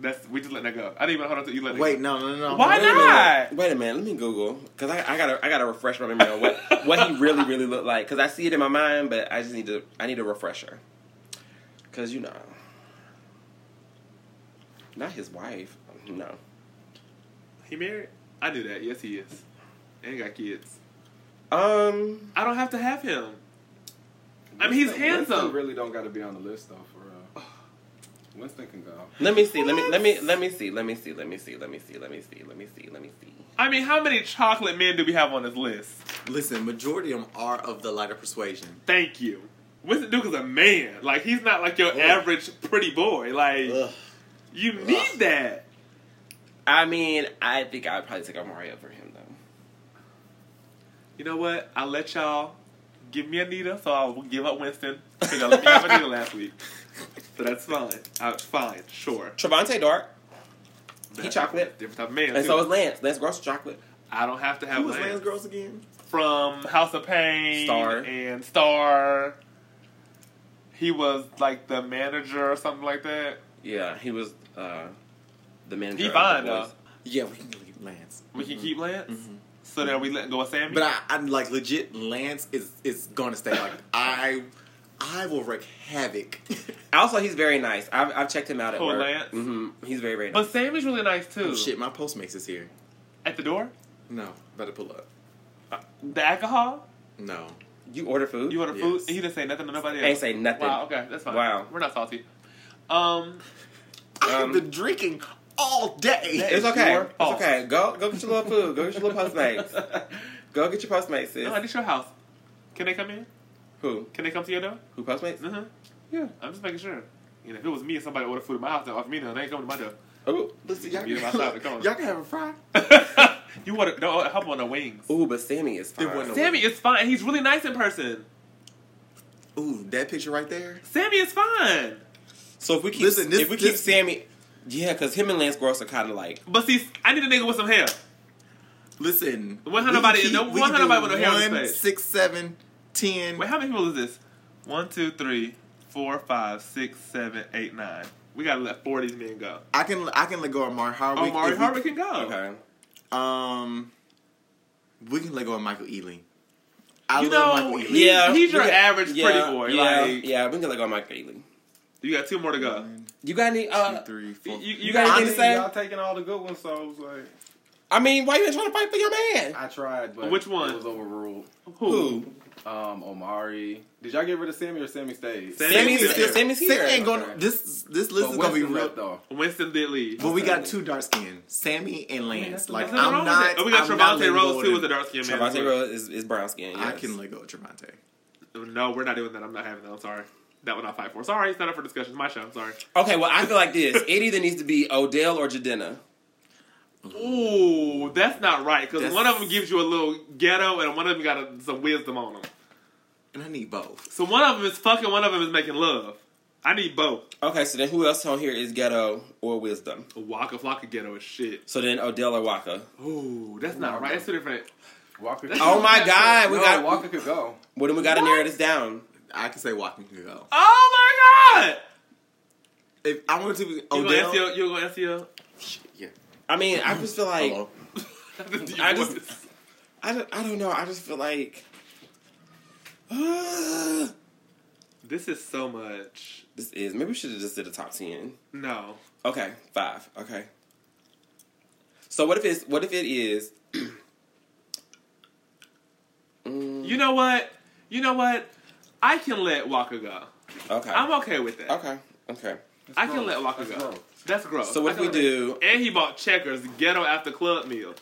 S1: That's we just let that go. I didn't even hold on to you. Let it
S3: Wait,
S1: go.
S3: no, no, no.
S1: Why
S3: Wait a minute.
S1: not?
S2: Wait a minute, let me Google because I, I gotta I gotta refresh my memory on what what he really really looked like because I see it in my mind, but I just need to I need a refresher because you know, not his wife, no.
S1: He married. I knew that. Yes, he is. And he got kids.
S2: Um,
S1: I don't have to have him. I mean, he's
S4: Winston-
S1: handsome.
S4: Winston really don't got to be on the list though.
S1: (sighs)
S4: For real. Winston can go.
S2: let me see, let me let me let me see, let me see, let me see, let me see, let me see, let me see, let me see.
S1: I mean, how many chocolate men do we have on this list?
S3: Listen, majority of them are of the lighter persuasion.
S1: Thank you. Winston Duke is a man. Like he's not like your average pretty boy. Like
S2: Ugh.
S1: you need that.
S2: I mean, I think I would probably take Amari over him though.
S1: You know what? I let y'all give me Anita, so I'll give up Winston. 'Cause I let me have Anita last week, so that's fine. Uh, fine, sure.
S2: Trevante Dark, he
S1: That's
S2: chocolate,
S1: a Different type of man.
S2: and
S1: too.
S2: so is Lance. Lance Gross is chocolate.
S1: I don't have to have
S3: Who was
S1: Lance.
S3: Lance Gross again?
S1: from House of Pain
S2: Star.
S1: and Star. He was like the manager or something like that.
S2: Yeah, he was uh, the manager.
S1: He
S2: of
S1: fine
S2: the
S1: though.
S2: Boys.
S3: Yeah, we can leave Lance.
S1: We
S2: Mm-hmm.
S1: can keep Lance, so that we letting go of Sammy.
S3: But I, I'm like legit. Lance is is going to stay. Like I, I will wreak
S1: (laughs)
S3: havoc.
S2: Also, he's very nice. I've, I've checked him out at
S1: Who,
S2: work.
S1: Lance?
S2: hmm He's very very nice.
S1: But Sammy's really nice too.
S3: oh, shit, my postmates is here.
S1: At the door,
S3: No, better pull up.
S1: the alcohol.
S3: No.
S2: you order food.
S1: You order food,
S3: Yes.
S1: and he didn't say nothing to nobody else.
S2: Ain't say nothing.
S1: Wow. Okay, that's fine.
S2: Wow.
S1: We're not salty. Um,
S3: I've
S2: Um,
S3: been drinking all day.
S2: It's okay.
S1: Your
S2: It's
S1: fault.
S2: okay. Go go get your little food. Go get your little
S1: (laughs)
S2: Postmates. go get your Postmates, sis.
S1: no, this your house. Can they come in?
S2: Who?
S1: Can they come to your door?
S2: Who Postmates?
S1: Mm-hmm.
S2: Yeah.
S1: I'm just making sure. You know, if it was me and somebody ordered food at my house and offered me, none, they ain't coming to my door. (laughs)
S2: Ooh.
S3: Listen, y'all,
S1: You
S3: can,
S1: know,
S3: (laughs)
S1: outside the car.
S3: y'all can have a fry.
S1: you order? No, help on the wings.
S2: Ooh, but Sammy is
S3: There
S2: fine.
S3: wasn't
S1: Sammy is fine. He's really nice in person.
S3: Ooh, that picture right there.
S1: Sammy is fine.
S2: so if we keep
S3: Listen, this-
S2: if we keep
S3: this-
S2: Sammy, yeah, because him and Lance Gross are kind of like.
S1: But see, I need a nigga with some hair.
S3: Listen.
S1: One hundred body- no-
S3: we
S1: one
S3: can
S1: hundred
S3: do
S1: body with no hair on his
S3: one,
S1: face.
S3: six, seven, ten.
S1: Wait, how many people is this? One, two, three, four, five, six, seven, eight, nine. We gotta let four of these men go.
S3: I can I can let go of Mark Harwick.
S1: Oh, Mari
S3: if we-
S1: Harvey can go.
S2: Okay.
S3: Um, we can let go of Michael Ealy. I
S1: You
S3: love
S1: know,
S3: Michael Ealy.
S1: he- he's your
S2: we
S1: average
S2: yeah,
S1: pretty boy,
S2: Yeah,
S1: like-
S2: yeah, we can let go of Mike Bailey.
S1: You got two more to go.
S3: One,
S2: You got any? Uh,
S3: two, three,
S1: You,
S3: four.
S1: you,
S2: You
S1: got
S2: got
S4: I
S2: anything to
S4: mean,
S2: say?
S4: y'all taking all the good ones, so I was like,
S2: I mean, why you been trying to fight for your man?
S4: I tried, but
S1: Which one?
S4: It was overruled.
S1: who?
S4: Um, Omari. Did y'all get rid of Sammy or Sammy stayed?
S1: Sammy.
S2: Sammy's,
S3: Sammy's
S2: Sammy's,
S3: here. Sam
S2: here.
S3: ain't gonna.
S4: Okay.
S3: This this list
S4: But
S3: is gonna be
S4: Winston
S3: real.
S4: left, though.
S1: Winston did leave.
S3: But we got two dark skin, Sammy
S1: Oh,
S3: and Lance. Like
S1: Nothing wrong
S3: I'm
S1: with
S3: not.
S1: it. Oh, we got
S3: I'm not
S1: Trevante
S3: letting go
S1: Rose
S3: of
S1: too
S3: them.
S1: with the dark skin man.
S2: Javante Rose is, is brown skin. Yes.
S3: I can let go of Trevante.
S1: No, we're not doing that. I'm not having that. I'm sorry. That one I'll fight for. Sorry, it's not up for discussion. It's my show. I'm sorry.
S2: Okay, well, I feel like this. It either needs to be Odell or Jadena.
S1: Ooh, that's not right because
S3: That's-
S1: one of them gives you a little ghetto and one of them got a, some wisdom on them.
S3: And I need both.
S1: So one of them is fucking, one of them is making love. I need both.
S2: Okay, so then who else on here is ghetto or wisdom?
S1: Waka Flocka ghetto is shit.
S2: So then Odell or Waka.
S1: Ooh, that's not right. That's two different.
S4: Walker.
S2: Oh my God, we
S4: no,
S2: got.
S4: Walker could go.
S2: Well, then we got to
S1: What?
S2: narrow this down.
S3: I can say Watkins can go.
S1: Oh my god!
S3: If I want to be
S1: You
S3: Odell,
S1: gonna SEO? You gonna SEO? (laughs)
S3: Shit, yeah.
S2: I mean, I just feel like
S3: Hello.
S2: I just- I don't, I don't know. I just feel like ah,
S1: this is so much.
S2: this is maybe we should have just did a top ten.
S1: No.
S2: Okay, five. Okay. So what if it's what if it is? Mm,
S1: You know what? You know what? I can let Walker go.
S2: okay.
S1: I'm okay with that.
S2: okay. Okay.
S1: I can
S4: gross.
S1: let Walker
S4: That's
S1: go.
S4: gross.
S1: That's gross.
S2: So what
S1: I
S2: if
S1: can
S2: we
S1: let-
S2: do?
S1: And he bought checkers, ghetto after club meal.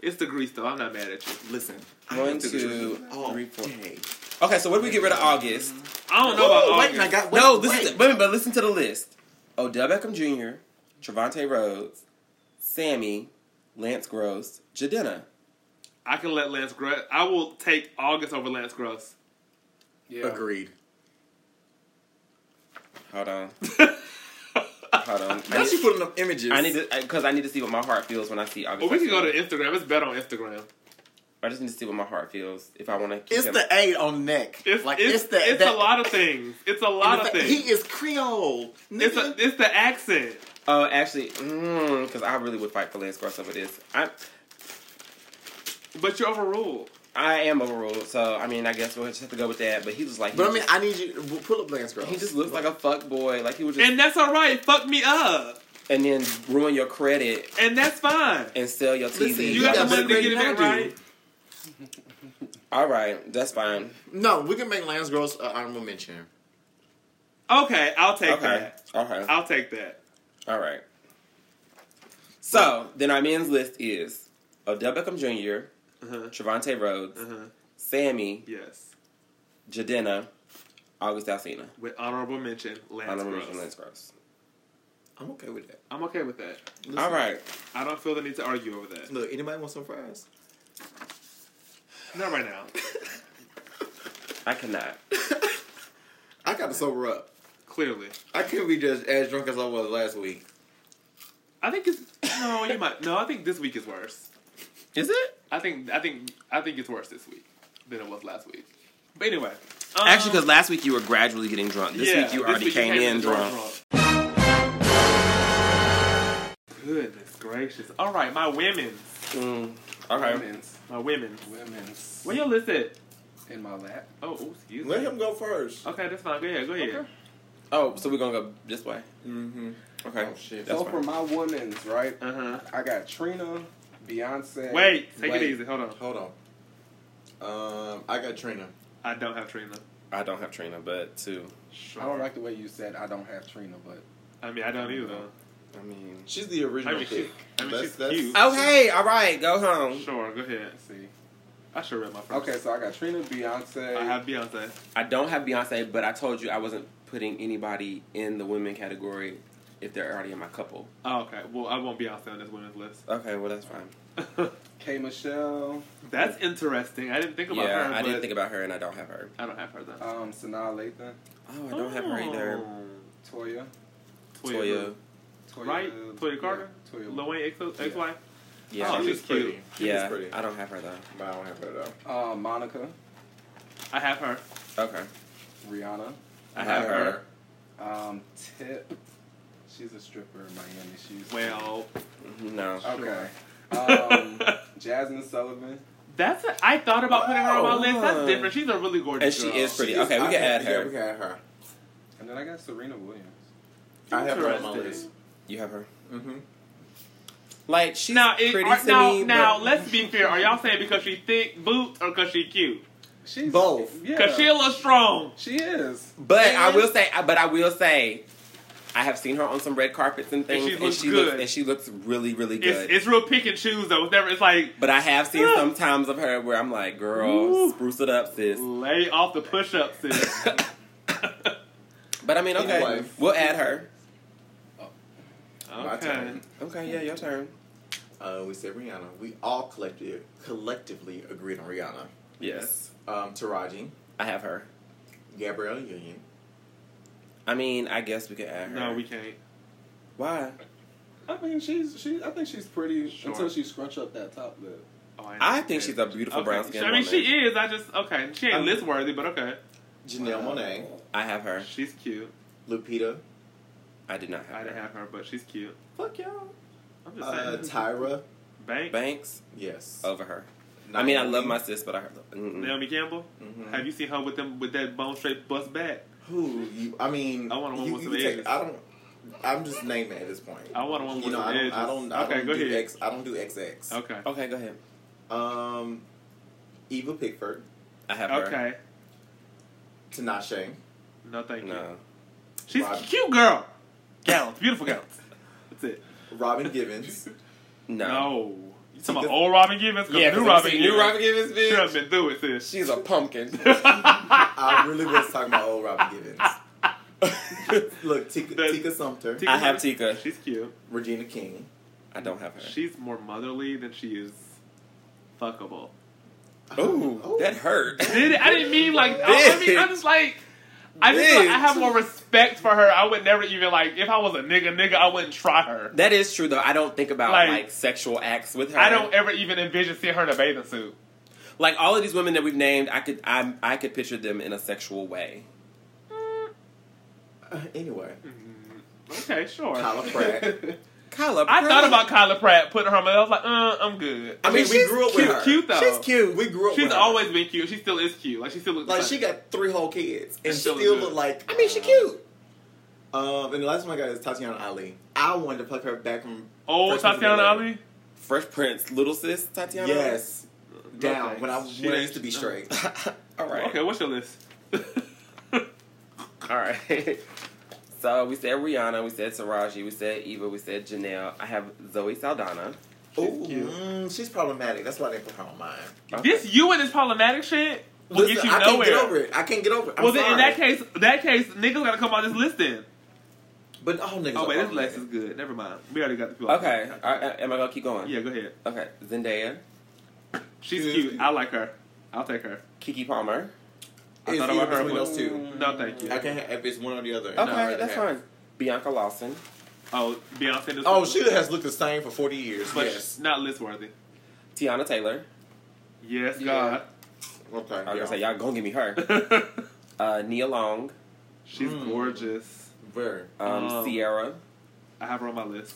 S1: It's the grease though. I'm not mad at you.
S3: Listen,
S2: One, two,
S3: all
S2: three, four.
S3: day.
S2: Okay, so what if we get rid of August?
S1: I don't know about
S3: Ooh,
S1: August.
S3: wait, I got
S2: no,
S3: wait,
S2: this
S3: wait.
S2: is wait, a minute, but listen to the list: Odell Beckham Jr., Trevante Rhodes, Sammy, Lance Gross, Jadena.
S1: I can let Lance Gross. I will take August over Lance Gross.
S4: Yeah.
S3: Agreed.
S1: (laughs)
S2: Hold on, hold on. I
S3: Now she
S2: need,
S3: putting up images.
S2: I need to because I need to see what my heart feels when I see August.
S1: But we can go to
S2: Alsina.
S1: Instagram. It's better on Instagram.
S2: I just need to see what my heart feels if I want to. keep
S3: It's
S2: him.
S3: the A on neck.
S1: It's
S3: like
S1: it's,
S3: it's, the
S1: it's
S3: that,
S1: a lot of things. It's a lot
S3: and the
S1: of
S3: fact-
S1: things.
S3: He is Creole.
S1: it's a,
S3: nigga.
S1: it's the accent.
S2: Oh, actually, because I really would fight for Lance Gross over this. I
S1: But you're overruled.
S2: I am overruled, so I mean, I guess we'll just have to go with that. But he was like, he
S3: but I mean,
S2: just,
S3: I need you well, pull up Lance Gross.
S2: he just looks like a fuck boy. Like he was just,
S1: And
S2: and,
S1: that's all right. Fuck me up.
S2: then ruin your credit
S1: And that's fine.
S2: and sell your TV.
S3: Listen,
S1: You
S3: He
S1: got the
S3: got
S1: money
S3: better
S1: to get it
S3: than
S1: back
S3: I do.
S1: right.
S2: All right, that's fine.
S3: no. We can make Lance Gross an honorable mention.
S1: Okay, I'll take
S2: Okay,
S1: that.
S2: okay,
S1: I'll take that.
S2: all right. So then our men's list is Odell Beckham Jr.,
S1: Uh-huh.
S2: Trevante Rhodes,
S1: Uh-huh.
S2: Sammy,
S1: Yes.
S2: Jadena, August Alsina.
S1: With honorable mention, Lance
S2: Honorable
S1: Gross.
S2: mention, Lance Gross.
S3: I'm okay with that.
S1: I'm okay with that.
S3: Listen,
S2: All right.
S1: I don't feel the need to argue over that.
S3: Look, anybody want some fries?
S1: Not right now.
S2: I cannot.
S3: I got to sober up.
S1: Clearly.
S3: I couldn't be just as drunk as I was last week.
S1: I think it's no, you might no, I think this week is worse.
S2: Is it?
S1: I think I think I think it's worse this week than it was last week. But anyway. um,
S2: Actually, because last week you were gradually getting drunk. This
S1: yeah,
S2: week you already
S1: week
S2: came, in drunk.
S1: drunk. Goodness gracious. All right, my women's.
S2: Mm. Okay.
S4: Women's.
S1: My women's.
S4: Women's.
S1: Where your list at?
S4: In my lap.
S1: Oh, ooh, excuse
S3: Let
S1: me.
S3: him go first.
S1: Okay, that's fine. Go ahead, go ahead.
S2: Oh, so we're gonna go this way.
S3: Mm-hmm.
S2: Okay.
S3: Oh, shit.
S2: That's
S4: so
S2: fine.
S4: for my women's, right?
S1: Uh huh.
S4: I got Trina, Beyonce.
S1: Wait, take
S3: Wait.
S1: it easy. Hold on.
S3: Hold on. Um, I got Trina.
S1: I don't have Trina.
S2: I don't have Trina, but too.
S1: Sure.
S4: I don't like the way you said I don't have Trina, but
S1: I mean, I don't either.
S2: I mean.
S3: She's the original
S1: I mean, she-
S3: pick.
S1: I mean,
S3: That's-
S1: she's
S3: that's-
S1: cute.
S2: Okay. Oh, All right. Go home.
S1: Sure, go ahead.
S4: let's see.
S1: I should read my first.
S4: Okay, so I got Trina, Beyonce.
S1: I have Beyonce.
S2: I don't have Beyonce, but I told you I wasn't putting anybody in the women category if they're already in my couple.
S1: Oh, okay. Well, I won't Beyonce on this women's list. (laughs)
S2: Okay. Well, that's fine.
S4: K Michelle,
S1: That's interesting. I didn't think about
S2: yeah,
S1: her.
S2: I
S1: but
S2: didn't think about her, and I don't have her.
S1: I don't have her though.
S4: um, Sanaa Lathan,
S2: Oh, I don't have her either.
S4: Toya,
S2: Toya.
S4: Toya
S1: Right? Toya Carter?
S4: yeah, Toya.
S1: Lil Wayne ex- ex-wife.
S2: Yeah.
S1: Oh,
S3: She
S1: she's
S3: was pretty.
S1: cute.
S3: She was
S2: yeah.
S3: pretty.
S2: I don't have her though.
S3: But I don't have her though.
S4: Uh, Monica,
S1: I have her.
S2: Okay.
S4: Rihanna,
S1: I have her.
S4: Um, Tip. She's a stripper in Miami. She's
S1: Well,
S2: Mm-hmm, No.
S1: (laughs)
S4: okay. Um, Jasmine Sullivan.
S1: that's a, I thought about putting her on my
S2: Oh.
S1: list. That's different. She's a really gorgeous
S2: And she
S1: girl.
S2: is pretty.
S3: She's-
S2: Okay, we
S3: I
S2: can add
S3: yeah,
S2: her.
S3: we can add her.
S4: And then I got Serena Williams.
S3: I have her on my
S1: Interesting.
S3: list.
S2: You have her.
S3: Mm-hmm.
S2: Like she's
S1: Now, it,
S2: pretty
S1: are,
S2: to
S1: now,
S2: me.
S1: now
S2: but-
S1: let's be fair. Are y'all saying because she thick boots or because she cute?
S4: She's
S3: Both.
S4: Yeah,
S1: Because she a little strong.
S4: she is.
S2: But I will say, but I will say, I have seen her on some red carpets and things,
S1: she
S2: and
S1: looks
S2: she
S1: good.
S2: looks and she looks really, really good.
S1: It's, it's real pick and choose though. It's never. It's like
S2: but I have seen some times of her where I'm like, girl,
S1: Ooh.
S2: spruce it up, sis.
S1: lay off the push ups.
S2: (laughs)
S1: sis.
S2: But I mean, okay,
S3: Anyway.
S2: we'll add her.
S1: (laughs)
S3: My
S1: okay.
S3: turn.
S2: Okay, yeah, your turn.
S3: Uh, we said Rihanna. We all collective, collectively agreed on Rihanna.
S2: Yes,
S3: Um, Taraji,
S2: I have her.
S3: Gabrielle Union.
S2: I mean, I guess we could add her.
S1: No, we can't.
S2: Why?
S4: I mean, she's she. I think she's pretty
S1: Sure.
S4: until she scrunch up that top lip.
S1: Oh,
S2: I think she's a beautiful
S1: okay.
S2: brown skin.
S1: I mean, she is. I just okay. She ain't
S2: I'm-
S1: list worthy, but okay.
S3: Janelle
S4: Wow.
S3: Monae,
S2: I have her.
S1: She's cute.
S3: Lupita,
S2: I did not have
S1: I
S2: her.
S1: didn't have her, but she's cute.
S3: fuck y'all.
S1: I'm just
S3: Uh,
S1: saying. Oh,
S3: Tyra,
S1: Bank.
S2: Banks
S3: yes.
S2: over her. I mean, I
S3: Naomi.
S2: love my sis, but I heard. Mm-mm.
S1: Naomi Campbell.
S2: Mm-hmm.
S3: Mhm.
S1: Have you seen her with them with that bone straight bust back?
S3: Who you? I mean,
S1: I want a woman
S3: you,
S1: with
S3: you
S1: some
S3: take-
S1: edges.
S3: I don't. I'm just naming at this point.
S1: I want a woman
S3: you
S1: with
S3: know, I
S1: some
S3: don't,
S1: edges.
S3: I don't. I don't.
S1: okay, go
S3: do
S1: ahead.
S3: X, I don't do XX.
S1: Okay.
S2: Okay, go ahead.
S3: Um, Eva Pickford,
S2: I have her.
S1: Okay.
S3: Tinashe,
S1: No, thank you.
S2: No.
S1: She's
S3: Rob-
S1: a cute girl. Gallons, beautiful gallons.
S2: (laughs)
S1: That's it.
S3: Robin (laughs) Givens,
S2: No.
S1: No. You talking about
S3: She
S1: old Robin Givens? 'Cause
S2: Yeah,
S1: new Robin Givens.
S2: New Robin Givens,
S1: She done
S2: bitch.
S1: been through it, sis.
S2: She's
S1: (laughs)
S2: a pumpkin.
S3: I really was talking about old Robin Givens. Look, Tika,
S1: The-
S3: Tika Sumter,
S1: Tika
S2: I have
S1: Sumter-
S2: Tika.
S1: She's cute.
S3: Regina King,
S2: I don't have her.
S1: She's more motherly than she is fuckable.
S2: Ooh,
S3: Oh.
S2: that hurt.
S1: Did it? I didn't mean like. I, I mean, I'm just like. I just feel like I have more respect for her. I would never even like if I was a nigga, nigga, I wouldn't try her.
S2: that is true though. I don't think about
S1: Like-
S2: like, sexual acts with her.
S1: I don't ever even envision seeing her in a bathing suit.
S2: like all of these women that we've named. I could I I could picture them in a sexual way.
S3: Uh, anyway,
S1: Okay, sure.
S3: Tyler Pratt.
S1: (laughs)
S2: Kyla,
S1: I
S2: Pratt.
S1: thought about Kyla Pratt putting her on. my- I was like, uh, I'm good.
S3: I mean, we
S2: she's
S3: grew up
S1: cute,
S3: with her.
S1: cute, though.
S2: She's cute.
S3: We grew up.
S1: She's
S3: with her.
S1: always been cute. She still is cute. Like she still looks
S3: like
S1: the
S3: she
S1: same.
S3: got three whole kids and
S1: And
S3: she
S1: still
S3: still
S1: good.
S3: look like.
S2: I mean, she cute.
S3: Um, and the last one I got is Tatiana Ali. I wanted to pluck her back from
S1: old
S3: Freshman
S1: Tatiana
S3: League.
S1: Ali.
S2: Fresh Prince, little sis Tatiana.
S3: Yes, down
S1: Okay.
S3: when I
S1: She
S3: when I
S1: didn't-
S3: used to be straight.
S2: (laughs) all right.
S1: Okay, what's your list? (laughs)
S2: All right. (laughs) So we said Rihanna, we said Taraji, we said Eva, we said Janelle. I have Zoe Saldana.
S3: Ooh,
S1: cute.
S3: mm, she's problematic. That's why they put her on mine.
S1: This you and this problematic shit will
S3: Listen,
S1: get you
S3: I
S1: nowhere.
S3: can't get over it. I can't get over it. I'm
S1: well,
S3: sorry.
S1: then in that case, that case, niggas gotta come on this list then.
S3: but all niggas.
S1: Oh
S3: are
S1: wait, this
S3: problematic.
S1: list is good. Never mind. We already got the people.
S2: Okay. All right, am I gonna keep going?
S1: Yeah, go ahead.
S2: Okay. Zendaya,
S1: She's
S3: She is
S1: cute.
S3: cute.
S1: I like her. I'll take her.
S2: Kiki Palmer.
S1: I
S3: It's
S1: thought
S3: either
S1: about her
S3: between
S1: one.
S3: those two.
S1: No, thank you.
S3: Mm. I can't. Have, if it's one or the other. and I
S2: Okay,
S3: already
S2: that's
S3: have.
S2: fine. Bianca Lawson.
S1: Oh, Beyonce. This
S3: Oh,
S1: one.
S3: she has looked the same for forty years.
S1: But she's
S3: yes.
S1: not list worthy.
S2: Tiana Taylor.
S1: Yes,
S3: Yeah.
S1: God.
S3: Okay.
S2: I was
S3: yeah.
S2: gonna say y'all gonna give
S1: (laughs)
S2: me her. Uh, Nia Long,
S1: She's
S3: Mm.
S1: gorgeous.
S3: Very.
S2: um,
S1: Oh.
S2: Sierra,
S1: I have her on my list.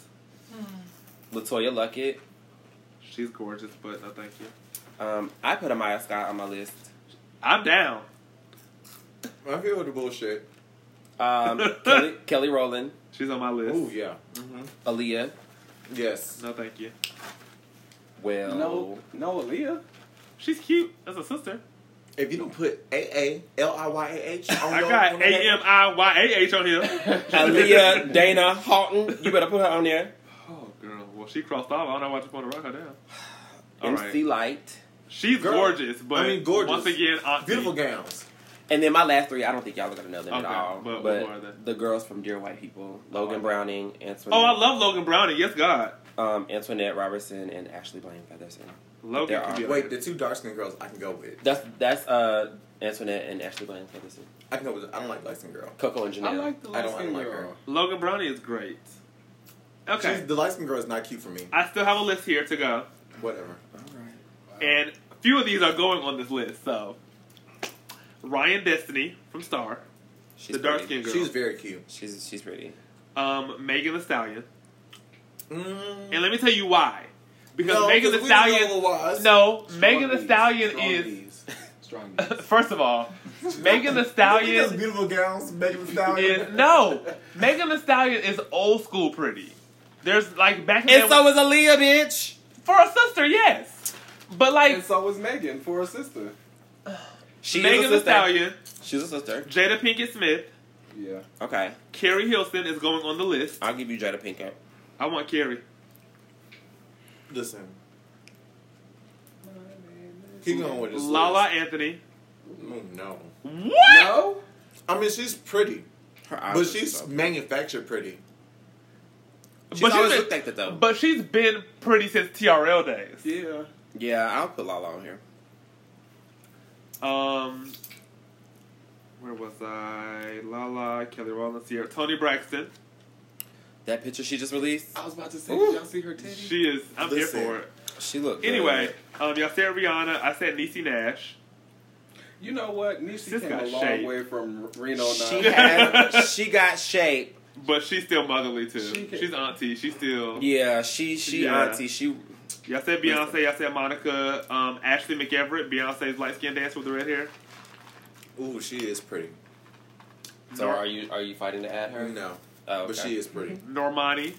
S2: Latoya Luckett.
S1: She's gorgeous, but no, thank you.
S2: Um, I put Amaya Scott on my list.
S1: I'm down.
S3: I feel with the bullshit.
S2: Um, (laughs) Kelly, Kelly Rowland,
S1: She's on my list.
S3: Oh yeah. hmm
S1: Mm-hmm.
S2: Aaliyah.
S3: Yes.
S1: No, thank you.
S2: Well,
S4: No, no, Aaliyah.
S1: She's cute as a sister.
S3: If you don't put A A L I Y A H
S1: (laughs)
S3: on
S1: I
S3: your
S1: got
S3: Oh, on
S1: A
S3: your-
S1: M I Y A H on
S3: (laughs)
S1: here.
S2: (laughs)
S1: (laughs)
S2: Aaliyah, Dana Houghton. You better put her on there.
S1: Oh, girl. Well, she crossed off. I don't know why you want to rock her down. All right.
S2: MC Light.
S1: She's
S3: Girl,
S1: gorgeous, but
S3: I mean, gorgeous.
S1: once again, auntie.
S3: beautiful gowns.
S2: And then my last three, I don't think y'all are gonna know them at
S1: Okay,
S2: all.
S1: but
S2: But,
S1: who are they?
S2: the girls from Dear White People, Logan
S1: Oh.
S2: Browning, Antoinette,
S1: Oh, I love Logan Browning. Yes, God.
S2: um, Antoinette Robertson, and Ashley Blaine Featherston.
S1: Logan
S2: There
S1: can
S2: are-
S1: be. on
S3: Wait,
S1: here.
S3: the two dark skinned girls I can go with.
S2: That's that's uh, Antoinette and Ashley Blaine Featherston.
S3: I can go with. I don't like light skinned girl.
S2: Coco and Janelle.
S4: I like the
S3: I
S4: light
S3: don't- I
S4: skin
S3: don't like
S4: girl.
S1: Logan Browning is great. Okay.
S3: She's, the light skinned girl is not cute for me.
S1: I still have a list here to go,
S3: Whatever.
S1: and a few of these are going on this list. So, Ryan Destiny from Star,
S2: She's
S1: the dark
S2: pretty.
S1: skinned girl.
S3: She's very cute.
S2: She's she's pretty.
S1: um, Megan Thee Stallion.
S3: Mm.
S1: And let me tell you why. Because
S3: No,
S1: Megan
S3: 'cause
S1: Thee
S3: we know
S1: Stallion.
S3: it was.
S1: No,
S4: Strong
S1: Megan Thee
S4: knees,
S1: Stallion
S4: strong
S1: is.
S4: knees,
S3: (laughs)
S4: strong knees.
S1: (laughs) First of all, Megan Thee
S3: Look at those
S1: Stallion
S3: beautiful gowns, Megan Thee Stallion.
S1: is no. Megan Thee Stallion is old school pretty. There's like back in
S2: And
S1: the
S2: so is Aaliyah, bitch.
S1: for a sister, yes. But like
S4: And so was Megan for her sister.
S2: She
S1: Megan
S2: is
S1: Thee
S2: a sister.
S1: Stallion,
S2: She's a sister.
S1: Jada Pinkett Smith,
S4: Yeah.
S2: Okay,
S1: Carrie Hilson is going on the list.
S2: I'll give you Jada Pinkett.
S1: I want Carrie.
S3: Listen, keep going with this.
S1: Lala Anthony.
S3: list. Mm, no,
S1: What?
S4: No?
S3: I mean she's pretty,
S2: Her eyes.
S3: but
S2: are
S3: she's
S2: so-
S3: manufactured pretty.
S2: She's
S1: but she's
S2: always
S1: been-
S2: looked like that though.
S1: But she's been pretty since TRL days.
S4: Yeah.
S2: yeah, I'll put Lala on here.
S1: Um, where was I? Lala, Kelly Rollins here. Tony Braxton.
S2: That picture she just released.
S4: I was about to say, did y'all see her titty?
S1: She is. I'm
S3: Listen.
S1: here for it.
S2: She looked. good.
S1: Anyway, um, y'all said Rihanna. I said Niecy Nash.
S4: you know what? Nisha
S1: Sis
S4: came
S1: got
S4: a long
S1: shape.
S4: way from Reno.
S2: she
S4: now.
S2: has. (laughs) she got shape.
S1: But she's still motherly too.
S4: She can-
S1: she's auntie. She's still.
S2: Yeah, she she
S1: Yeah.
S2: auntie. She
S1: Y'all said Beyonce. Y'all said Monica. Um, Ashley McEverett. Beyonce's light skinned dancer with the red hair.
S3: Ooh, she is pretty.
S2: So are you are you fighting to add her?
S3: No,
S2: Oh,
S3: but she is pretty.
S1: Normani.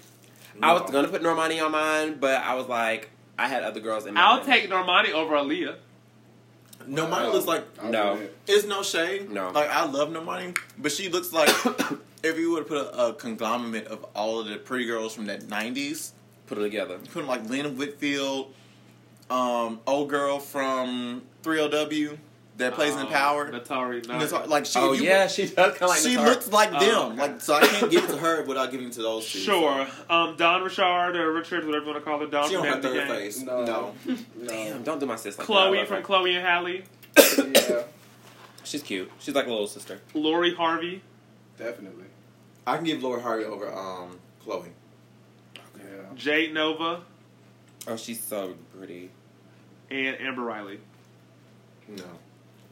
S2: I was gonna put Normani on mine, but I was like, I had other girls in mind.
S1: I'll take Normani over Aaliyah.
S3: No, mine looks like
S4: (laughs) I
S2: No.
S4: wouldn't.
S3: It's Oh. no shade.
S2: No.
S3: Like I love Normani, but she looks (coughs) like if you would put a, a conglomerate of all of the pretty girls from that '90s,
S2: put it together.
S3: put them like Lena Whitfield, um, old girl from 3LW that plays in
S1: Um,
S3: Power.
S1: Natari.
S3: And it's
S1: Natari.
S3: like- like she,
S2: oh
S3: you-
S2: yeah, she does kind of like.
S3: she
S2: Natara.
S3: looks like
S1: Oh,
S3: them.
S1: okay.
S3: Like so, I can't give it to her without giving it to those two.
S1: Sure. Um, Don Richard or Richards, whatever you want to call her. Don
S3: She
S1: from
S3: on her
S1: Family
S3: third
S1: Gang.
S3: face.
S4: No.
S3: No.
S4: No.
S2: Damn, don't do my sis like
S1: Chloe
S2: that. I
S1: from
S2: love her.
S1: Chloe and Halle.
S4: Yeah,
S2: She's cute. She's like a little sister.
S1: Lori Harvey.
S4: definitely.
S3: I can give Lori Harvey over um Chloe.
S4: Yeah.
S1: Jade Nova.
S2: Oh, she's so pretty.
S1: And Amber Riley. (laughs)
S3: No,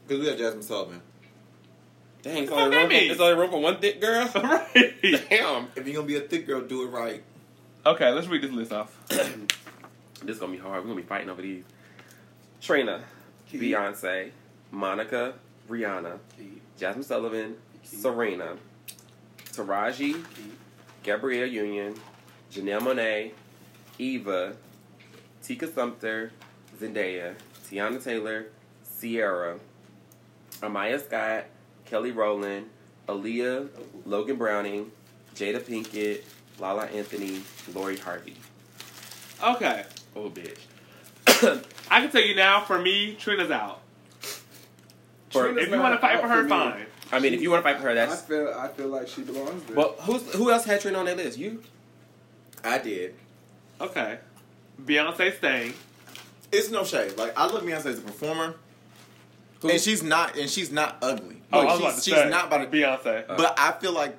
S3: because we have Jasmine Sullivan.
S2: Dang, it's
S1: What
S2: only,
S1: that
S2: room for,
S1: mean?
S2: it's only room for one thick girl.
S1: (laughs) right.
S2: Damn,
S3: If you're gonna be a thick girl, do it right.
S1: Okay, let's read this list off.
S2: this is gonna be hard. We're gonna be fighting over these. Trina, Beyonce, Monica, Rihanna,
S4: Keep,
S2: Jasmine Sullivan, Serena, Taraji,
S4: keep.
S2: Gabrielle Union, Janelle Monet, Eva, Tika Sumter, Zendaya, Tiana Taylor, Sierra, Amaya Scott, Kelly Rowland, Aaliyah, Logan Browning, Jada Pinkett, Lala Anthony, Lori Harvey.
S1: Okay.
S2: Oh, (coughs) bitch.
S1: I can tell you now, for me, Trina's out.
S2: For-
S4: Trina's
S1: if you
S4: not
S1: want to fight
S4: out
S1: for her,
S4: me.
S1: fine.
S2: I mean, if you want to fight for her,
S4: I
S2: that's.
S4: feel I feel like she belongs there.
S2: Well, who's, who else had Trina on that list? You?
S3: I did.
S1: Okay. Beyonce staying.
S3: It's no shade. Like I love Beyonce as a performer,
S2: Who?
S3: and she's not, and she's not ugly.
S1: Oh,
S3: Like,
S1: I was
S3: she's,
S1: about to
S3: she's
S1: say,
S3: not about to.
S1: Beyonce.
S2: Uh,
S3: But I feel like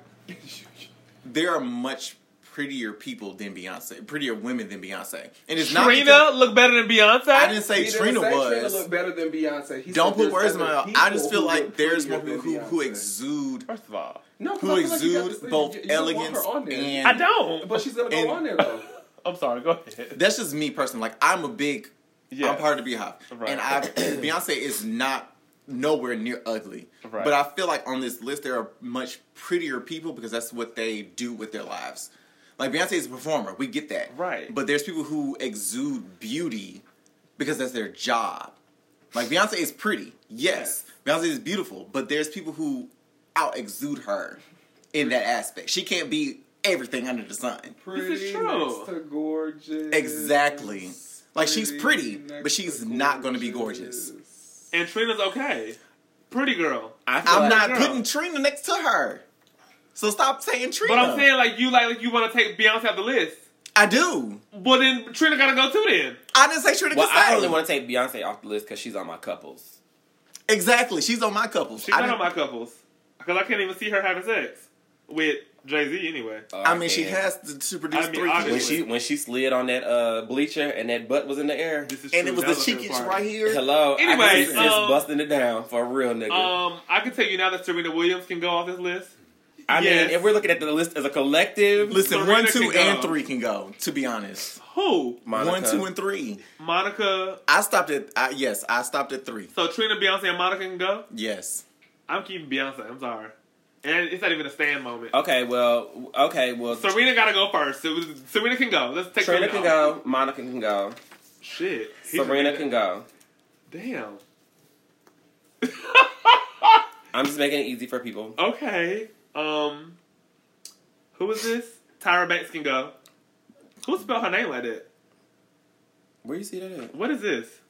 S3: there are much prettier people than Beyonce, prettier women than Beyonce, and it's not.
S1: Trina
S3: because-
S1: look better than Beyonce.
S3: I didn't
S4: He
S3: say
S4: didn't
S3: Trina
S4: say
S3: was.
S4: Trina look better than Beyonce. He
S3: Don't
S4: said
S3: put
S4: there's
S3: words in my
S4: other
S3: mouth. I just
S4: people
S3: feel
S4: who
S3: like
S4: look
S3: there's more
S4: prettier
S3: people who,
S4: than
S3: who
S4: Beyonce.
S3: exude,
S1: First of all,
S4: no, 'cause I
S3: who
S4: feel like you got to
S3: exude
S4: say-
S3: both
S4: you- you don't want her
S3: elegance
S4: on there.
S3: and.
S1: I don't.
S4: But she's gonna go
S3: And-
S4: on there though.
S1: I'm sorry. Go ahead.
S3: That's just me personally. Like I'm a big,
S1: Yeah.
S3: I'm part of the Beehive,
S1: Right.
S3: and I (clears throat) Beyonce is not nowhere near ugly.
S1: Right.
S3: But I feel like on this list there are much prettier people because that's what they do with their lives. Like Beyonce is a performer, we get that.
S1: Right.
S3: But there's people who exude beauty because that's their job. Like Beyonce is pretty, yes. Beyonce is beautiful, but there's people who out exude her in that aspect. She can't be everything under the sun.
S4: Pretty
S1: true.
S4: next to gorgeous.
S3: Exactly. Like, she's pretty, but
S4: next
S3: she's
S4: to
S3: not gonna be gorgeous.
S4: gorgeous.
S1: And Trina's okay. Pretty girl.
S2: I feel
S3: I'm
S2: like-
S3: not
S1: girl.
S3: putting Trina next to her. So stop saying Trina.
S1: But I'm saying like you like, like you want to take Beyonce off the list.
S3: I do.
S1: Well then Trina gotta go too then.
S3: I didn't say Trina
S2: Well,
S3: could
S2: I
S3: stay.
S2: only want to take Beyonce off the list because she's on my couples.
S3: Exactly. She's on my couple.
S1: She's not on my couples because I can't even see her having sex. with Jay Z anyway.
S2: Oh,
S3: I mean, she
S2: man.
S3: has to, to produce
S1: I mean,
S3: three
S1: obviously.
S2: When
S3: kids.
S2: she when she slid on that uh, bleacher and that butt was in the air.
S1: This is
S3: And
S1: true.
S3: it was
S1: That
S3: the cheeky
S1: good part.
S3: right here.
S2: Hello.
S1: Anyway,
S2: I just,
S1: um,
S2: busting it down for a real nigga.
S1: Um, I can tell you now that Serena Williams can go off this list.
S2: I
S1: yes.
S2: mean, if we're looking at the list as a collective,
S3: Listen,
S1: Serena
S3: one, two,
S1: can go.
S3: and three can go. To be honest,
S1: Who?
S2: Monica.
S3: one, two, and three.
S1: Monica.
S3: I stopped at I, yes, I stopped at three.
S1: So Trina, Beyonce, and Monica can go.
S3: Yes,
S1: I'm keeping Beyonce. I'm sorry, and it's not even a stand moment.
S2: Okay, well, okay, well,
S1: Serena gotta go first. Ser- Serena can go. Let's take
S2: Serena can
S1: off.
S2: go, Monica can go,
S1: Shit. He
S2: Serena
S1: just-
S2: can go.
S1: Damn. (laughs)
S2: I'm just making it easy for people.
S1: Okay. Um. Who is this? Tyra Banks can go. Who spelled her name like that?
S2: Where you see that at?
S1: What is this? Oh.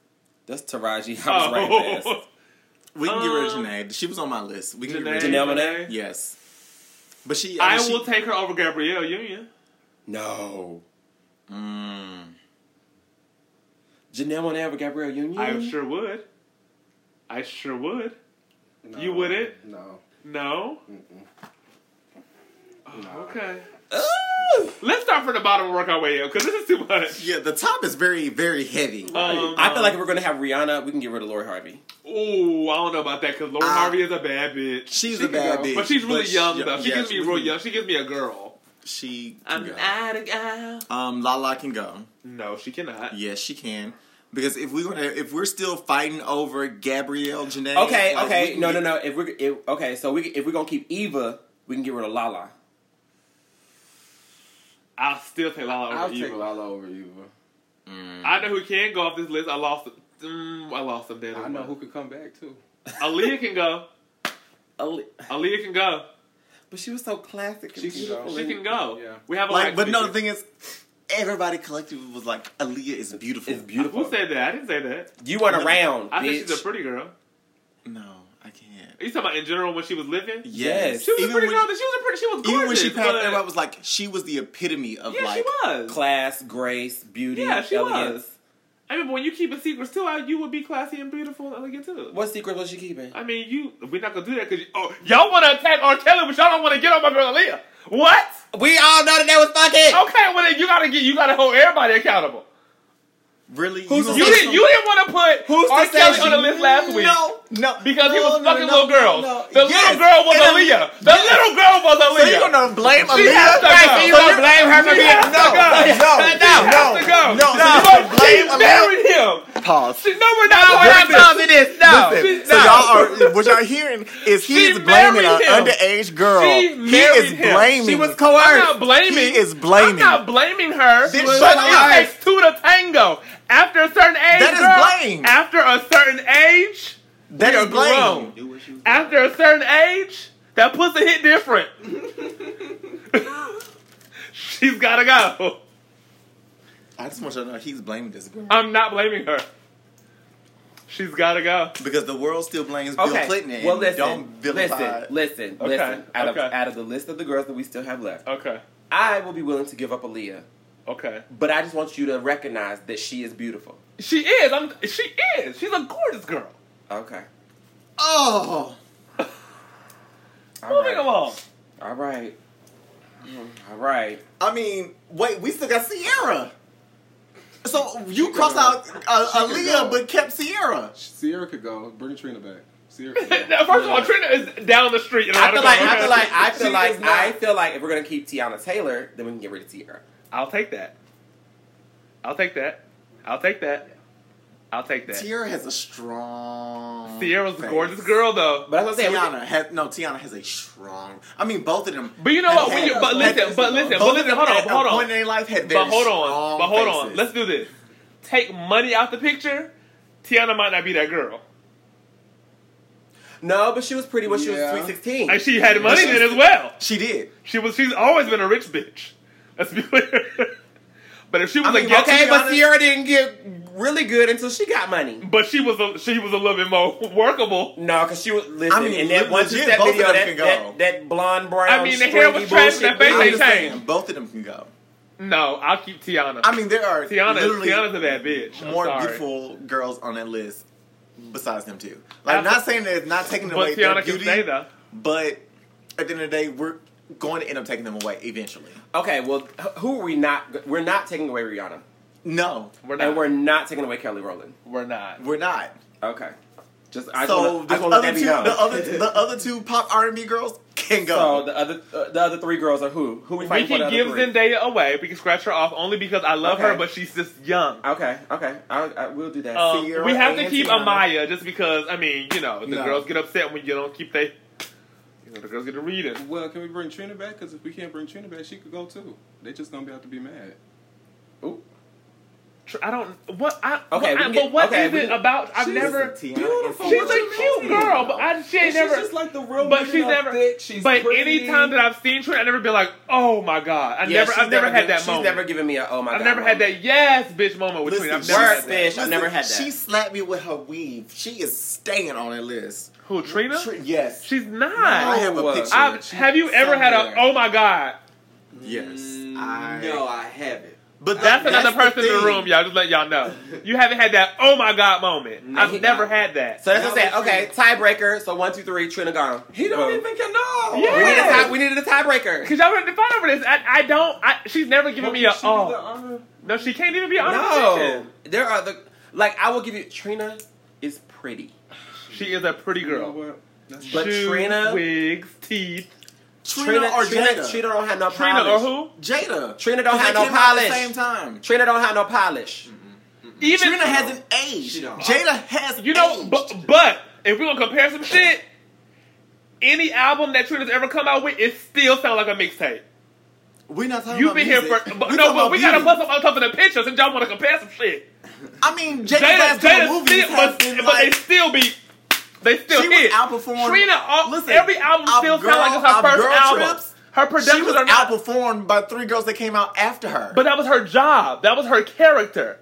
S2: That's Taraji. I was right fast.
S3: we can get rid of
S1: Um,
S3: Janae. She was on my list. We can
S1: Janae,
S3: get rid of
S2: Janelle Monáe?
S3: Janae. Yes, but she.
S1: I
S3: mean, she-
S1: will take her over Gabrielle Union.
S2: No.
S3: Mm.
S2: Janelle Monáe with Gabrielle Union?
S1: I sure would. I sure would.
S4: No,
S1: You wouldn't?
S4: No.
S1: No.
S4: No.
S1: Okay.
S2: Ooh!
S1: Let's start from the bottom and work our way up because this is too much.
S3: Yeah, the top is very, very heavy.
S1: Um,
S2: I feel like if we're going to have Rihanna, we can get rid of Lori Harvey.
S1: Ooh, I don't know about that because Lauren
S3: Uh,
S1: Harvey is a bad bitch.
S3: She's
S4: she
S3: a
S4: can
S3: bad
S4: go.
S3: bitch,
S1: but she's really young
S3: yeah,
S1: though. She
S3: yeah,
S1: gives me
S3: she's
S1: real
S3: really-
S1: young. She gives me a girl.
S3: She.
S2: Um,
S3: Can
S1: I'm
S3: go.
S1: out of girl.
S3: Um, Lala can go.
S1: No, she cannot.
S3: Yes, she can. Because if we want to, if we're still fighting over Gabrielle Janae,
S2: Okay,
S3: like, we
S2: okay,
S3: can
S2: no, no,
S3: get-
S2: no. If we're, if, okay, so we, if we're going to keep Eva, we can get rid of Lala.
S1: I'll still take Lala over
S4: I'll
S1: Eva.
S4: take Lala over Eva.
S3: Mm.
S1: I know who can go off this list. I lost. Mm, I lost them. Dead
S4: I know who could come back too.
S1: (laughs) Aaliyah can go.
S2: Ali-
S1: Aaliyah can go.
S2: But she was so classic. and
S4: She can go.
S2: beautiful.
S1: She can go.
S4: Yeah.
S1: We have a
S3: like, but no, the
S1: thing.
S3: thing is, everybody collectively was like, Aaliyah is beautiful.
S2: It's beautiful.
S1: Who said that? I didn't say that.
S2: You weren't around,
S1: I
S2: bitch.
S1: think she's a pretty girl.
S3: No, I can't.
S1: Are you talking about in general when she was living?
S2: Yes.
S1: She was
S3: even
S1: a pretty
S3: when,
S1: girl. She was a pretty. She was gorgeous.
S3: even when she passed,
S1: but-
S3: everybody was like, she was the epitome of
S1: yeah,
S3: like.
S1: she was.
S2: Class, grace, beauty,
S1: yeah, she
S2: elegance.
S1: was. I mean, but when you keep a secret still out, you would be classy and beautiful and elegant too.
S2: What secret was she keeping?
S1: I mean, you. We're not gonna do that because oh, y'all want to attack R. Kelly, but y'all don't want to get on my girl Aaliyah. What?
S2: We all know that that was fucking.
S1: Okay, well then you gotta get. You gotta hold everybody accountable.
S3: Really?
S2: Who's
S3: gonna
S1: You
S3: put
S1: didn't.
S3: some-
S1: You didn't want to put
S2: Who's
S1: R.
S2: to say
S1: Kelly
S2: she-
S1: on the list last week.
S3: No, no.
S1: Because he
S3: no,
S1: was
S3: no,
S1: fucking
S3: no,
S1: little
S3: no,
S1: girls.
S3: no.
S1: The
S3: Yes,
S1: little girl was
S3: and
S1: Aaliyah. The little girl was
S3: So you're
S1: Aaliyah.
S3: gonna blame
S1: She has to
S3: Aaliyah?
S1: go.
S3: So you're-
S1: She has to
S3: No,
S1: go.
S3: no,
S1: She has to go.
S3: no, no,
S1: She-
S3: no.
S1: but
S3: Blame
S1: She
S3: Aaliyah.
S1: married him.
S3: Pause.
S1: She, no, we're not. No,
S3: Listen,
S1: this. No.
S3: Listen,
S1: She-
S3: so
S1: no.
S3: y'all are what y'all hearing is he's blaming an
S1: married him.
S3: underage girl.
S1: She
S3: he
S1: married
S3: is
S1: him.
S3: blaming.
S2: She was
S1: I'm
S2: coerced.
S1: not blaming.
S3: He is blaming.
S1: I'm not blaming her.
S3: Then
S1: but
S3: shut
S1: it
S3: up.
S1: takes two to tango. After a certain age,
S3: That is
S1: girl,
S3: blame.
S1: After a certain age,
S3: That
S1: we
S3: is
S1: are
S3: blame.
S1: grown. After a certain age, that pussy hit different. (laughs) She's gotta go.
S3: I just want y'all to know he's blaming this girl
S1: I'm not blaming her. She's gotta go.
S3: because the world still blames Oh, Bill
S2: Okay.
S3: Clinton. And
S2: well, listen,
S3: don't vilify.
S2: listen, listen,
S1: Okay,
S2: listen. Out of
S1: okay.
S2: out of the list of the girls that we still have left,
S1: Okay.
S2: I will be willing to give up Aaliyah,
S1: Okay.
S2: but I just want you to recognize that she is beautiful.
S1: She is. I'm. She is. She's a gorgeous girl.
S2: Okay.
S3: Oh,
S2: All
S1: Moving
S2: right.
S1: along.
S2: All right. Mm, All right.
S3: I mean, wait, we still got Sierra. So you
S4: could
S3: crossed
S4: go.
S3: out uh,
S4: She could
S3: Aaliyah
S4: go.
S3: but kept Sierra.
S4: Sierra could go. Bring Trina back. Sierra.
S3: (laughs)
S4: Could go.
S1: (laughs) Now, First of all, Trina is down the street. And
S2: I feel like I feel like I
S4: She
S2: feel
S4: is
S2: like
S4: not-
S2: I feel like if we're gonna keep Tiana Taylor, then we can get rid of Tiara.
S1: I'll take that. I'll take that. I'll take that. I'll take that.
S3: Sierra has a strong.
S1: Sierra's a
S3: face.
S1: gorgeous girl though.
S2: But I was gonna say, we
S3: Tiana has no. Tiana has a strong. I mean, both of them.
S1: But you know what? When you,
S3: had-
S1: but
S3: had-
S1: listen, but listen, but
S3: both of
S1: listen.
S3: them
S1: Hold on,
S3: at a
S1: hold
S3: Point
S1: on.
S3: in their life had
S1: But
S3: very
S1: hold on,
S3: strong
S1: but hold on.
S3: faces.
S1: Let's do this. Take money out the picture. Tiana might not be that girl,
S2: can- no, but she was pretty when she was
S4: Yeah.
S2: three sixteen.
S1: and she had money
S3: she's-
S1: then as well.
S3: She did.
S1: She was. She's always been a rich bitch. Let's be (laughs) clear. but if she was
S3: I mean,
S1: a guest,
S2: Okay,
S3: To be
S2: but
S3: honest-
S2: Sierra didn't get really good until she got money.
S1: but she was. A, she was a little bit more (laughs) workable.
S2: No, because she was listen
S3: I mean,
S2: in that
S3: le-
S2: one
S3: legit,
S2: two-step
S3: both of
S2: video,
S3: them
S2: that,
S3: can go.
S2: that that blonde brown.
S1: I mean, the hair was
S2: stringy
S1: trash and that
S2: bullshit
S1: face ain't
S2: blonde.
S3: I'm just saying,
S1: changed.
S3: both of them can go.
S1: No, I'll keep Tiana.
S3: I mean, there are
S1: Tiana.
S3: literally
S1: Tiana's a bad bitch. I'm
S3: more
S1: sorry.
S3: beautiful girls on that list besides them two. Like,
S1: Absol-
S3: not saying that it's not taking
S1: But
S3: away
S1: Tiana
S3: their
S1: can
S3: beauty,
S1: stay though.
S3: but at the end of the day, we're going to end up taking them away eventually.
S2: Okay, well, h- who are we not? We're not taking away Rihanna,
S3: No,
S1: We're
S2: and
S1: not.
S2: we're
S1: We're,
S2: not taking away Kelly Rowland.
S1: not.
S3: we're not.
S2: Okay, just I just
S3: so
S2: wanna- I just want
S3: the
S2: to let
S3: other
S2: that be
S3: two,
S2: known.
S3: the other the other two pop R and B girls can
S2: so
S3: go.
S2: the other uh, the other three girls are who? Who we
S1: we
S2: fighting for?
S1: can
S2: the
S1: give
S2: other three?
S1: Zendaya away. We can scratch her off only because I love her,
S2: Okay.
S1: but she's just young.
S2: Okay, okay, I, I will do that.
S1: Um,
S3: Sierra
S1: we have to
S3: and
S1: keep
S3: Tiana.
S1: Amaya just because I mean, you know, the
S4: No.
S1: girls get upset when you don't keep they. You know, the girls get to read it.
S4: Well, can we bring Trina back? Because if we can't bring Trina back, she could go too. They just gonna be have to be mad.
S2: Ooh.
S1: Tr- I don't what I
S2: Okay,
S1: okay,
S2: we
S1: I,
S2: get-
S1: but what
S2: okay,
S1: is
S2: we
S1: it
S2: get-
S1: about? I've
S4: she's
S1: never.
S3: Tiana
S4: beautiful.
S3: and
S1: She's
S4: What
S1: a
S4: you
S1: cute
S4: mean?
S1: girl, but I she ain't
S4: And
S1: never.
S4: She's just like the
S1: but
S4: real. women
S1: she's
S4: are
S1: never.
S4: Thick. She's
S1: but
S4: pretty.
S1: anytime that I've seen her, I've never been like, oh my god. I
S2: Yeah,
S1: never.
S2: she's
S1: I've never,
S2: given-
S1: had that
S2: she's
S1: moment.
S2: never given me a oh my god.
S1: I've never had
S2: moment.
S1: that yes bitch moment with Trina. I've
S3: she
S1: never
S2: worse
S1: had
S3: slapped-
S1: that.
S2: bitch. I've never had that.
S3: She slapped me with her weave. She is staying on that list.
S1: Who Trina?
S3: Tr- yes.
S1: She's not.
S3: I have a
S2: No.
S3: picture.
S1: I've- have you ever had a
S3: somewhere.
S1: oh my god?
S3: Yes. I-
S6: I, no, I haven't.
S3: But
S1: That's another
S3: the
S1: person in the
S3: thing.
S1: room, y'all. Just let y'all know. You haven't had that oh my god moment.
S6: No,
S1: I've
S6: he-
S1: never had that.
S2: So that's what
S6: Now
S2: I'm saying. Okay, tiebreaker. So one, two, three. Trina gone.
S4: he don't
S2: Boom.
S4: even can
S1: Yeah.
S4: know.
S2: We needed, a tie,
S1: Yes.
S2: we needed a
S1: (laughs)
S2: tiebreaker.
S1: Cause y'all were to fight over this. I, I don't. I, she's never given
S4: Won't
S1: me a
S4: she be the
S1: oh.
S4: honor?
S1: No, she can't even be honest.
S2: No, there are the like. I will give you. Trina is pretty.
S1: She is a pretty
S4: You
S1: girl.
S4: know what? That's
S2: But
S1: Shoes,
S2: Trina-
S1: wigs, teeth.
S3: Trina, or
S2: Trina,
S3: Jada.
S2: Trina don't have no
S1: Trina
S2: polish.
S1: or who?
S3: Jada.
S2: Trina don't
S3: They
S2: have no
S3: came out at the
S2: polish.
S3: Same time.
S2: Trina don't have no polish.
S1: Even
S3: Trina hasn't aged.
S6: She don't.
S3: Jada has
S1: you know.
S3: aged.
S1: But, but if we gonna compare some shit, any album that Trina's ever come out with, it still sound like a mixtape.
S3: We're not talking
S1: You've
S3: about
S1: been
S3: music.
S1: here for but,
S3: We're
S1: no,
S3: talking
S1: but
S3: about
S1: we gotta
S3: beauty.
S1: bust up on top of the pictures, and y'all want to compare some shit.
S3: I mean, Jada's
S1: Jada,
S3: last
S1: Jada
S3: couple movies
S1: still,
S3: have
S1: but,
S3: been
S1: but
S3: like...
S1: they still be, they still
S3: She was
S1: hit.
S3: outperforming-
S1: Trina, all,
S3: Listen,
S1: every album
S3: our
S1: still
S3: girl-
S1: sound like it's
S3: our
S1: her first
S3: girl
S1: album.
S3: trips,
S1: her
S3: She
S1: productions
S3: was
S1: are not,
S3: outperformed by three girls that came out after her.
S1: but that was her job. That was her character.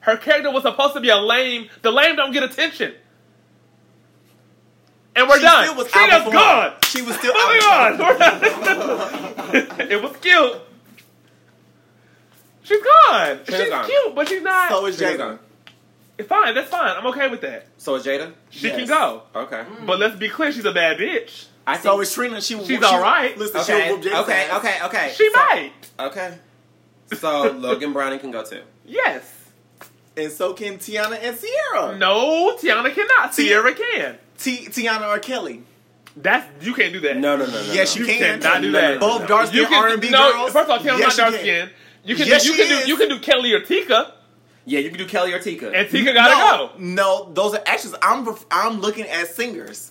S1: Her character was supposed to be a lame. The lame don't get attention. And we're
S3: she
S1: done.
S3: still was
S1: Trina's
S3: outperformed.
S1: gone.
S3: She was still
S1: Moving
S3: outperformed.
S1: on. (laughs) We're done. it was cute. She's gone. she's
S2: gone.
S1: cute, but she's not.
S3: So is
S2: Trina
S3: Jada.
S2: gone.
S1: fine, that's fine. I'm okay with that.
S2: So is Jada.
S1: She
S3: Yes.
S1: can go.
S2: Okay.
S1: But let's be clear, she's a bad bitch.
S2: I
S3: So
S2: think-
S3: is Trina. She,
S1: She's
S3: she,
S1: alright.
S3: Listen,
S2: Okay.
S3: she'll whoop Jada's
S2: Okay.
S3: ass.
S2: Okay. Okay.
S1: She might.
S3: (laughs)
S2: Okay. So Logan Browning can go too.
S1: Yes.
S3: And so can Tiana and Sierra.
S1: No, Tiana cannot.
S3: Ti-
S1: Sierra can.
S3: T- Tiana or Kelly.
S1: That's you can't do that.
S2: No. No. No. no
S3: Yes,
S2: no.
S3: you,
S1: You
S3: can.
S1: cannot do
S2: No, no,
S1: that.
S2: no, no.
S3: Both dark
S1: You
S3: skinned
S1: can
S3: R&B
S1: no,
S3: girls.
S1: First of all, Tiana's
S3: Yes,
S1: not
S3: you
S1: dark
S3: can.
S1: skin. You can
S3: Yes,
S1: do, you
S3: she
S1: can
S3: is.
S1: do you can do Kelly or Tika,
S2: Yeah, you can do Kelly or Tika.
S1: and Tika gotta
S3: no,
S1: go.
S3: No, those are actions. I'm ref- I'm looking at singers.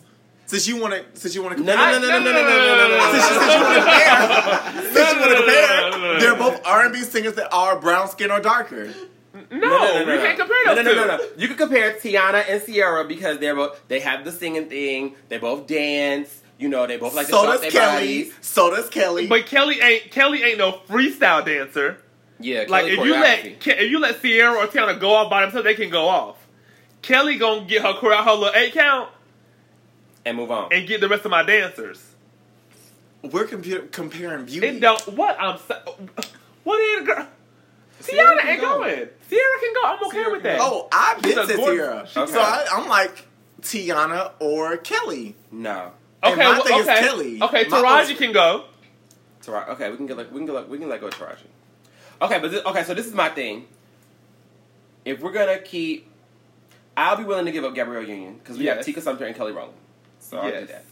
S3: Since you want to, since you want to compare,
S2: No, no, no, no, no, no, no, no, no,
S3: since, you- since you want to compare, since you want to compare, they're both R&B singers that are brown skin or darker.
S1: No, you can't compare
S2: no,
S1: those
S2: no, no,
S1: two.
S2: No, no, no. You can compare Tiana and Sierra because they're both they have the singing thing. They both dance. You know, they both like to
S3: so
S2: show off
S3: does
S2: their
S3: Kelly.
S2: bodies.
S3: So does Kelly.
S1: But Kelly ain't Kelly ain't no freestyle dancer.
S2: Yeah,
S1: Like
S2: Kelly
S1: if you let
S2: choreography.
S1: Ke- if you let Sierra or Tiana go off by themselves, they can go off. Kelly gonna get her choreo- her little eight count
S2: and move on.
S1: and get the rest of my dancers.
S3: We're compu- comparing beauty.
S1: It don't. What I'm. So, what is girl? Sierra
S4: can
S1: ain't
S4: go.
S1: going. Sierra can go. I'm okay
S4: Sierra
S1: with
S4: can
S1: that.
S4: go.
S3: Oh, I've been
S1: She's a
S3: to
S1: gorgeous-
S3: Sierra.
S1: she-
S3: So I, I'm like Tiana or Kelly.
S2: no.
S1: okay.
S3: and my
S1: well,
S3: thing is
S1: okay.
S3: Kelly.
S1: Okay,
S3: My
S1: Taraji
S3: ultimate-
S1: can go.
S2: Taraji. Okay, we can get like we can get like, we can let go of Taraji. Okay, but this, okay, so this is my thing. If we're gonna keep, I'll be willing to give up Gabrielle Union because we have
S1: Yes.
S2: Tika Sumter and Kelly Rowland. So I'll do
S1: Yes.
S2: that.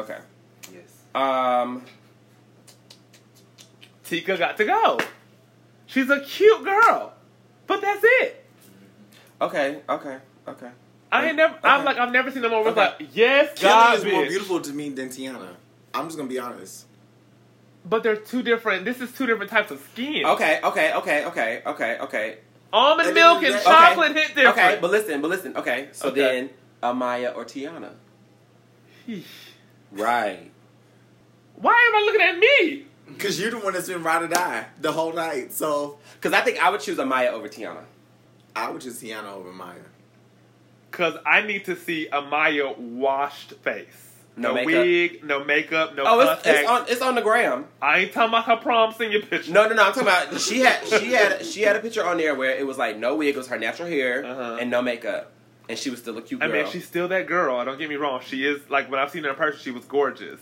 S2: Okay.
S6: Yes.
S2: Um.
S1: Tika got to go. She's a cute girl, but that's it.
S2: Okay. Okay. Okay.
S1: I ain't never. I'm
S2: Okay.
S1: like I've never seen them over.
S2: Okay.
S1: Like yes,
S3: Kelly
S1: God,
S3: is more
S1: bitch.
S3: beautiful to me than Tiana. I'm just gonna be honest.
S1: But they're two different. This is two different types of skin.
S2: Okay. Okay. Okay. Okay. Okay. Okay.
S1: Almond milk and
S3: Okay.
S1: chocolate hit different.
S2: Okay, but listen, but listen. Okay, so
S1: Okay.
S2: then Amaya or Tiana. Right.
S1: Why am I looking at me?
S3: Cause you're the one that's been ride or die the whole night. So
S2: Because I think I would choose Amaya over Tiana.
S3: I would choose Tiana over Maya.
S1: Cause I need to see a Maya washed face.
S2: No
S1: No,
S2: makeup.
S1: wig, no makeup, no
S2: Oh, it's,
S1: contacts.
S2: it's on it's on the gram.
S1: I ain't talking about her prom senior picture.
S2: No, no, no. I'm talking about she had she had she had a picture on there where it was like no wig, it was her natural hair
S1: Uh-huh.
S2: and no makeup, and she was still a cute
S1: I
S2: girl.
S1: mean, she's still that girl. Don't get me wrong. She is like when I've seen her in person, she was gorgeous.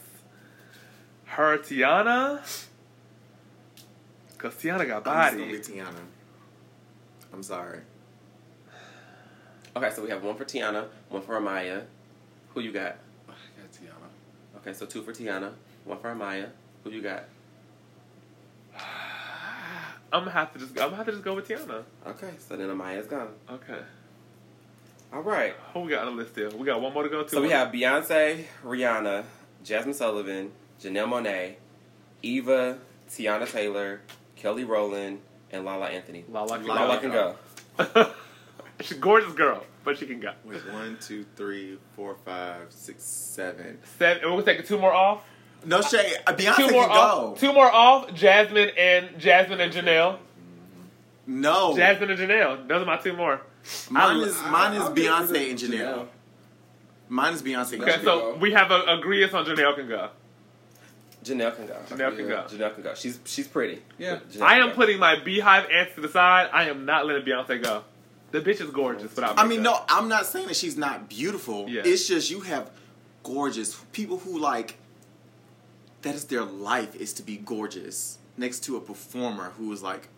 S1: her Tiana. Because Tiana got
S3: I'm just gonna
S1: body.
S3: be Tiana. I'm sorry.
S2: Okay, so we have one for Tiana, one for Amaya. Who you got?
S3: I got Tiana.
S2: Okay, so two for Tiana, one for Amaya. Who you got?
S1: I'm gonna have to just I'm gonna have to just go with Tiana.
S2: Okay, so then Amaya's gone.
S1: Okay.
S2: All right.
S1: Who we got on the list there? We got one more to go to.
S2: So we have Beyonce, Rihanna, Jasmine Sullivan, Janelle Monet, Eva, Tiana Taylor, Kelly Rowland, and Lala Anthony.
S1: Lala.
S3: Lala
S2: Lala can go.
S1: (laughs) She's a gorgeous girl, but she can go.
S3: Wait, one, two, three, four, five, six, seven.
S1: Seven, and we're taking two more off.
S3: No shade. Uh, Beyonce
S1: two
S3: can
S1: more
S3: go.
S1: off. Two more off. Jasmine and Jasmine and Janelle.
S3: no.
S1: Jasmine and Janelle. Those are my two more.
S3: mine is,
S4: I-
S3: mine is
S4: I'll give it to
S3: Beyonce and Janelle. Mine is Beyonce and
S1: Okay,
S3: Janelle.
S1: so we have a agreement on Janelle can go.
S2: Janelle can go.
S1: Janelle can go.
S2: Janelle can go. She's she's pretty.
S3: Yeah.
S2: Janelle
S1: I
S2: can
S1: am
S2: go.
S1: putting my beehive ants to the side. I am not letting Beyonce go. The bitch is gorgeous, but
S3: I mean, no, I'm not saying that she's not beautiful.
S1: Yeah.
S3: It's just you have gorgeous people who like that is their life is to be gorgeous next to a performer who is like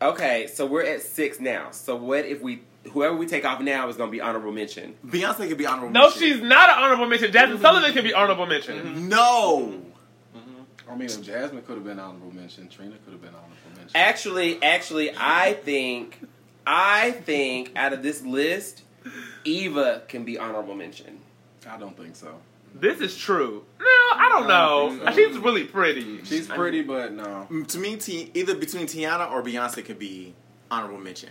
S2: Okay, so we're at six now. So what if we whoever we take off now is gonna be honorable mention?
S3: Beyonce could be honorable.
S1: No,
S3: mention.
S1: she's not an honorable mention. Jasmine Sullivan can be honorable mention.
S3: Mm-hmm. no.
S4: I mean, if Jasmine could have been honorable mention, Trina could have been honorable mention.
S2: Actually, actually, I think, I think out of this list, Eva can be honorable mention.
S4: I don't think so.
S1: This is true. No, I don't
S4: No, I
S1: know.
S4: think so.
S1: She's really pretty.
S4: She's pretty, but no.
S3: Mm, To me, Ti- either between Tiana or Beyonce could be honorable mention.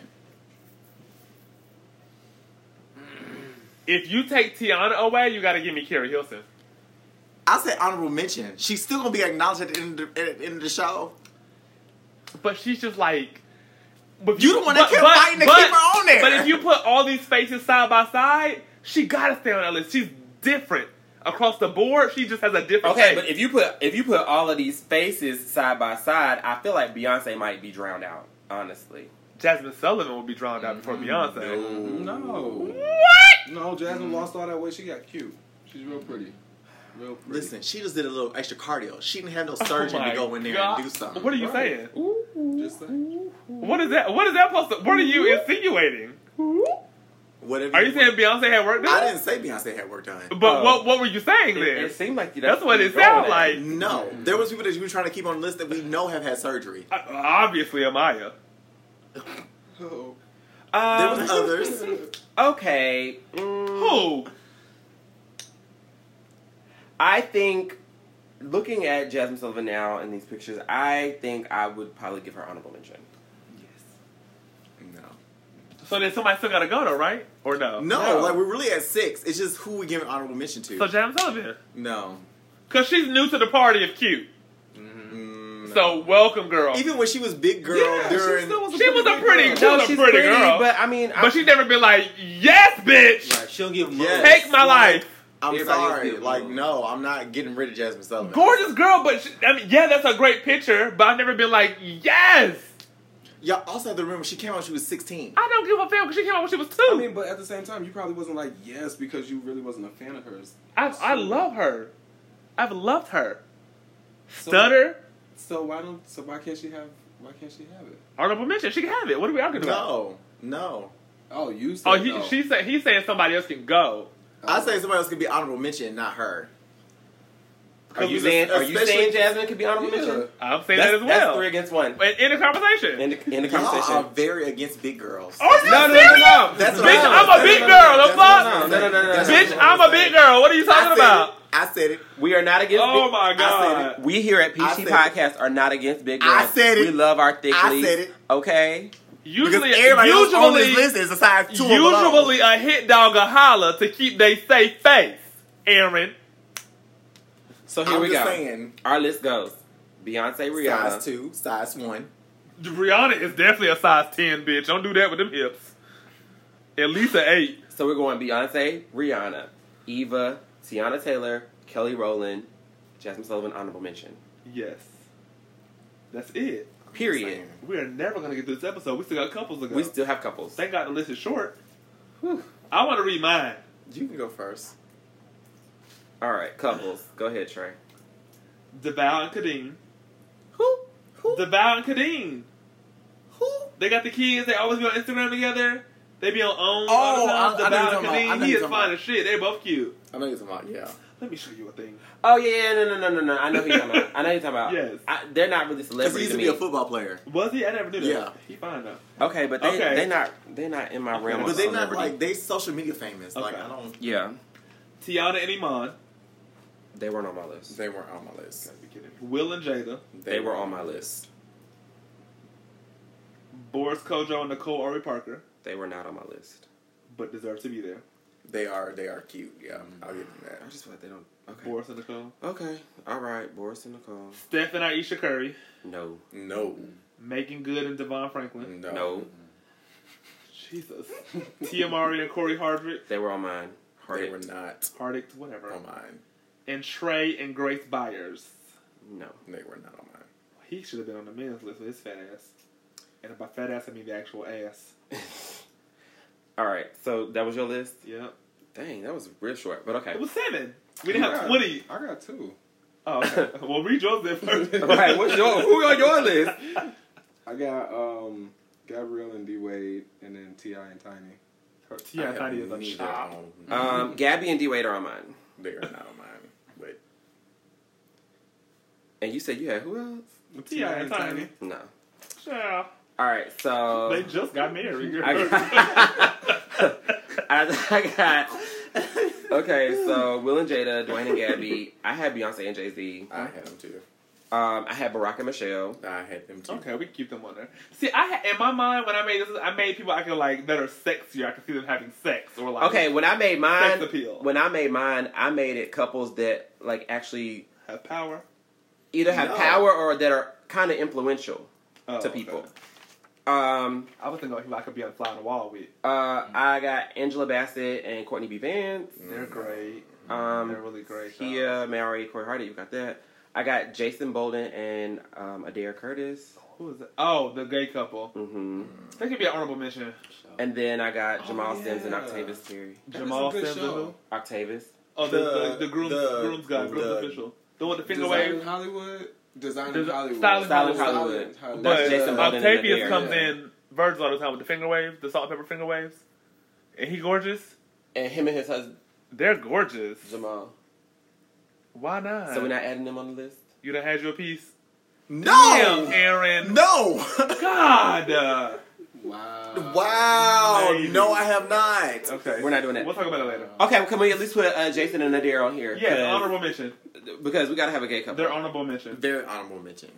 S1: If you take Tiana away, you got to give me Carrie Hilson.
S3: I said honorable mention. She's still gonna be acknowledged at the end of the, at the, end of the show.
S1: But she's just like. But
S3: You the one that kept fighting to keep her on there.
S1: But if you put all these faces side by side, she gotta stay on that list. She's different across the board. She just has a different. face.
S2: Okay, but if you put if you put all of these faces side by side, I feel like Beyonce might be drowned out. Honestly,
S1: Jasmine Sullivan will be drawn out
S3: Mm-hmm.
S1: before Beyonce.
S4: No.
S1: What?
S4: No, Jasmine lost all that weight. She got cute. She's real pretty. Real pretty.
S3: Listen, she just did a little extra cardio. She didn't have
S1: (laughs)
S3: no surgeon to
S1: Oh my
S3: go in there
S1: God.
S3: and do something.
S1: What are you
S4: Right.
S1: saying?
S4: Just saying.
S1: What is that? What is that supposed to? What are you insinuating?
S3: Whatever.
S1: Are you saying Beyonce had work done?
S3: I didn't say Beyonce had work done.
S1: But
S2: Oh.
S1: what what were you saying
S2: it,
S1: then?
S2: it seemed like that's,
S1: That's what
S2: where
S1: it
S2: you're going
S1: sounds
S2: at.
S1: like.
S3: No, there was people that you were trying to keep on the list that we know have had surgery.
S1: Uh, Obviously, Amaya.
S4: Oh.
S3: There
S2: Um,
S3: was others.
S1: (laughs)
S2: okay, mm,
S1: Who?
S2: I think looking at Jasmine Sullivan now in these pictures, I think I would probably give her honorable mention.
S3: No,
S1: So then somebody still gotta go though, right? Or no?
S3: no,
S2: No.
S3: like we're really at six. It's just who we give an honorable mention to.
S1: So Jasmine Sullivan,
S3: no,
S1: because she's new to the party of cute.
S3: Mm, no.
S1: So welcome, girl.
S3: even when she was big girl
S4: Yeah, she
S3: during,
S4: still was a
S1: she was a pretty,
S4: girl.
S1: she was a pretty, girl,
S2: but
S1: but,
S2: I mean, I-
S1: but she's never been like, yes, bitch,
S7: Right. She don't give them
S3: Yes.
S1: take my life.
S3: I'm
S7: Everybody else
S3: sorry,
S7: did.
S3: like no, I'm not getting rid of Jasmine Sullivan.
S1: Gorgeous girl, but she, I mean, yeah, that's a great picture. But I've never been like, yes.
S3: Y'all also have to remember she came out when she was 16.
S1: I don't give a damn because she came out when she was two.
S4: I mean, but at the same time, you probably wasn't like yes because you really wasn't a fan of hers.
S1: I, I love her. I've loved her.
S4: So,
S1: Stutter,
S4: So why don't? So why can't she have? Why can't she have it?
S1: honorable mention. She can have it. What are we arguing about?
S3: No, no.
S4: Oh, you said
S1: Oh, he,
S4: no.
S1: she said he's saying somebody else can go.
S2: Oh.
S3: I say somebody else could be honorable mention, not her.
S2: are you
S3: Because
S2: saying are you
S3: especially-
S2: saying Jasmine could be honorable
S4: Yeah.
S2: mention?
S1: I'm saying
S2: that's,
S1: that as well.
S2: That's three against one.
S1: And in the conversation.
S2: In the, in the
S3: Y'all are
S2: conversation.
S3: very against big girls.
S1: are you
S2: No, no, no,
S1: serious?
S2: no.
S3: That's what
S1: bitch,
S3: I
S1: I'm,
S3: was
S1: a
S3: saying.
S1: big girl. The
S3: That's what I
S1: fuck?
S3: was
S2: No, no, no, no,
S3: saying.
S2: no.
S3: That's what
S1: Bitch,
S3: I
S1: I'm
S3: was
S1: a
S3: saying.
S1: big girl. What are you
S3: I
S1: talking
S3: said
S1: about?
S3: it. I said it.
S2: We are not against.
S1: Oh
S2: big,
S1: my
S3: I
S1: god.
S2: We here at
S3: I
S2: PG
S3: said it.
S2: Podcast are not against big girls.
S3: I said it.
S2: We love our thick
S3: I
S2: leads,
S3: said it.
S2: Okay.
S3: Because
S1: Usually,
S3: everybody else on this
S1: usually,
S3: list is a size two or below.
S1: usually a hit dog a holler to keep they safe face. Aaron.
S2: So here
S3: I'm
S2: we
S3: just
S2: go.
S3: saying.
S2: Our list goes: Beyonce, Rihanna,
S3: Size two, size one.
S1: Rihanna is definitely a size 10, bitch. Don't do that with them hips. At least an 8.
S2: So we're going Beyonce, Rihanna, Eva, Tiana Taylor, Kelly Rowland, Jasmine Sullivan, honorable mention.
S1: Yes. That's it.
S2: Period.
S1: We are never going to get through this episode. We still got couples to go.
S2: We still have couples.
S1: Thank God the list is short. I want to read mine.
S3: You can go first.
S2: All right, couples. Go ahead, Trey.
S1: DeVal and Kadeem.
S3: Who? Who?
S1: DeVal and Kadeem.
S3: Who?
S1: They got the kids. They always be on Instagram together. They be on own. all
S3: Oh,
S1: the
S3: I- I
S1: time. DeVal
S3: know you're
S1: and
S3: talking about- I
S1: Kadeem.
S3: know
S1: He
S3: you're
S1: is
S3: talking
S1: fine
S3: about.
S1: as shit. They both cute.
S3: I know you're talking about, yeah.
S1: Let me show you a thing.
S2: Oh yeah, yeah, no, no, no, no, no. I know who you're talking about. I know who you're talking about.
S1: Yes.
S2: I, they're not really
S3: Because he
S2: celebrities
S3: used
S2: to
S3: to
S2: me.
S3: be a football player.
S1: Was he? I never knew that.
S3: Yeah.
S1: He fine though.
S2: okay, but they
S1: Okay.
S2: they're not they're not in my realm.
S3: But
S2: of
S3: they not
S2: celebrity.
S3: like they social media famous. Like
S1: Okay.
S3: I don't.
S2: yeah,
S1: Tiana and Iman.
S2: they weren't on my list.
S3: They weren't on my list.
S1: Will and Jada.
S2: They were on my list.
S1: Boris Kojo and Nicole Ori Parker.
S2: They were not on my list.
S1: But deserve to be there.
S3: They are. They are cute. Yeah, I'll give them
S2: I just feel like they don't. Okay.
S1: Boris and Nicole.
S2: Okay. All right. Boris and Nicole.
S1: Steph and Aisha Curry.
S2: No.
S3: No,
S1: Making Good and Devon Franklin.
S3: no,
S2: No.
S1: Jesus. Tia Mari and Corey Hardwick.
S2: They were on mine.
S3: They
S2: Heartache.
S3: were not
S1: Hardwick, whatever.
S3: on mine.
S1: and Trey and Grace Byers.
S2: No.
S3: They were not on mine.
S1: He should have been on the men's list with his fat ass. And by fat ass, I mean the actual ass.
S2: (laughs) All right. So that was your list.
S1: Yep.
S2: Dang, that was real short. But okay.
S1: It was seven. We didn't
S4: Yeah.
S1: have 20.
S4: I got two.
S1: Oh, okay.
S2: (laughs)
S1: well, read yours then first.
S2: All (laughs) right. What's your? Who on your list?
S4: I got um Gabrielle and D Wade, and then Ti and Tiny.
S1: Tia
S3: I
S1: and Tiny
S3: have
S1: is a
S3: neither
S1: chop.
S3: on-
S2: Um, Gabby and D Wade are on mine.
S3: They are not on mine. Wait.
S2: And you said you had who else?
S1: Tia and Tiny.
S2: No.
S1: (laughs) Child.
S2: All right. So
S1: They just got married. girl.
S2: I got, (laughs) I, (laughs) I got okay. So Will and Jada, Dwayne and Gabby. I had Beyonce and Jay Z.
S3: I had them too.
S2: Um, I had Barack and Michelle.
S3: I had them
S1: (laughs)
S3: too.
S1: Okay, we can keep them on there. See, I ha- in my mind when I made this, I made people I could like that are sexier. I could see them having sex or like
S2: Okay, when I made mine,
S1: Sex appeal.
S2: when I made mine, I made it couples that like actually
S1: have power
S2: either have
S3: No.
S2: power or that are kind of influential
S1: Oh,
S2: to
S1: okay.
S2: people. Um,
S1: I was thinking like people I could be on fly on the wall with.
S2: uh, I got Angela Bassett and Courtney B. Vance.
S1: They're great. They're
S2: Um,
S1: really great. though.
S2: Kia, Mary, Corey Hardy. You got that. I got Jason Bolden and um, Adair Curtis.
S1: Who is it? Oh, the gay couple.
S2: hmm
S1: That could be an honorable mention.
S2: And then I got Jamal Sims and
S4: yeah.
S2: Octavius Terry.
S4: That is
S1: Jamal
S4: a good
S1: Sims. and
S4: show.
S1: who?
S2: Octavius.
S1: Oh, the the, the,
S3: The-
S1: groom
S3: the-
S1: groom's guy, groom's
S3: the-
S1: official, the one with the finger
S4: Design
S1: wave.
S4: in Hollywood. Design in
S1: Desi-
S4: Hollywood.
S1: Style in
S2: Silent
S1: Hollywood.
S2: Hollywood.
S4: Hollywood.
S2: That's
S1: But
S2: Jason Bolden and
S1: Octavius
S2: Adair.
S1: comes
S4: yeah.
S1: in Virgil all the time with the finger waves, the salt and pepper finger waves, and he gorgeous.
S2: And him and his husband
S1: They're gorgeous.
S2: Jamal.
S1: Why not?
S2: So we're not adding them on the list.
S1: You done had your piece.
S3: No.
S1: Damn, Aaron.
S3: No. (laughs)
S1: God. Uh,
S4: Wow.
S3: wow.
S1: Maybe.
S3: No, I have not.
S1: okay.
S2: We're not doing that.
S1: We'll talk about it later.
S2: Okay, well, can we at least put uh, Jason and Adair on here?
S1: Yeah,
S2: 'Cause-
S1: honorable mention.
S2: Because we gotta have a gay couple.
S1: They're honorable mention.
S3: They're honorable mention.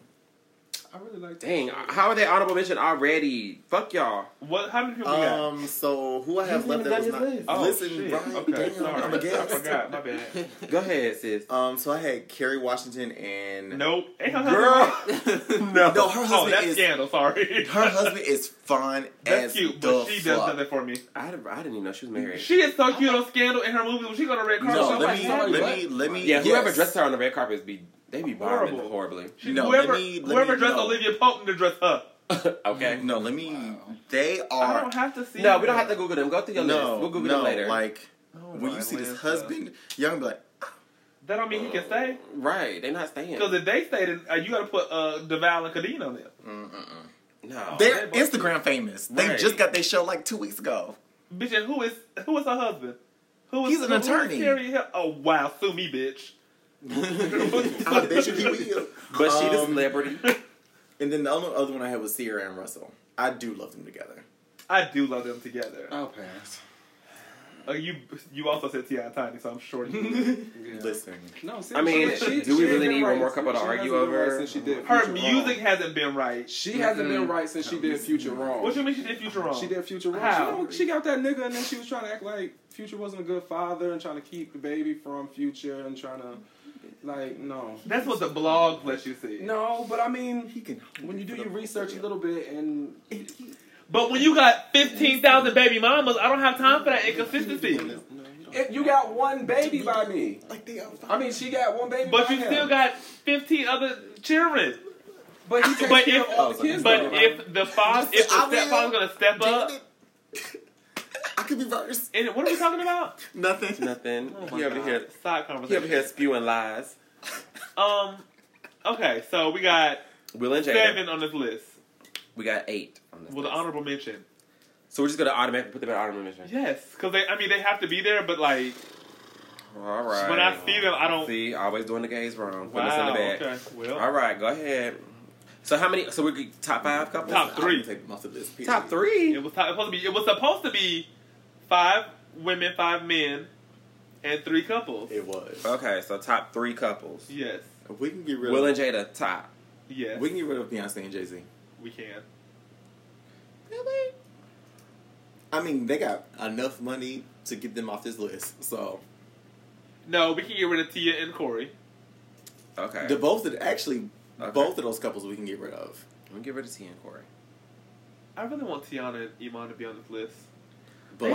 S4: I really like that.
S2: Dang,
S4: show.
S2: how are they honorable mention already? Fuck y'all.
S1: What? How many people we got?
S3: Um. So who I
S2: You
S3: have left
S2: haven't
S3: that
S2: done
S3: was
S2: your
S3: not.
S2: list.
S1: Oh,
S3: Listen,
S1: shit.
S3: Brian,
S1: Okay,
S3: damn,
S1: sorry.
S3: I'm a
S1: I
S3: guest.
S1: forgot. My bad.
S3: (laughs)
S2: Go ahead, sis.
S3: Um. So I had Kerry Washington and
S1: Nope. Ain't her husband
S3: girl.
S1: right?
S2: (laughs)
S3: no. No, her
S1: Oh,
S3: husband
S1: that's
S3: is
S1: scandal. Sorry.
S3: (laughs) her husband is (laughs) fun
S1: (laughs) That's
S3: as
S1: cute,
S3: the
S1: but she does
S3: fuck.
S1: nothing for me.
S2: I, didn't- I didn't even know she was married.
S1: She is so cute on Scandal in her movies. When she go to red carpet,
S3: No,
S1: I'm
S3: let me,
S1: like,
S3: let
S1: "Sorry,
S3: me,
S1: what?"
S3: let me,
S2: yeah, whoever
S3: yes.
S2: dressed her on the red carpet be they be bombing
S1: Horrible.
S2: horribly. (laughs)
S1: She,
S3: no, let
S1: whoever
S3: me- let
S1: whoever
S3: me-
S1: dressed
S3: no.
S1: Olivia Pope to dress her.
S2: okay.
S3: No, let me. They
S1: I
S3: are
S1: don't have to see.
S2: Mm-hmm. No, we don't
S1: her.
S2: have to Google them. Go through your
S3: no,
S2: list. We'll Google
S3: no.
S2: them later.
S3: Like
S1: Oh,
S3: when
S1: my
S3: you see this
S1: Lanta.
S3: husband, y'all gonna be like,
S1: that don't mean he can stay.
S2: right, they not staying.
S1: Because if they stayed, in, uh, you got to put uh, Deval and Kadeen on them.
S2: No.
S3: they're
S1: they both-
S3: Instagram famous. They
S2: Right.
S3: just got their show like two weeks (laughs) ago.
S1: Bitch, and who is who is her husband? Who is
S3: He's an
S1: who is
S3: attorney.
S1: Terry Hill? Oh wow, sue me, bitch.
S3: (laughs)
S1: (laughs)
S3: I bet you he will.
S2: But she the
S3: Um,
S1: (laughs)
S2: celebrity.
S3: And then the only other one I had was Sierra and Russell. I do love them together.
S1: I do love them together. (laughs)
S4: I'll pass.
S1: Uh, you you also said Ti and Tiny, so I'm
S4: (laughs)
S1: sure. you-
S4: Yeah.
S3: Listen,
S4: No, see,
S2: I mean, do we
S4: ain't
S2: really
S4: been
S2: need one more couple to
S4: She
S2: argue
S4: hasn't been
S2: over?
S4: right since she did
S1: her
S4: Future
S1: music
S4: Wrong.
S1: hasn't been right.
S4: She hasn't been right since she did Future Wrong.
S1: What you mean she did Future Wrong?
S4: She did Future Wrong. She,
S1: How?
S4: don't- she got that nigga, and then she was trying to act like Future wasn't a good father, and trying to keep the baby from Future, and trying to, like, no,
S1: That's what the blog lets you see.
S4: no. But I mean,
S3: he can.
S4: when you do your research a little bit, and
S1: But when you got 15,000 baby mamas, I don't have time for that inconsistency.
S4: if you got one baby by me,
S3: Like they are. fine.
S4: I mean, she got one baby.
S1: But
S4: by
S1: you
S4: him.
S1: still got 15 other children.
S4: But he takes
S1: But
S4: care
S1: if,
S4: of all the kids.
S1: but
S4: though.
S1: if the father, if the
S3: I will.
S1: stepfather's gonna step up,
S3: (laughs) I could be verse.
S1: and what are we talking about?
S3: Nothing.
S2: Nothing.
S1: Oh my
S2: he over
S1: God.
S2: here.
S1: Side
S2: He over here
S1: conversation.
S2: spewing lies.
S1: Um, Okay, so we got
S2: Will and Jada.
S1: seven on this list.
S2: We got eight. On this
S1: Well, the
S2: list.
S1: honorable mention.
S2: so we're just gonna automatically put them in honorable mention.
S1: Yes, because they. I mean, they have to be there, but like
S2: All right.
S1: when I see them, I don't.
S2: See, always doing the gays wrong. Put us in
S1: wow.
S2: the back.
S1: Okay. Well.
S2: All right, go ahead. So how many? So we're top five couples.
S1: Top three.
S3: Take most of this. Period.
S2: Top three.
S1: It was t- supposed to be. It was supposed to be five women, five men, and three couples.
S3: It was.
S2: Okay, so top three couples.
S1: Yes.
S3: We can get rid
S2: Will and
S3: of.
S2: Jada top.
S1: Yes.
S3: We
S1: We,
S3: can get rid of Beyonce and Jay Z.
S1: can.
S3: Really? I mean, they got enough money to get them off this list. So
S1: No, we can get rid of Tia and Corey.
S2: Okay.
S3: the both of actually
S2: Okay.
S3: both of those couples we can get rid of.
S2: Let me get rid of T and Corey.
S1: I really want Tiana and Iman to be on this list.
S3: But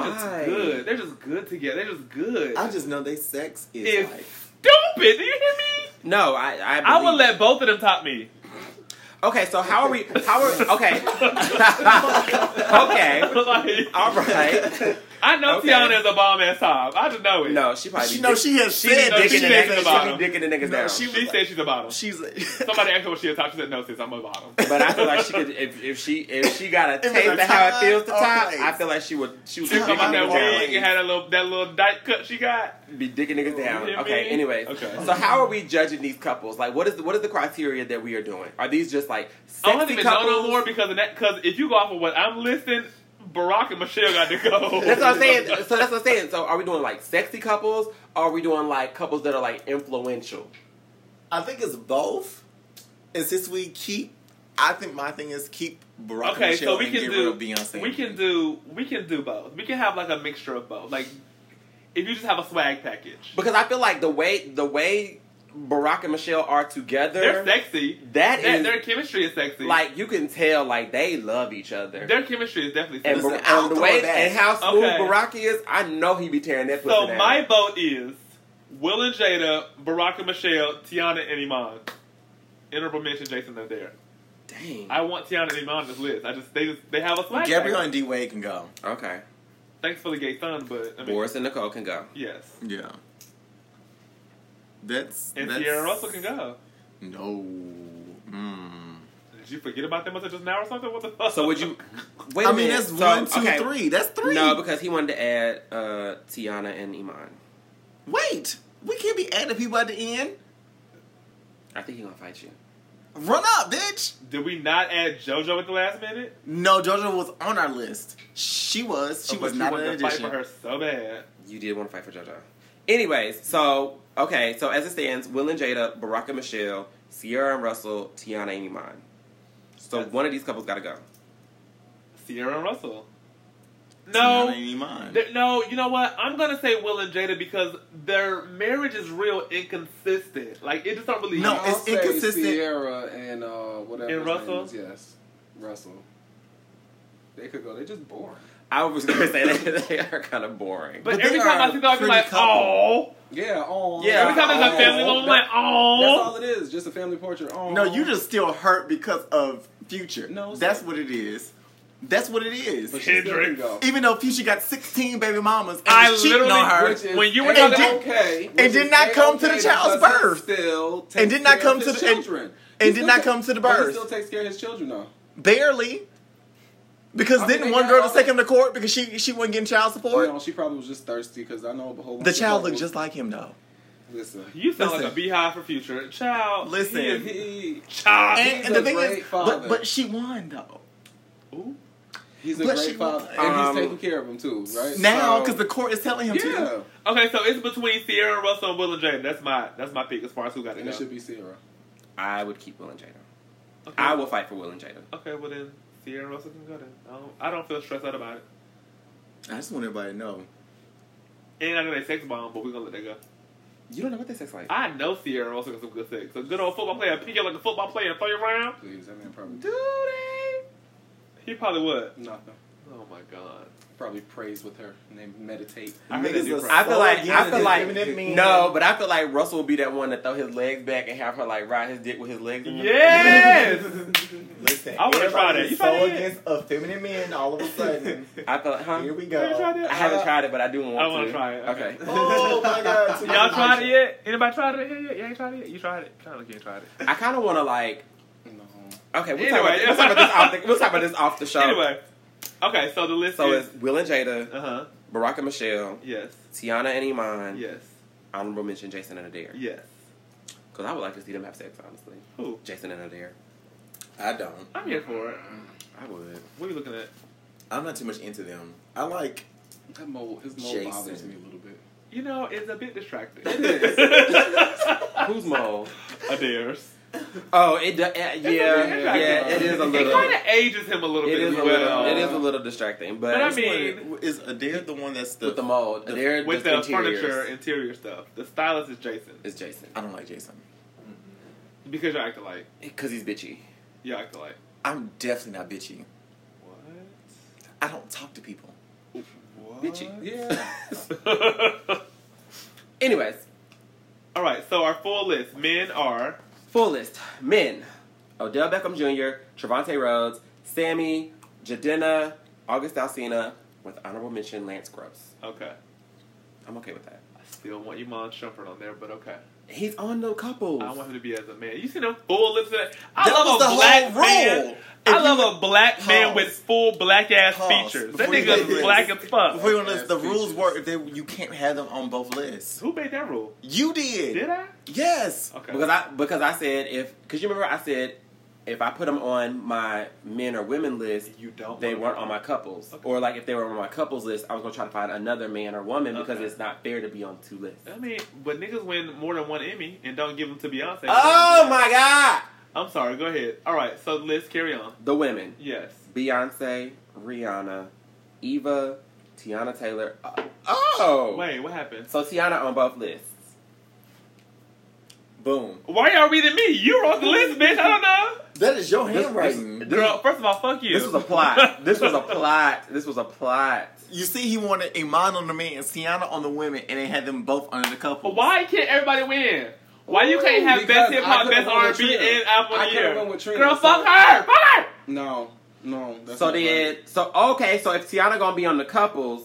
S1: They're just good. They're just good together. They're just good.
S3: I just know they sex is
S1: it's
S3: like
S1: stupid. Do you hear me?
S2: No, I. I,
S1: I would
S2: believe-
S1: let both of them top me.
S2: Okay, so how are we? How are (laughs) okay? okay,
S1: (laughs) Like,
S2: all right.
S1: I know
S2: Okay.
S1: Tiana is a bomb ass top. I just know it.
S2: No, she probably.
S3: She
S2: be
S3: no,
S2: dick-
S3: she has
S2: she
S3: said
S1: no,
S3: that
S2: dicking,
S1: she
S2: the
S1: said she's
S2: niggas,
S1: a bottom.
S2: she be dicking the niggas
S3: No,
S2: down.
S3: she
S1: She said she's a bottom.
S3: she's. A,
S1: Somebody asked her what she a top. She said no, sis, I'm a bottom.
S2: But I feel like she could if, if she if she got a
S3: If it's
S2: taste
S3: a
S2: of how it
S3: time
S2: feels to
S3: or
S2: top,
S3: place.
S2: I feel like she would (laughs) she would
S1: She
S2: be
S1: come
S2: dicking
S1: out that
S2: niggas
S1: wig
S2: down.
S1: and had a little that little dyke cut she got.
S2: Be dicking niggas down.
S1: You know what I
S2: Okay.
S1: mean?
S2: Anyways,
S1: Okay.
S2: so how are we judging these couples? Like, what is the, what is the criteria that we are doing? Are these just like
S1: I don't
S2: sexy
S1: even
S2: couples?
S1: know no more because of that. Because if you go off of what I'm listening, Barack and Michelle got to go.
S2: That's what I'm saying.
S1: (laughs)
S2: So that's what I'm saying. So are we doing like sexy couples? Or are we doing like couples that are like influential?
S3: (laughs) I think it's both. And since we keep, I think my thing is keep Barack
S1: Okay,
S3: Michelle
S1: so we
S3: and
S1: can
S3: get rid
S1: do
S3: of Beyonce.
S1: we can do we can do both. We can have like a mixture of both. Like if you just have a swag package,
S2: Because I feel like the way the way Barack and Michelle are together,
S1: they're sexy.
S2: that
S1: Their,
S2: is-
S1: their chemistry is sexy.
S2: like you can tell like they love each other.
S1: their chemistry is definitely
S2: and,
S1: sexy.
S3: Listen,
S2: Bar-
S3: I'll
S2: and the
S3: throw
S2: way
S3: it back.
S2: and how smooth
S1: Okay.
S2: Barack is, I know he be tearing that pussy
S1: so
S2: down.
S1: my vote is Will and Jada, Barack and Michelle, Tiana and Iman. Honorable mention Jason up there.
S2: Dang.
S1: I want Tiana and Iman on this list. I just they just they have a swag.
S3: Gabrielle
S1: package.
S3: and D Wade can go.
S2: okay.
S1: Thanks for the gay son, but I mean,
S2: Boris and Nicole can go.
S1: yes.
S3: Yeah. That's
S1: And
S3: that's,
S1: Sierra Russell can go.
S3: No. Mm.
S1: Did you forget about them until just now or something? What the fuck?
S2: So would you? Wait a
S3: I mean,
S2: minute.
S3: that's
S2: So,
S3: one, two, three.
S2: okay.
S3: That's three.
S2: No, because he wanted to add uh, Tiana and Iman.
S3: wait, we can't be adding people at the end.
S2: I think he gonna fight you.
S3: Run up, bitch.
S1: (laughs) Did we not add JoJo at the last minute?
S3: No, JoJo was on our list. She was. She
S1: Oh, but
S3: was not
S1: wanted to
S3: an
S1: fight for
S3: addition.
S1: her so bad.
S2: You did want to fight for JoJo. Anyways, so okay, so as it stands, Will and Jada, Barack and Michelle, Sierra and Russell, Tiana and Iman. So one of these couples gotta go.
S1: Sierra and Russell.
S3: Not
S1: No,
S3: any mine.
S1: th- no. You know what? I'm gonna say Will and Jada because their marriage is real inconsistent. Like it just don't really.
S3: No, it's
S4: say
S3: inconsistent.
S4: Sierra and uh, whatever.
S1: And
S4: his
S1: Russell?
S4: name is, yes, Russell. They could go. They just boring.
S2: I was gonna say that (laughs) they are kind of boring.
S1: But,
S3: But
S1: every
S3: they
S1: time I
S3: are
S1: see them, I be
S3: pretty
S1: like,
S3: couple.
S1: oh.
S4: Yeah. Oh.
S2: Yeah,
S1: Every time there's a
S2: Oh.
S1: family moment, I'm like,
S4: That's
S1: oh.
S4: all it is. Just a family portrait. Oh.
S3: No, you just still hurt because of Future.
S4: No,
S3: that's
S4: sir.
S3: what it is. That's what it is.
S4: But she still can
S1: Hendrix.
S4: go.
S3: Even though Future got 16 baby mamas and
S1: I
S3: was cheating
S1: literally
S3: on her,
S4: Which is
S1: When you were
S4: a-
S3: talking-
S4: okay,
S3: and did not come to the child's birth.
S4: Still
S3: And did not
S4: takes care
S3: come
S4: of
S3: to
S4: his
S3: the- and-
S4: children.
S3: and
S4: He
S3: did
S4: still
S3: not
S4: ta-
S3: come to the
S4: but
S3: birth.
S4: He still takes care of his children though.
S3: barely. Because
S4: I mean,
S3: didn't
S4: they
S3: one
S4: got
S3: girl
S4: all
S3: just take
S4: the-
S3: him to court because she she wasn't getting child
S4: You
S3: support?
S4: know, she probably was just thirsty because I know a whole.
S3: The child looked just like him though.
S4: Listen,
S1: You sound like
S3: Listen.
S1: a beehive for future. Child.
S3: Listen.
S1: he
S4: he,
S1: is-
S4: he,
S1: Child.
S3: And, and
S4: a
S3: the thing
S4: great
S3: is,
S4: father.
S3: but, but she won though.
S1: Ooh.
S4: he's a
S3: But
S4: great
S3: she-
S4: father,
S2: Um,
S4: and he's taking care of him too, right?
S3: Now,
S2: So-
S3: because the court is telling him
S4: yeah,
S3: to.
S1: Okay, so it's between Sierra and Russell and Will and Jada. That's my that's my pick as far as who got to
S4: and
S1: go.
S4: it should be Sierra.
S2: I would keep Will and Jada.
S1: Okay.
S2: I will fight for Will and Jada.
S1: Okay, well then Sierra and Russell can go then. I don't, I don't feel stressed out about it.
S3: I just want everybody to know.
S1: And I know they sex bomb, but we're gonna let that go.
S2: You don't know what this is like.
S1: I know Sierra and Russell got some good sex. A good old football player, pick you like a football player and throw you around.
S4: Please, that man probably
S1: He probably would.
S4: nothing.
S1: Oh my god.
S4: probably prays with her and they
S1: (laughs)
S4: meditate.
S1: I heard
S8: Niggas
S1: they do
S8: was-
S1: pray.
S2: I feel like
S8: Yeah,
S2: I feel
S8: they
S2: like
S8: giving it mean.
S2: no, but I feel like Russell will be that one that throw his legs back and have her like ride his dick with his legs. in the-
S1: Yes.
S8: Listen,
S1: I wanna try
S8: everybody
S1: that. You
S8: is
S1: try that
S8: so
S1: yet?
S8: against effeminate men all of a sudden.
S1: (laughs)
S2: I feel like, huh?
S8: Here we
S1: Have you tried
S8: go.
S1: that?
S2: I haven't tried it, but I do want
S1: I
S2: to.
S1: want to try it.
S2: Okay.
S8: Oh my
S1: (laughs)
S8: god. too
S2: (laughs)
S8: much
S1: Y'all tried it
S8: action.
S1: yet? Anybody tried it yet? Yeah, you tried it yet? You tried it. Kind of like you tried it.
S2: I kind of want to like.
S4: No.
S2: Okay, we'll,
S1: Anyway.
S2: talk about, we'll, talk about this off the, we'll talk about this off the show.
S1: Anyway. Okay, so the list
S2: So
S1: is.
S2: it's Will and Jada,
S1: Uh huh.
S2: Barack and Michelle,
S1: Yes.
S2: Tiana and Iman,
S1: Yes.
S2: honorable mention Jason and Adair.
S1: Yes.
S2: Because I would like to see them have sex, honestly.
S1: Who?
S2: Jason and Adair.
S8: I don't.
S1: I'm here for it.
S2: I
S1: (laughs)
S2: would.
S1: What are we looking at?
S8: I'm not too much into them. I like
S4: That mole, his mole
S8: Jason.
S4: bothers me a little bit.
S1: You know, it's a bit distracting. (laughs)
S2: Who's mole?
S1: Adair's.
S2: Oh, it. do- Uh, yeah, yeah, it is a
S1: It
S2: little.
S1: kind of ages him a little
S2: It
S1: bit
S2: is
S1: as
S2: a
S1: well.
S2: little. It is a little distracting, but,
S1: But I
S2: it's
S1: mean,
S8: is Adair the one that's the,
S2: with the mold, Adair
S1: with the
S2: does interiors.
S1: furniture, interior stuff, the stylist is Jason
S2: is Jason
S8: I don't like Jason.
S1: because you act alike.
S2: because he's bitchy. (laughs)
S1: You act alike.
S8: I'm definitely not bitchy.
S1: What?
S8: I don't talk to people.
S1: What?
S2: Bitchy.
S4: Yeah.
S2: Anyways,
S1: (laughs) All right, so our full list: men are
S2: full list: men, Odell Beckham Jr., Trevante Rhodes, Sammy, Jadena, August Alsina, with honorable mention Lance Gross.
S1: okay.
S2: I'm okay with that.
S1: I still want Iman Shumpert on there, but okay.
S2: He's on the couples.
S1: I want him to be as a man. You see them full lips. of that? I
S8: That
S1: love
S8: was
S1: a
S8: the
S1: black
S8: whole
S1: man.
S8: role.
S1: I
S8: If
S1: love a black man
S8: Pause.
S1: with full black ass
S8: Pause.
S1: features. That
S8: Before you
S1: nigga's
S8: do this.
S1: black as fuck.
S8: Before you want the
S4: Yes,
S8: rules
S4: bitches.
S8: were if they you can't have them on both lists.
S1: Who made that rule?
S8: You did.
S1: Did I?
S8: Yes.
S1: Okay.
S2: Because I because I said if because you remember I said if I put them on my men or women list,
S1: you don't.
S2: they
S1: wanna
S2: weren't
S1: be-
S2: on my couples.
S1: Okay.
S2: Or like if they were on my couples list, I was gonna try to find another man or woman because
S1: Okay.
S2: it's not fair to be on two lists.
S1: I mean, but niggas win more than one Emmy and don't give them to Beyonce.
S2: Oh my god!
S1: I'm sorry. Go ahead. All right. So let's carry on.
S2: The women:
S1: Yes.
S2: Beyonce, Rihanna, Eva, Tiana Taylor. Uh, Oh,
S1: Wait. What happened?
S2: so Tiana on both lists.
S8: Boom.
S1: Why y'all reading me? You wrote the list, bitch. I don't know.
S8: That is your
S2: This-
S8: handwriting.
S1: Girl, first of all, fuck you.
S2: This was a
S1: (laughs)
S2: plot. this was a plot. This was a plot.
S8: you see, he wanted Iman on the men and Sienna on the women, and they had them both under the couple.
S1: But Why can't everybody win? Why you can't have
S4: Because
S1: best hip
S4: I
S1: hop,
S4: could've
S1: best
S4: won
S1: R and
S4: with
S1: B,
S4: Trina.
S1: and album
S4: I
S1: of the
S4: could've won
S1: year?
S4: with Trina,
S1: Girl,
S4: so-
S1: fuck her, fuck her.
S4: No, no. That's
S2: so
S4: not
S2: then,
S4: right.
S2: so okay, so if Tiana gonna be on the couples,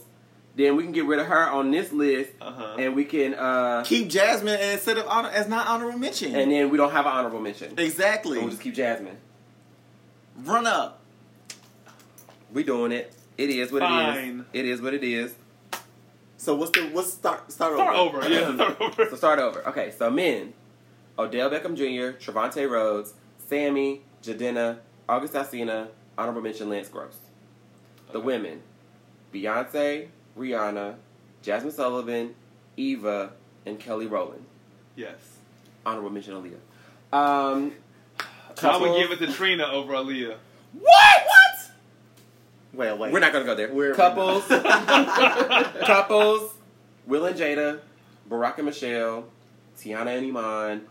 S2: then we can get rid of her on this list,
S1: Uh-huh.
S2: and we can, uh
S8: Keep Jasmine instead of honor as not honorable mention.
S2: and then we don't have an honorable mention.
S8: exactly.
S2: We'll just keep Jasmine.
S8: Run up.
S2: We doing it. It is what
S1: Fine.
S2: it is. It is what it is.
S8: So what's the what's start start,
S1: Start over.
S8: (laughs)
S1: Yeah, start
S2: So
S1: over.
S2: start over. Okay, so men: Odell Beckham Jr., Trevante Rhodes, Sammy, Jadena, August Alsina, honorable mention Lance Gross. The
S1: Okay.
S2: women: Beyonce, Rihanna, Jasmine Sullivan, Eva, and Kelly Rowland.
S1: Yes.
S2: honorable mention Aaliyah. Um,
S1: I would give it to Trina over Aaliyah.
S8: Well, wait.
S2: We're not gonna go there.
S8: We're-
S2: couples, couples, Will and Jada, Barack and Michelle, Tiana and Iman,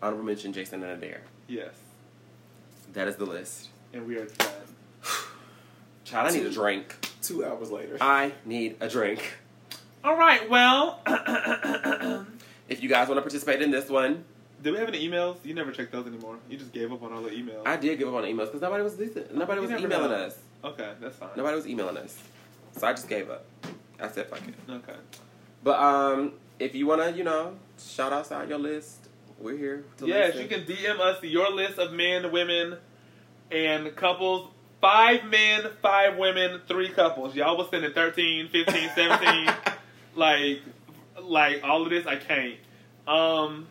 S2: honorable mention Jason and Adair.
S1: Yes.
S2: That is the list.
S1: And we are done.
S2: Child, I need a drink.
S8: two hours later.
S2: I need a drink.
S1: All right. Well, (clears throat)
S2: If you guys want to participate in this one,
S1: do we have any emails? You never check those anymore. You just gave up on all the emails.
S2: I did give up on emails because nobody was decent. Nobody
S1: You
S2: was
S1: never
S2: emailing
S1: know.
S2: us.
S1: okay, that's fine.
S2: Nobody was emailing us. So I just gave up. I said fuck it.
S1: Okay.
S2: But um, if you wanna, you know, shout outside your list, we're here. To
S1: Yes,
S2: listen.
S1: you can DM us your list of men, women, and couples. Five men, five women, three couples. Y'all was sending 13, 15,
S2: (laughs)
S1: 17. like, like all of this, I can't. Um,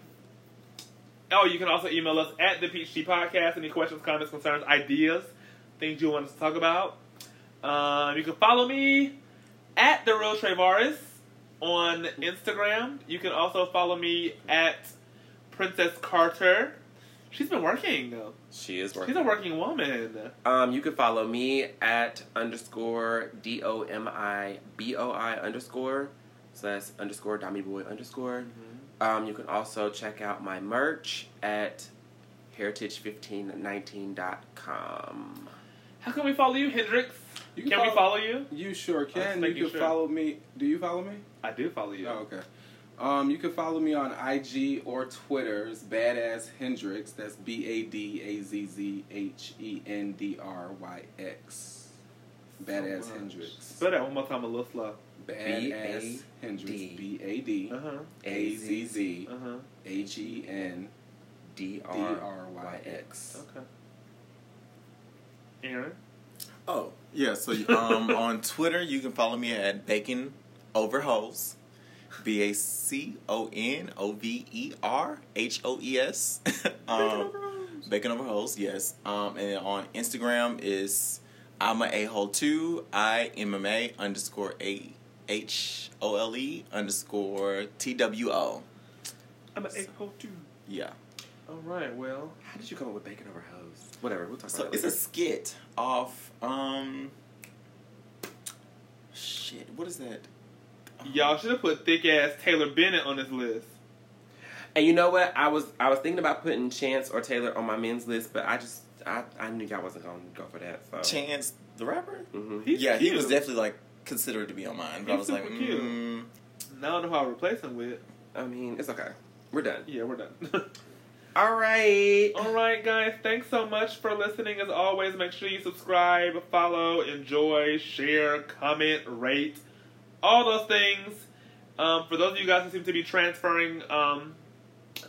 S1: oh, you can also email us at the Peach Tea Podcast. Any questions, comments, concerns, ideas, things you want us to talk about. Um, you can follow me at the real Trevaris on Instagram. You can also follow me at Princess Carter. She's been working.
S2: She is
S1: She's
S2: working.
S1: a working woman.
S2: Um, you can follow me at underscore d o m i b o i underscore. So that's underscore Dommy Boy underscore. Um, you can also check out my merch at heritage1519.com.
S1: How can we follow you, Hendrix?
S4: You
S1: Can we follow you?
S4: You sure can. You
S1: making
S4: can
S1: sure.
S4: follow me. Do you follow me?
S1: I do follow you.
S4: Oh, okay. Um, you can follow me on IG or Twitter. It's Badass Hendrix. That's B A D A Z Z H E N D R Y X. Badass
S2: much.
S4: Hendrix.
S1: Spell that one more time a little slow.
S4: Badass Hendrix. B A D
S1: Uh huh.
S4: A Z Z
S1: Uh huh.
S4: H E N
S2: D
S4: D R Y X.
S1: Okay. Aaron.
S3: Oh, yeah. So (laughs) um, on Twitter, you can follow me at Bacon Over Hoes. B A C O N O V E R H O E S. (laughs) Um, Bacon Over Hoes, yes. Um, and on Instagram is I'm a a hole two I M M A underscore A H O L E underscore T W O.
S1: I'm an eight hole two.
S3: Yeah.
S1: All right. Well.
S2: How did you come up with bacon over hose? Whatever, we'll talk
S3: So
S2: about
S3: it's
S2: it.
S3: a skit off um. Shit, what is that?
S1: Y'all should have put thick ass Taylor Bennett on this list.
S2: and you know what? I was I was thinking about putting Chance or Taylor on my men's list, but I just I, I knew y'all wasn't gonna go for that. So
S3: Chance the rapper?
S2: Mhm.
S1: He's
S3: yeah,
S1: cute.
S3: he was definitely like considered to be on mine, but I
S1: He's
S3: was like,
S1: super cute.
S3: mm,
S1: Now I don't know who I'll replace him with.
S2: I mean, it's okay. We're done.
S1: Yeah, we're done. (laughs)
S2: All right.
S1: All right, guys. Thanks so much for listening. As always, make sure you subscribe, follow, enjoy, share, comment, rate, all those things. Um, for those of you guys who seem to be transferring um,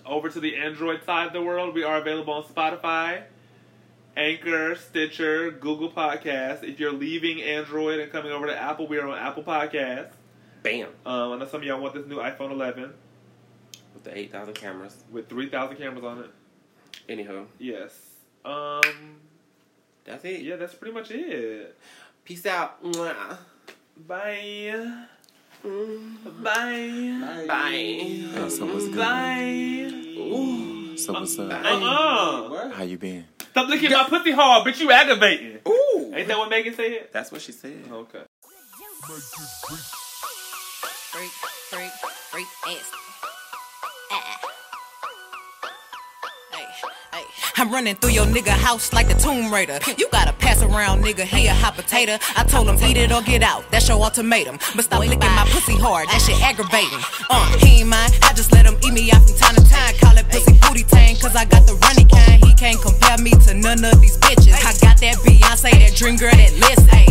S1: over to the Android side of the world, we are available on Spotify, Anchor, Stitcher, Google Podcasts. If you're leaving Android and coming over to Apple, we are on Apple Podcasts.
S2: Bam.
S1: Um, I know some of y'all want this new iPhone 11
S2: With the eight thousand cameras.
S1: with 3,000 cameras on it.
S2: Anywho,
S1: Yes. Um,
S2: that's it.
S1: yeah, that's pretty much it.
S2: Peace out. Mwah.
S1: Bye. Bye.
S2: Bye.
S3: yeah, Uh, so what's good?
S1: Bye.
S3: So what's up?
S1: Uh-uh.
S4: What?
S3: How you been?
S1: Stop licking my pussy hard, bitch. You aggravating.
S3: Ooh,
S1: Ain't that what Megan said?
S3: that's what she said.
S1: Okay.
S9: freak, freak, freak ass. Ah. Ay, ay. I'm running through your nigga house like the Tomb Raider. You gotta pass around, nigga, hand a hot potato. I told him, eat it or get out. That's your ultimatum. But stop licking my pussy hard, that shit aggravating. Uh, he ain't mine, I just let him eat me out from time to time. Call it pussy booty tang, cause I got the running kind. He can't compare me to none of these bitches. I got that Beyonce, that dream girl, that listen.